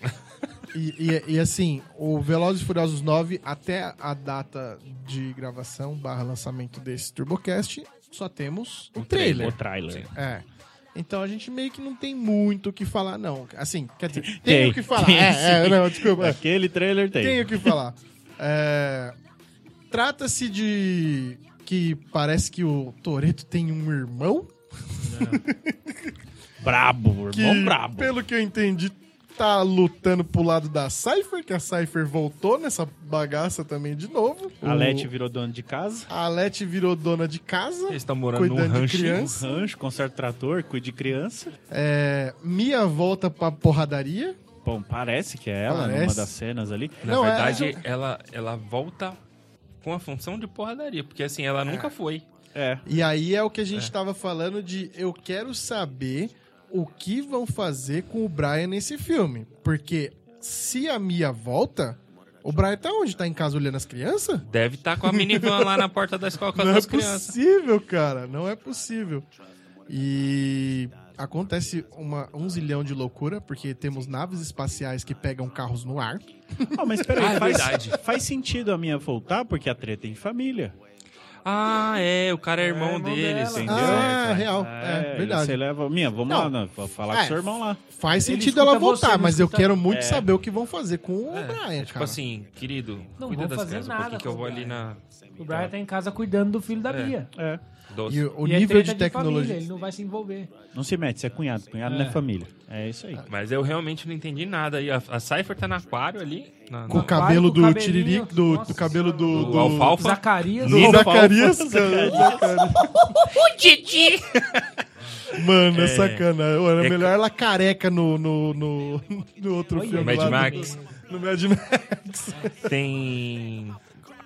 S1: E, e- e, assim, o Velozes e Furiosos 9, até a data de gravação barra lançamento desse TurboCast, só temos o
S2: O
S1: um trailer.
S2: trailer.
S1: É. Então a gente meio que não tem muito o que falar, não. Assim, quer dizer, tem,
S2: [LAUGHS] Tem,
S1: o que falar.
S2: tem,
S1: é, é,
S2: sim.
S1: não, desculpa. é.
S2: Aquele trailer tem.
S1: Tenho o que falar. É, Trata-se de que parece que o Toreto tem um irmão
S2: Brabo, o
S1: que,
S2: irmão brabo.
S1: pelo que eu entendi, tá lutando pro lado da Cypher, que a Cypher voltou nessa bagaça também de novo.
S2: A Leti
S1: O-
S2: virou dono de casa.
S1: a Leti virou dona de casa.
S3: Eles estão morando num
S1: Cuidando de
S3: rancho.
S1: criança.
S2: Um rancho, conserta o trator, cuida de criança.
S1: É, Mia volta pra porradaria.
S2: Bom, parece que é ela,
S1: Parece.
S2: numa das cenas ali.
S3: Na
S1: Não, é-
S3: verdade, ela, ela volta com a função de porradaria, porque assim, ela nunca foi.
S2: É.
S1: E aí é o que a gente tava falando de eu quero saber o que vão fazer com o Brian nesse filme. Porque se a Mia volta, o Brian tá onde? Tá em casa olhando as crianças?
S3: Deve estar com a minivan lá na porta da escola com as
S1: Não é
S3: duas crianças.
S1: possível, cara. Não é possível. E acontece uma, um zilhão de loucura, porque temos naves espaciais que pegam carros no ar.
S2: Ah, mas peraí,
S3: Ah, é
S2: faz,
S3: verdade.
S2: faz sentido a minha voltar, porque a treta é em família.
S3: Ah, é, o cara é irmão,
S2: irmão
S3: deles,
S2: dela.
S3: entendeu?
S1: Ah, real. É, verdade.
S2: Você leva. Minha, vamos
S1: Não.
S2: lá, não, vou falar
S1: É.
S2: com seu irmão lá.
S1: Faz
S4: Ele
S1: sentido
S4: escuta
S1: ela voltar,
S4: você, não
S1: mas eu
S4: escuta-
S1: quero muito
S2: É.
S1: saber o que vão fazer com o
S3: É,
S1: Brian,
S3: é
S1: cara.
S3: tipo assim, querido,
S4: Não
S3: cuida
S4: vou
S3: das
S4: fazer
S3: crianças um
S4: nada
S3: pouquinho que eu
S4: com
S3: vou
S4: o
S3: ali na
S4: O
S3: É.
S4: Brian tá em casa cuidando do filho da Bia.
S2: É.
S3: doce.
S1: E o o
S4: E é
S1: nível
S4: treta
S1: de tecnologia.
S4: família, ele não vai se envolver.
S2: Não se mete, você é cunhado. Cunhado não é
S4: É.
S2: família. É isso aí.
S3: Mas eu realmente não entendi nada. E a, a Cypher tá no aquário ali, na,
S1: com o
S3: na,
S1: cabelo
S4: Vai com o
S1: do
S4: cabelinho.
S1: Tiririca, do, do
S4: Nossa
S1: cabelo do,
S3: do,
S1: do
S3: alfalfa. é
S4: Zacarias,
S1: do
S2: Nino
S1: Zacarias,
S2: Falfa.
S1: cara.
S3: [LAUGHS]
S1: Zacarias. Mano, é sacana. Era
S3: É
S1: melhor ela careca no, no, no, no outro
S4: Olha,
S1: filme.
S3: Mad
S1: lá do-
S3: Max.
S1: No Mad Max.
S3: Tem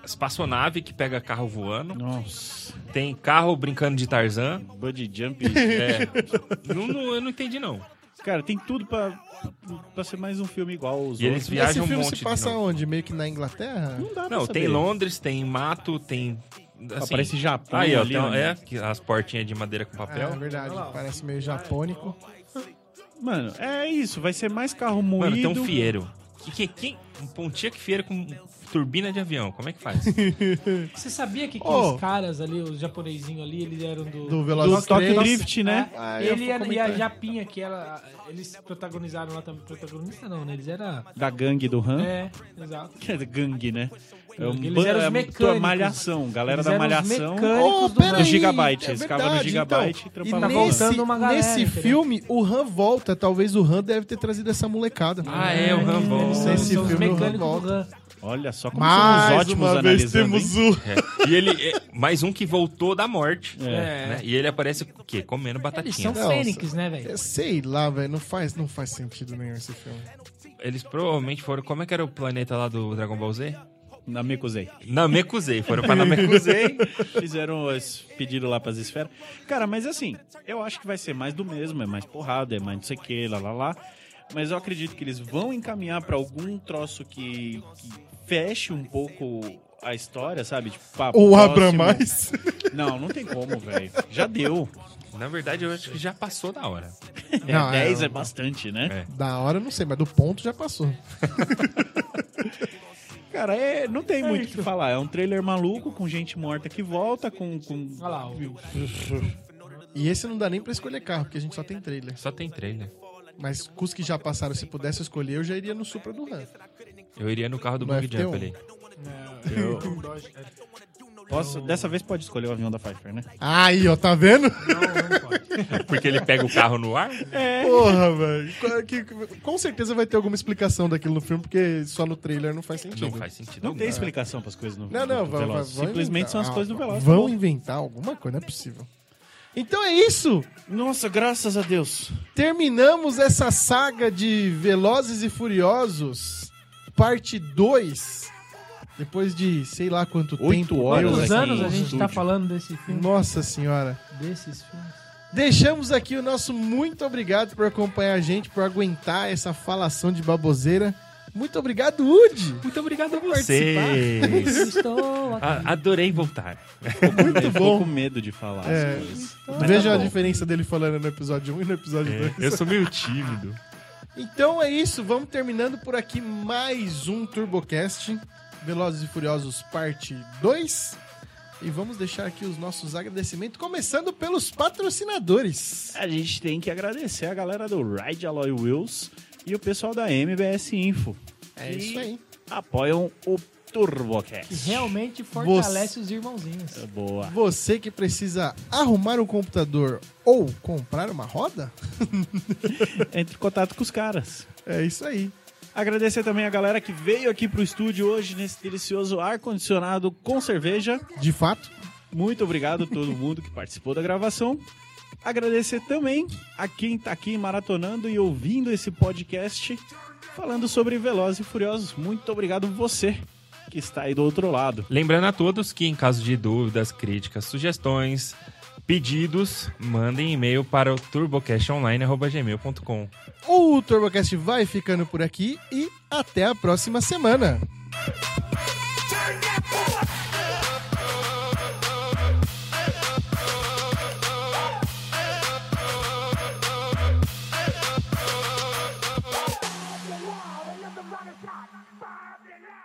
S3: espaçonave que pega carro voando.
S2: Nossa.
S3: Tem carro brincando de Tarzan.
S2: Buddy jump.
S3: É. não, não- eu não entendi, não.
S2: Cara, tem tudo pra, pra ser mais um filme igual os
S3: E eles
S2: outros.
S3: viajam
S1: Esse
S3: um
S1: filme
S3: monte
S1: se
S3: de
S1: passa
S3: novo.
S1: onde? Meio que na Inglaterra?
S2: Não dá pra
S3: Não,
S2: saber.
S3: tem Londres, tem mato, tem.
S2: Ah,
S3: Assim,
S2: Parece Japão
S3: Aí, ó,
S2: ali,
S3: tem-
S2: né?
S3: é, que as portinhas de madeira com
S1: Ah, é
S3: papel.
S1: verdade. Parece meio japônico.
S2: Mano, é isso. Vai ser mais carro
S3: Mano,
S2: moído.
S3: tem um fieiro. Que, que, que, um Pontiac fieiro com turbina de avião. Como é que faz?
S4: Você sabia que
S1: Oh.
S4: aqueles caras ali, os japonesinhos ali, eles eram do...
S1: Do
S2: do
S1: Velocity
S2: Tokyo
S1: 3.
S2: Drift, né?
S4: Ah,
S1: Ah, eu
S4: ele
S1: vou
S4: e a, e
S1: comentar.
S4: a Japinha, que ela, eles protagonizaram lá também. Protagonista não, né? Eles eram...
S2: Da gangue do Han.
S4: É, exato.
S2: Que é gangue, né? É
S4: Eles
S2: ban-
S4: eram os
S2: é
S4: mecânicos.
S2: malhação, galera
S4: Eles
S2: da
S4: eram os
S2: malhação.
S4: mecânicos
S1: Oh,
S4: do
S1: pera
S2: Do
S4: Van.
S1: aí,
S2: Gigabyte,
S1: é
S2: eles cavavam no
S1: verdade,
S2: Gigabyte e
S1: E
S2: trampavam
S4: Tá
S2: lá.
S1: nesse,
S4: voltando uma galera, né?
S1: nesse
S4: entendeu?
S1: filme, o Han volta. Talvez o Han deve ter trazido essa molecada.
S3: [LAUGHS] ah, é, o Rambo.
S4: Eles são-
S1: Nesse
S4: são os
S1: filme, o
S4: mecânicos do
S1: Revolta.
S4: Van.
S2: Olha só como somos
S1: Mais
S2: ótimos
S1: uma vez
S2: analisando,
S1: temos
S2: hein?
S1: o
S3: É. E ele é mais um que voltou da morte.
S2: É.
S3: né? E ele aparece o quê? Comendo
S4: Eles
S3: batatinha.
S4: são
S1: Não,
S4: fênix, né, velho?
S1: É, Sei lá, velho, não faz, não faz sentido nenhum esse filme.
S3: Eles provavelmente foram. Como é que era o planeta lá do Dragon Ball Z?
S2: Na Mekuzei.
S3: Namekusei. Foram pra [LAUGHS] Namekusei.
S2: [LAUGHS] Fizeram esse pedido lá pras esferas. Cara, mas assim, eu acho que vai ser mais do mesmo, é mais porrada, é mais não sei o que, lá, lá, lá. Mas eu acredito que eles vão encaminhar pra algum troço que, que feche um pouco a história, sabe? Tipo, pá,
S1: Ou abra
S2: próximo-
S1: mais.
S2: [LAUGHS] Não, não tem como, velho. Já deu.
S3: Na verdade, eu acho que já passou da hora.
S2: É,
S1: Não, é,
S2: 10 é,
S1: eu-
S2: bastante, né?
S1: [LAUGHS] Da hora, eu não sei, mas do ponto já passou.
S2: Cara, é, não tem muito o que falar. É um trailer maluco com gente morta que volta, com. com...
S4: Olha lá, o-
S1: E esse não dá nem pra escolher carro, porque a gente só tem trailer.
S3: Só tem né? trailer.
S1: Mas com os que já passaram, se pudesse eu escolher, eu já iria no Supra do Han.
S3: Eu iria no carro do
S1: No
S3: Bug
S1: FT1.
S3: Jump ali.
S2: Posso, dessa vez pode escolher o avião da Pfeiffer, né?
S1: Aí, ó, tá vendo?
S3: Porque ele pega o carro no ar?
S1: Porra, velho. Co- que- Com certeza vai ter alguma explicação daquilo no filme, porque só no trailer não faz sentido.
S3: Não faz sentido.
S2: Não
S3: algum.
S2: tem explicação para as coisas no
S1: Não,
S2: no-
S1: não,
S2: no
S1: vão, vão,
S2: Veloz.
S1: vão
S2: Simplesmente são as
S1: inventar. Ah,
S2: coisas do Veloz. tá
S1: Vão inventar alguma coisa, não é possível. Então é isso!
S2: Nossa, graças a Deus.
S1: Terminamos essa saga de Velozes e Furiosos, parte 2. Depois de sei lá quanto
S2: Oito
S1: tempo.
S2: horas
S1: Deus.
S4: Quantos
S2: aqui
S4: anos
S2: no
S4: a gente tá
S2: estúdio.
S4: falando desse filme?
S1: Nossa senhora.
S4: Desses filmes.
S1: Deixamos aqui o nosso muito obrigado por acompanhar a gente, por aguentar essa falação de baboseira. Muito obrigado, Udi.
S4: Muito obrigado por
S3: Vocês.
S4: participar. Estou aqui.
S3: A- adorei voltar.
S2: Muito [LAUGHS] eu
S1: bom.
S2: Tô com medo de falar
S1: É.
S2: as coisas.
S1: Veja a
S3: bom.
S1: diferença dele falando no episódio 1 e no
S2: É.
S1: episódio 2.
S3: Eu sou meio tímido.
S1: Então é isso, vamos terminando por aqui mais um TurboCast Velozes e Furiosos Parte 2. E vamos deixar aqui os nossos agradecimentos, começando pelos patrocinadores.
S2: A gente tem que agradecer a galera do Ride Alloy Wheels e o pessoal da MBS Info.
S1: É
S2: que
S1: isso aí.
S2: Apoiam o
S4: Que
S2: TurboCast.
S4: realmente fortalece os irmãozinhos.
S2: Boa.
S1: Você que precisa arrumar um computador ou comprar uma roda?
S2: Entre em contato com os caras.
S1: É isso aí.
S2: Agradecer também a galera que veio aqui pro estúdio hoje nesse delicioso ar-condicionado com cerveja.
S1: De fato,
S2: Muito obrigado a todo mundo que participou da gravação. Agradecer também a quem tá aqui maratonando e ouvindo esse podcast falando sobre Velozes e Furiosos. Muito obrigado você que está aí do outro lado.
S3: Lembrando a todos que, em caso de dúvidas, críticas, sugestões, pedidos, mandem e-mail para o turbocastonline.gmail.com.
S1: o TurboCast vai ficando por aqui e até a próxima semana.
S9: the wall, another rider's hot, five and out.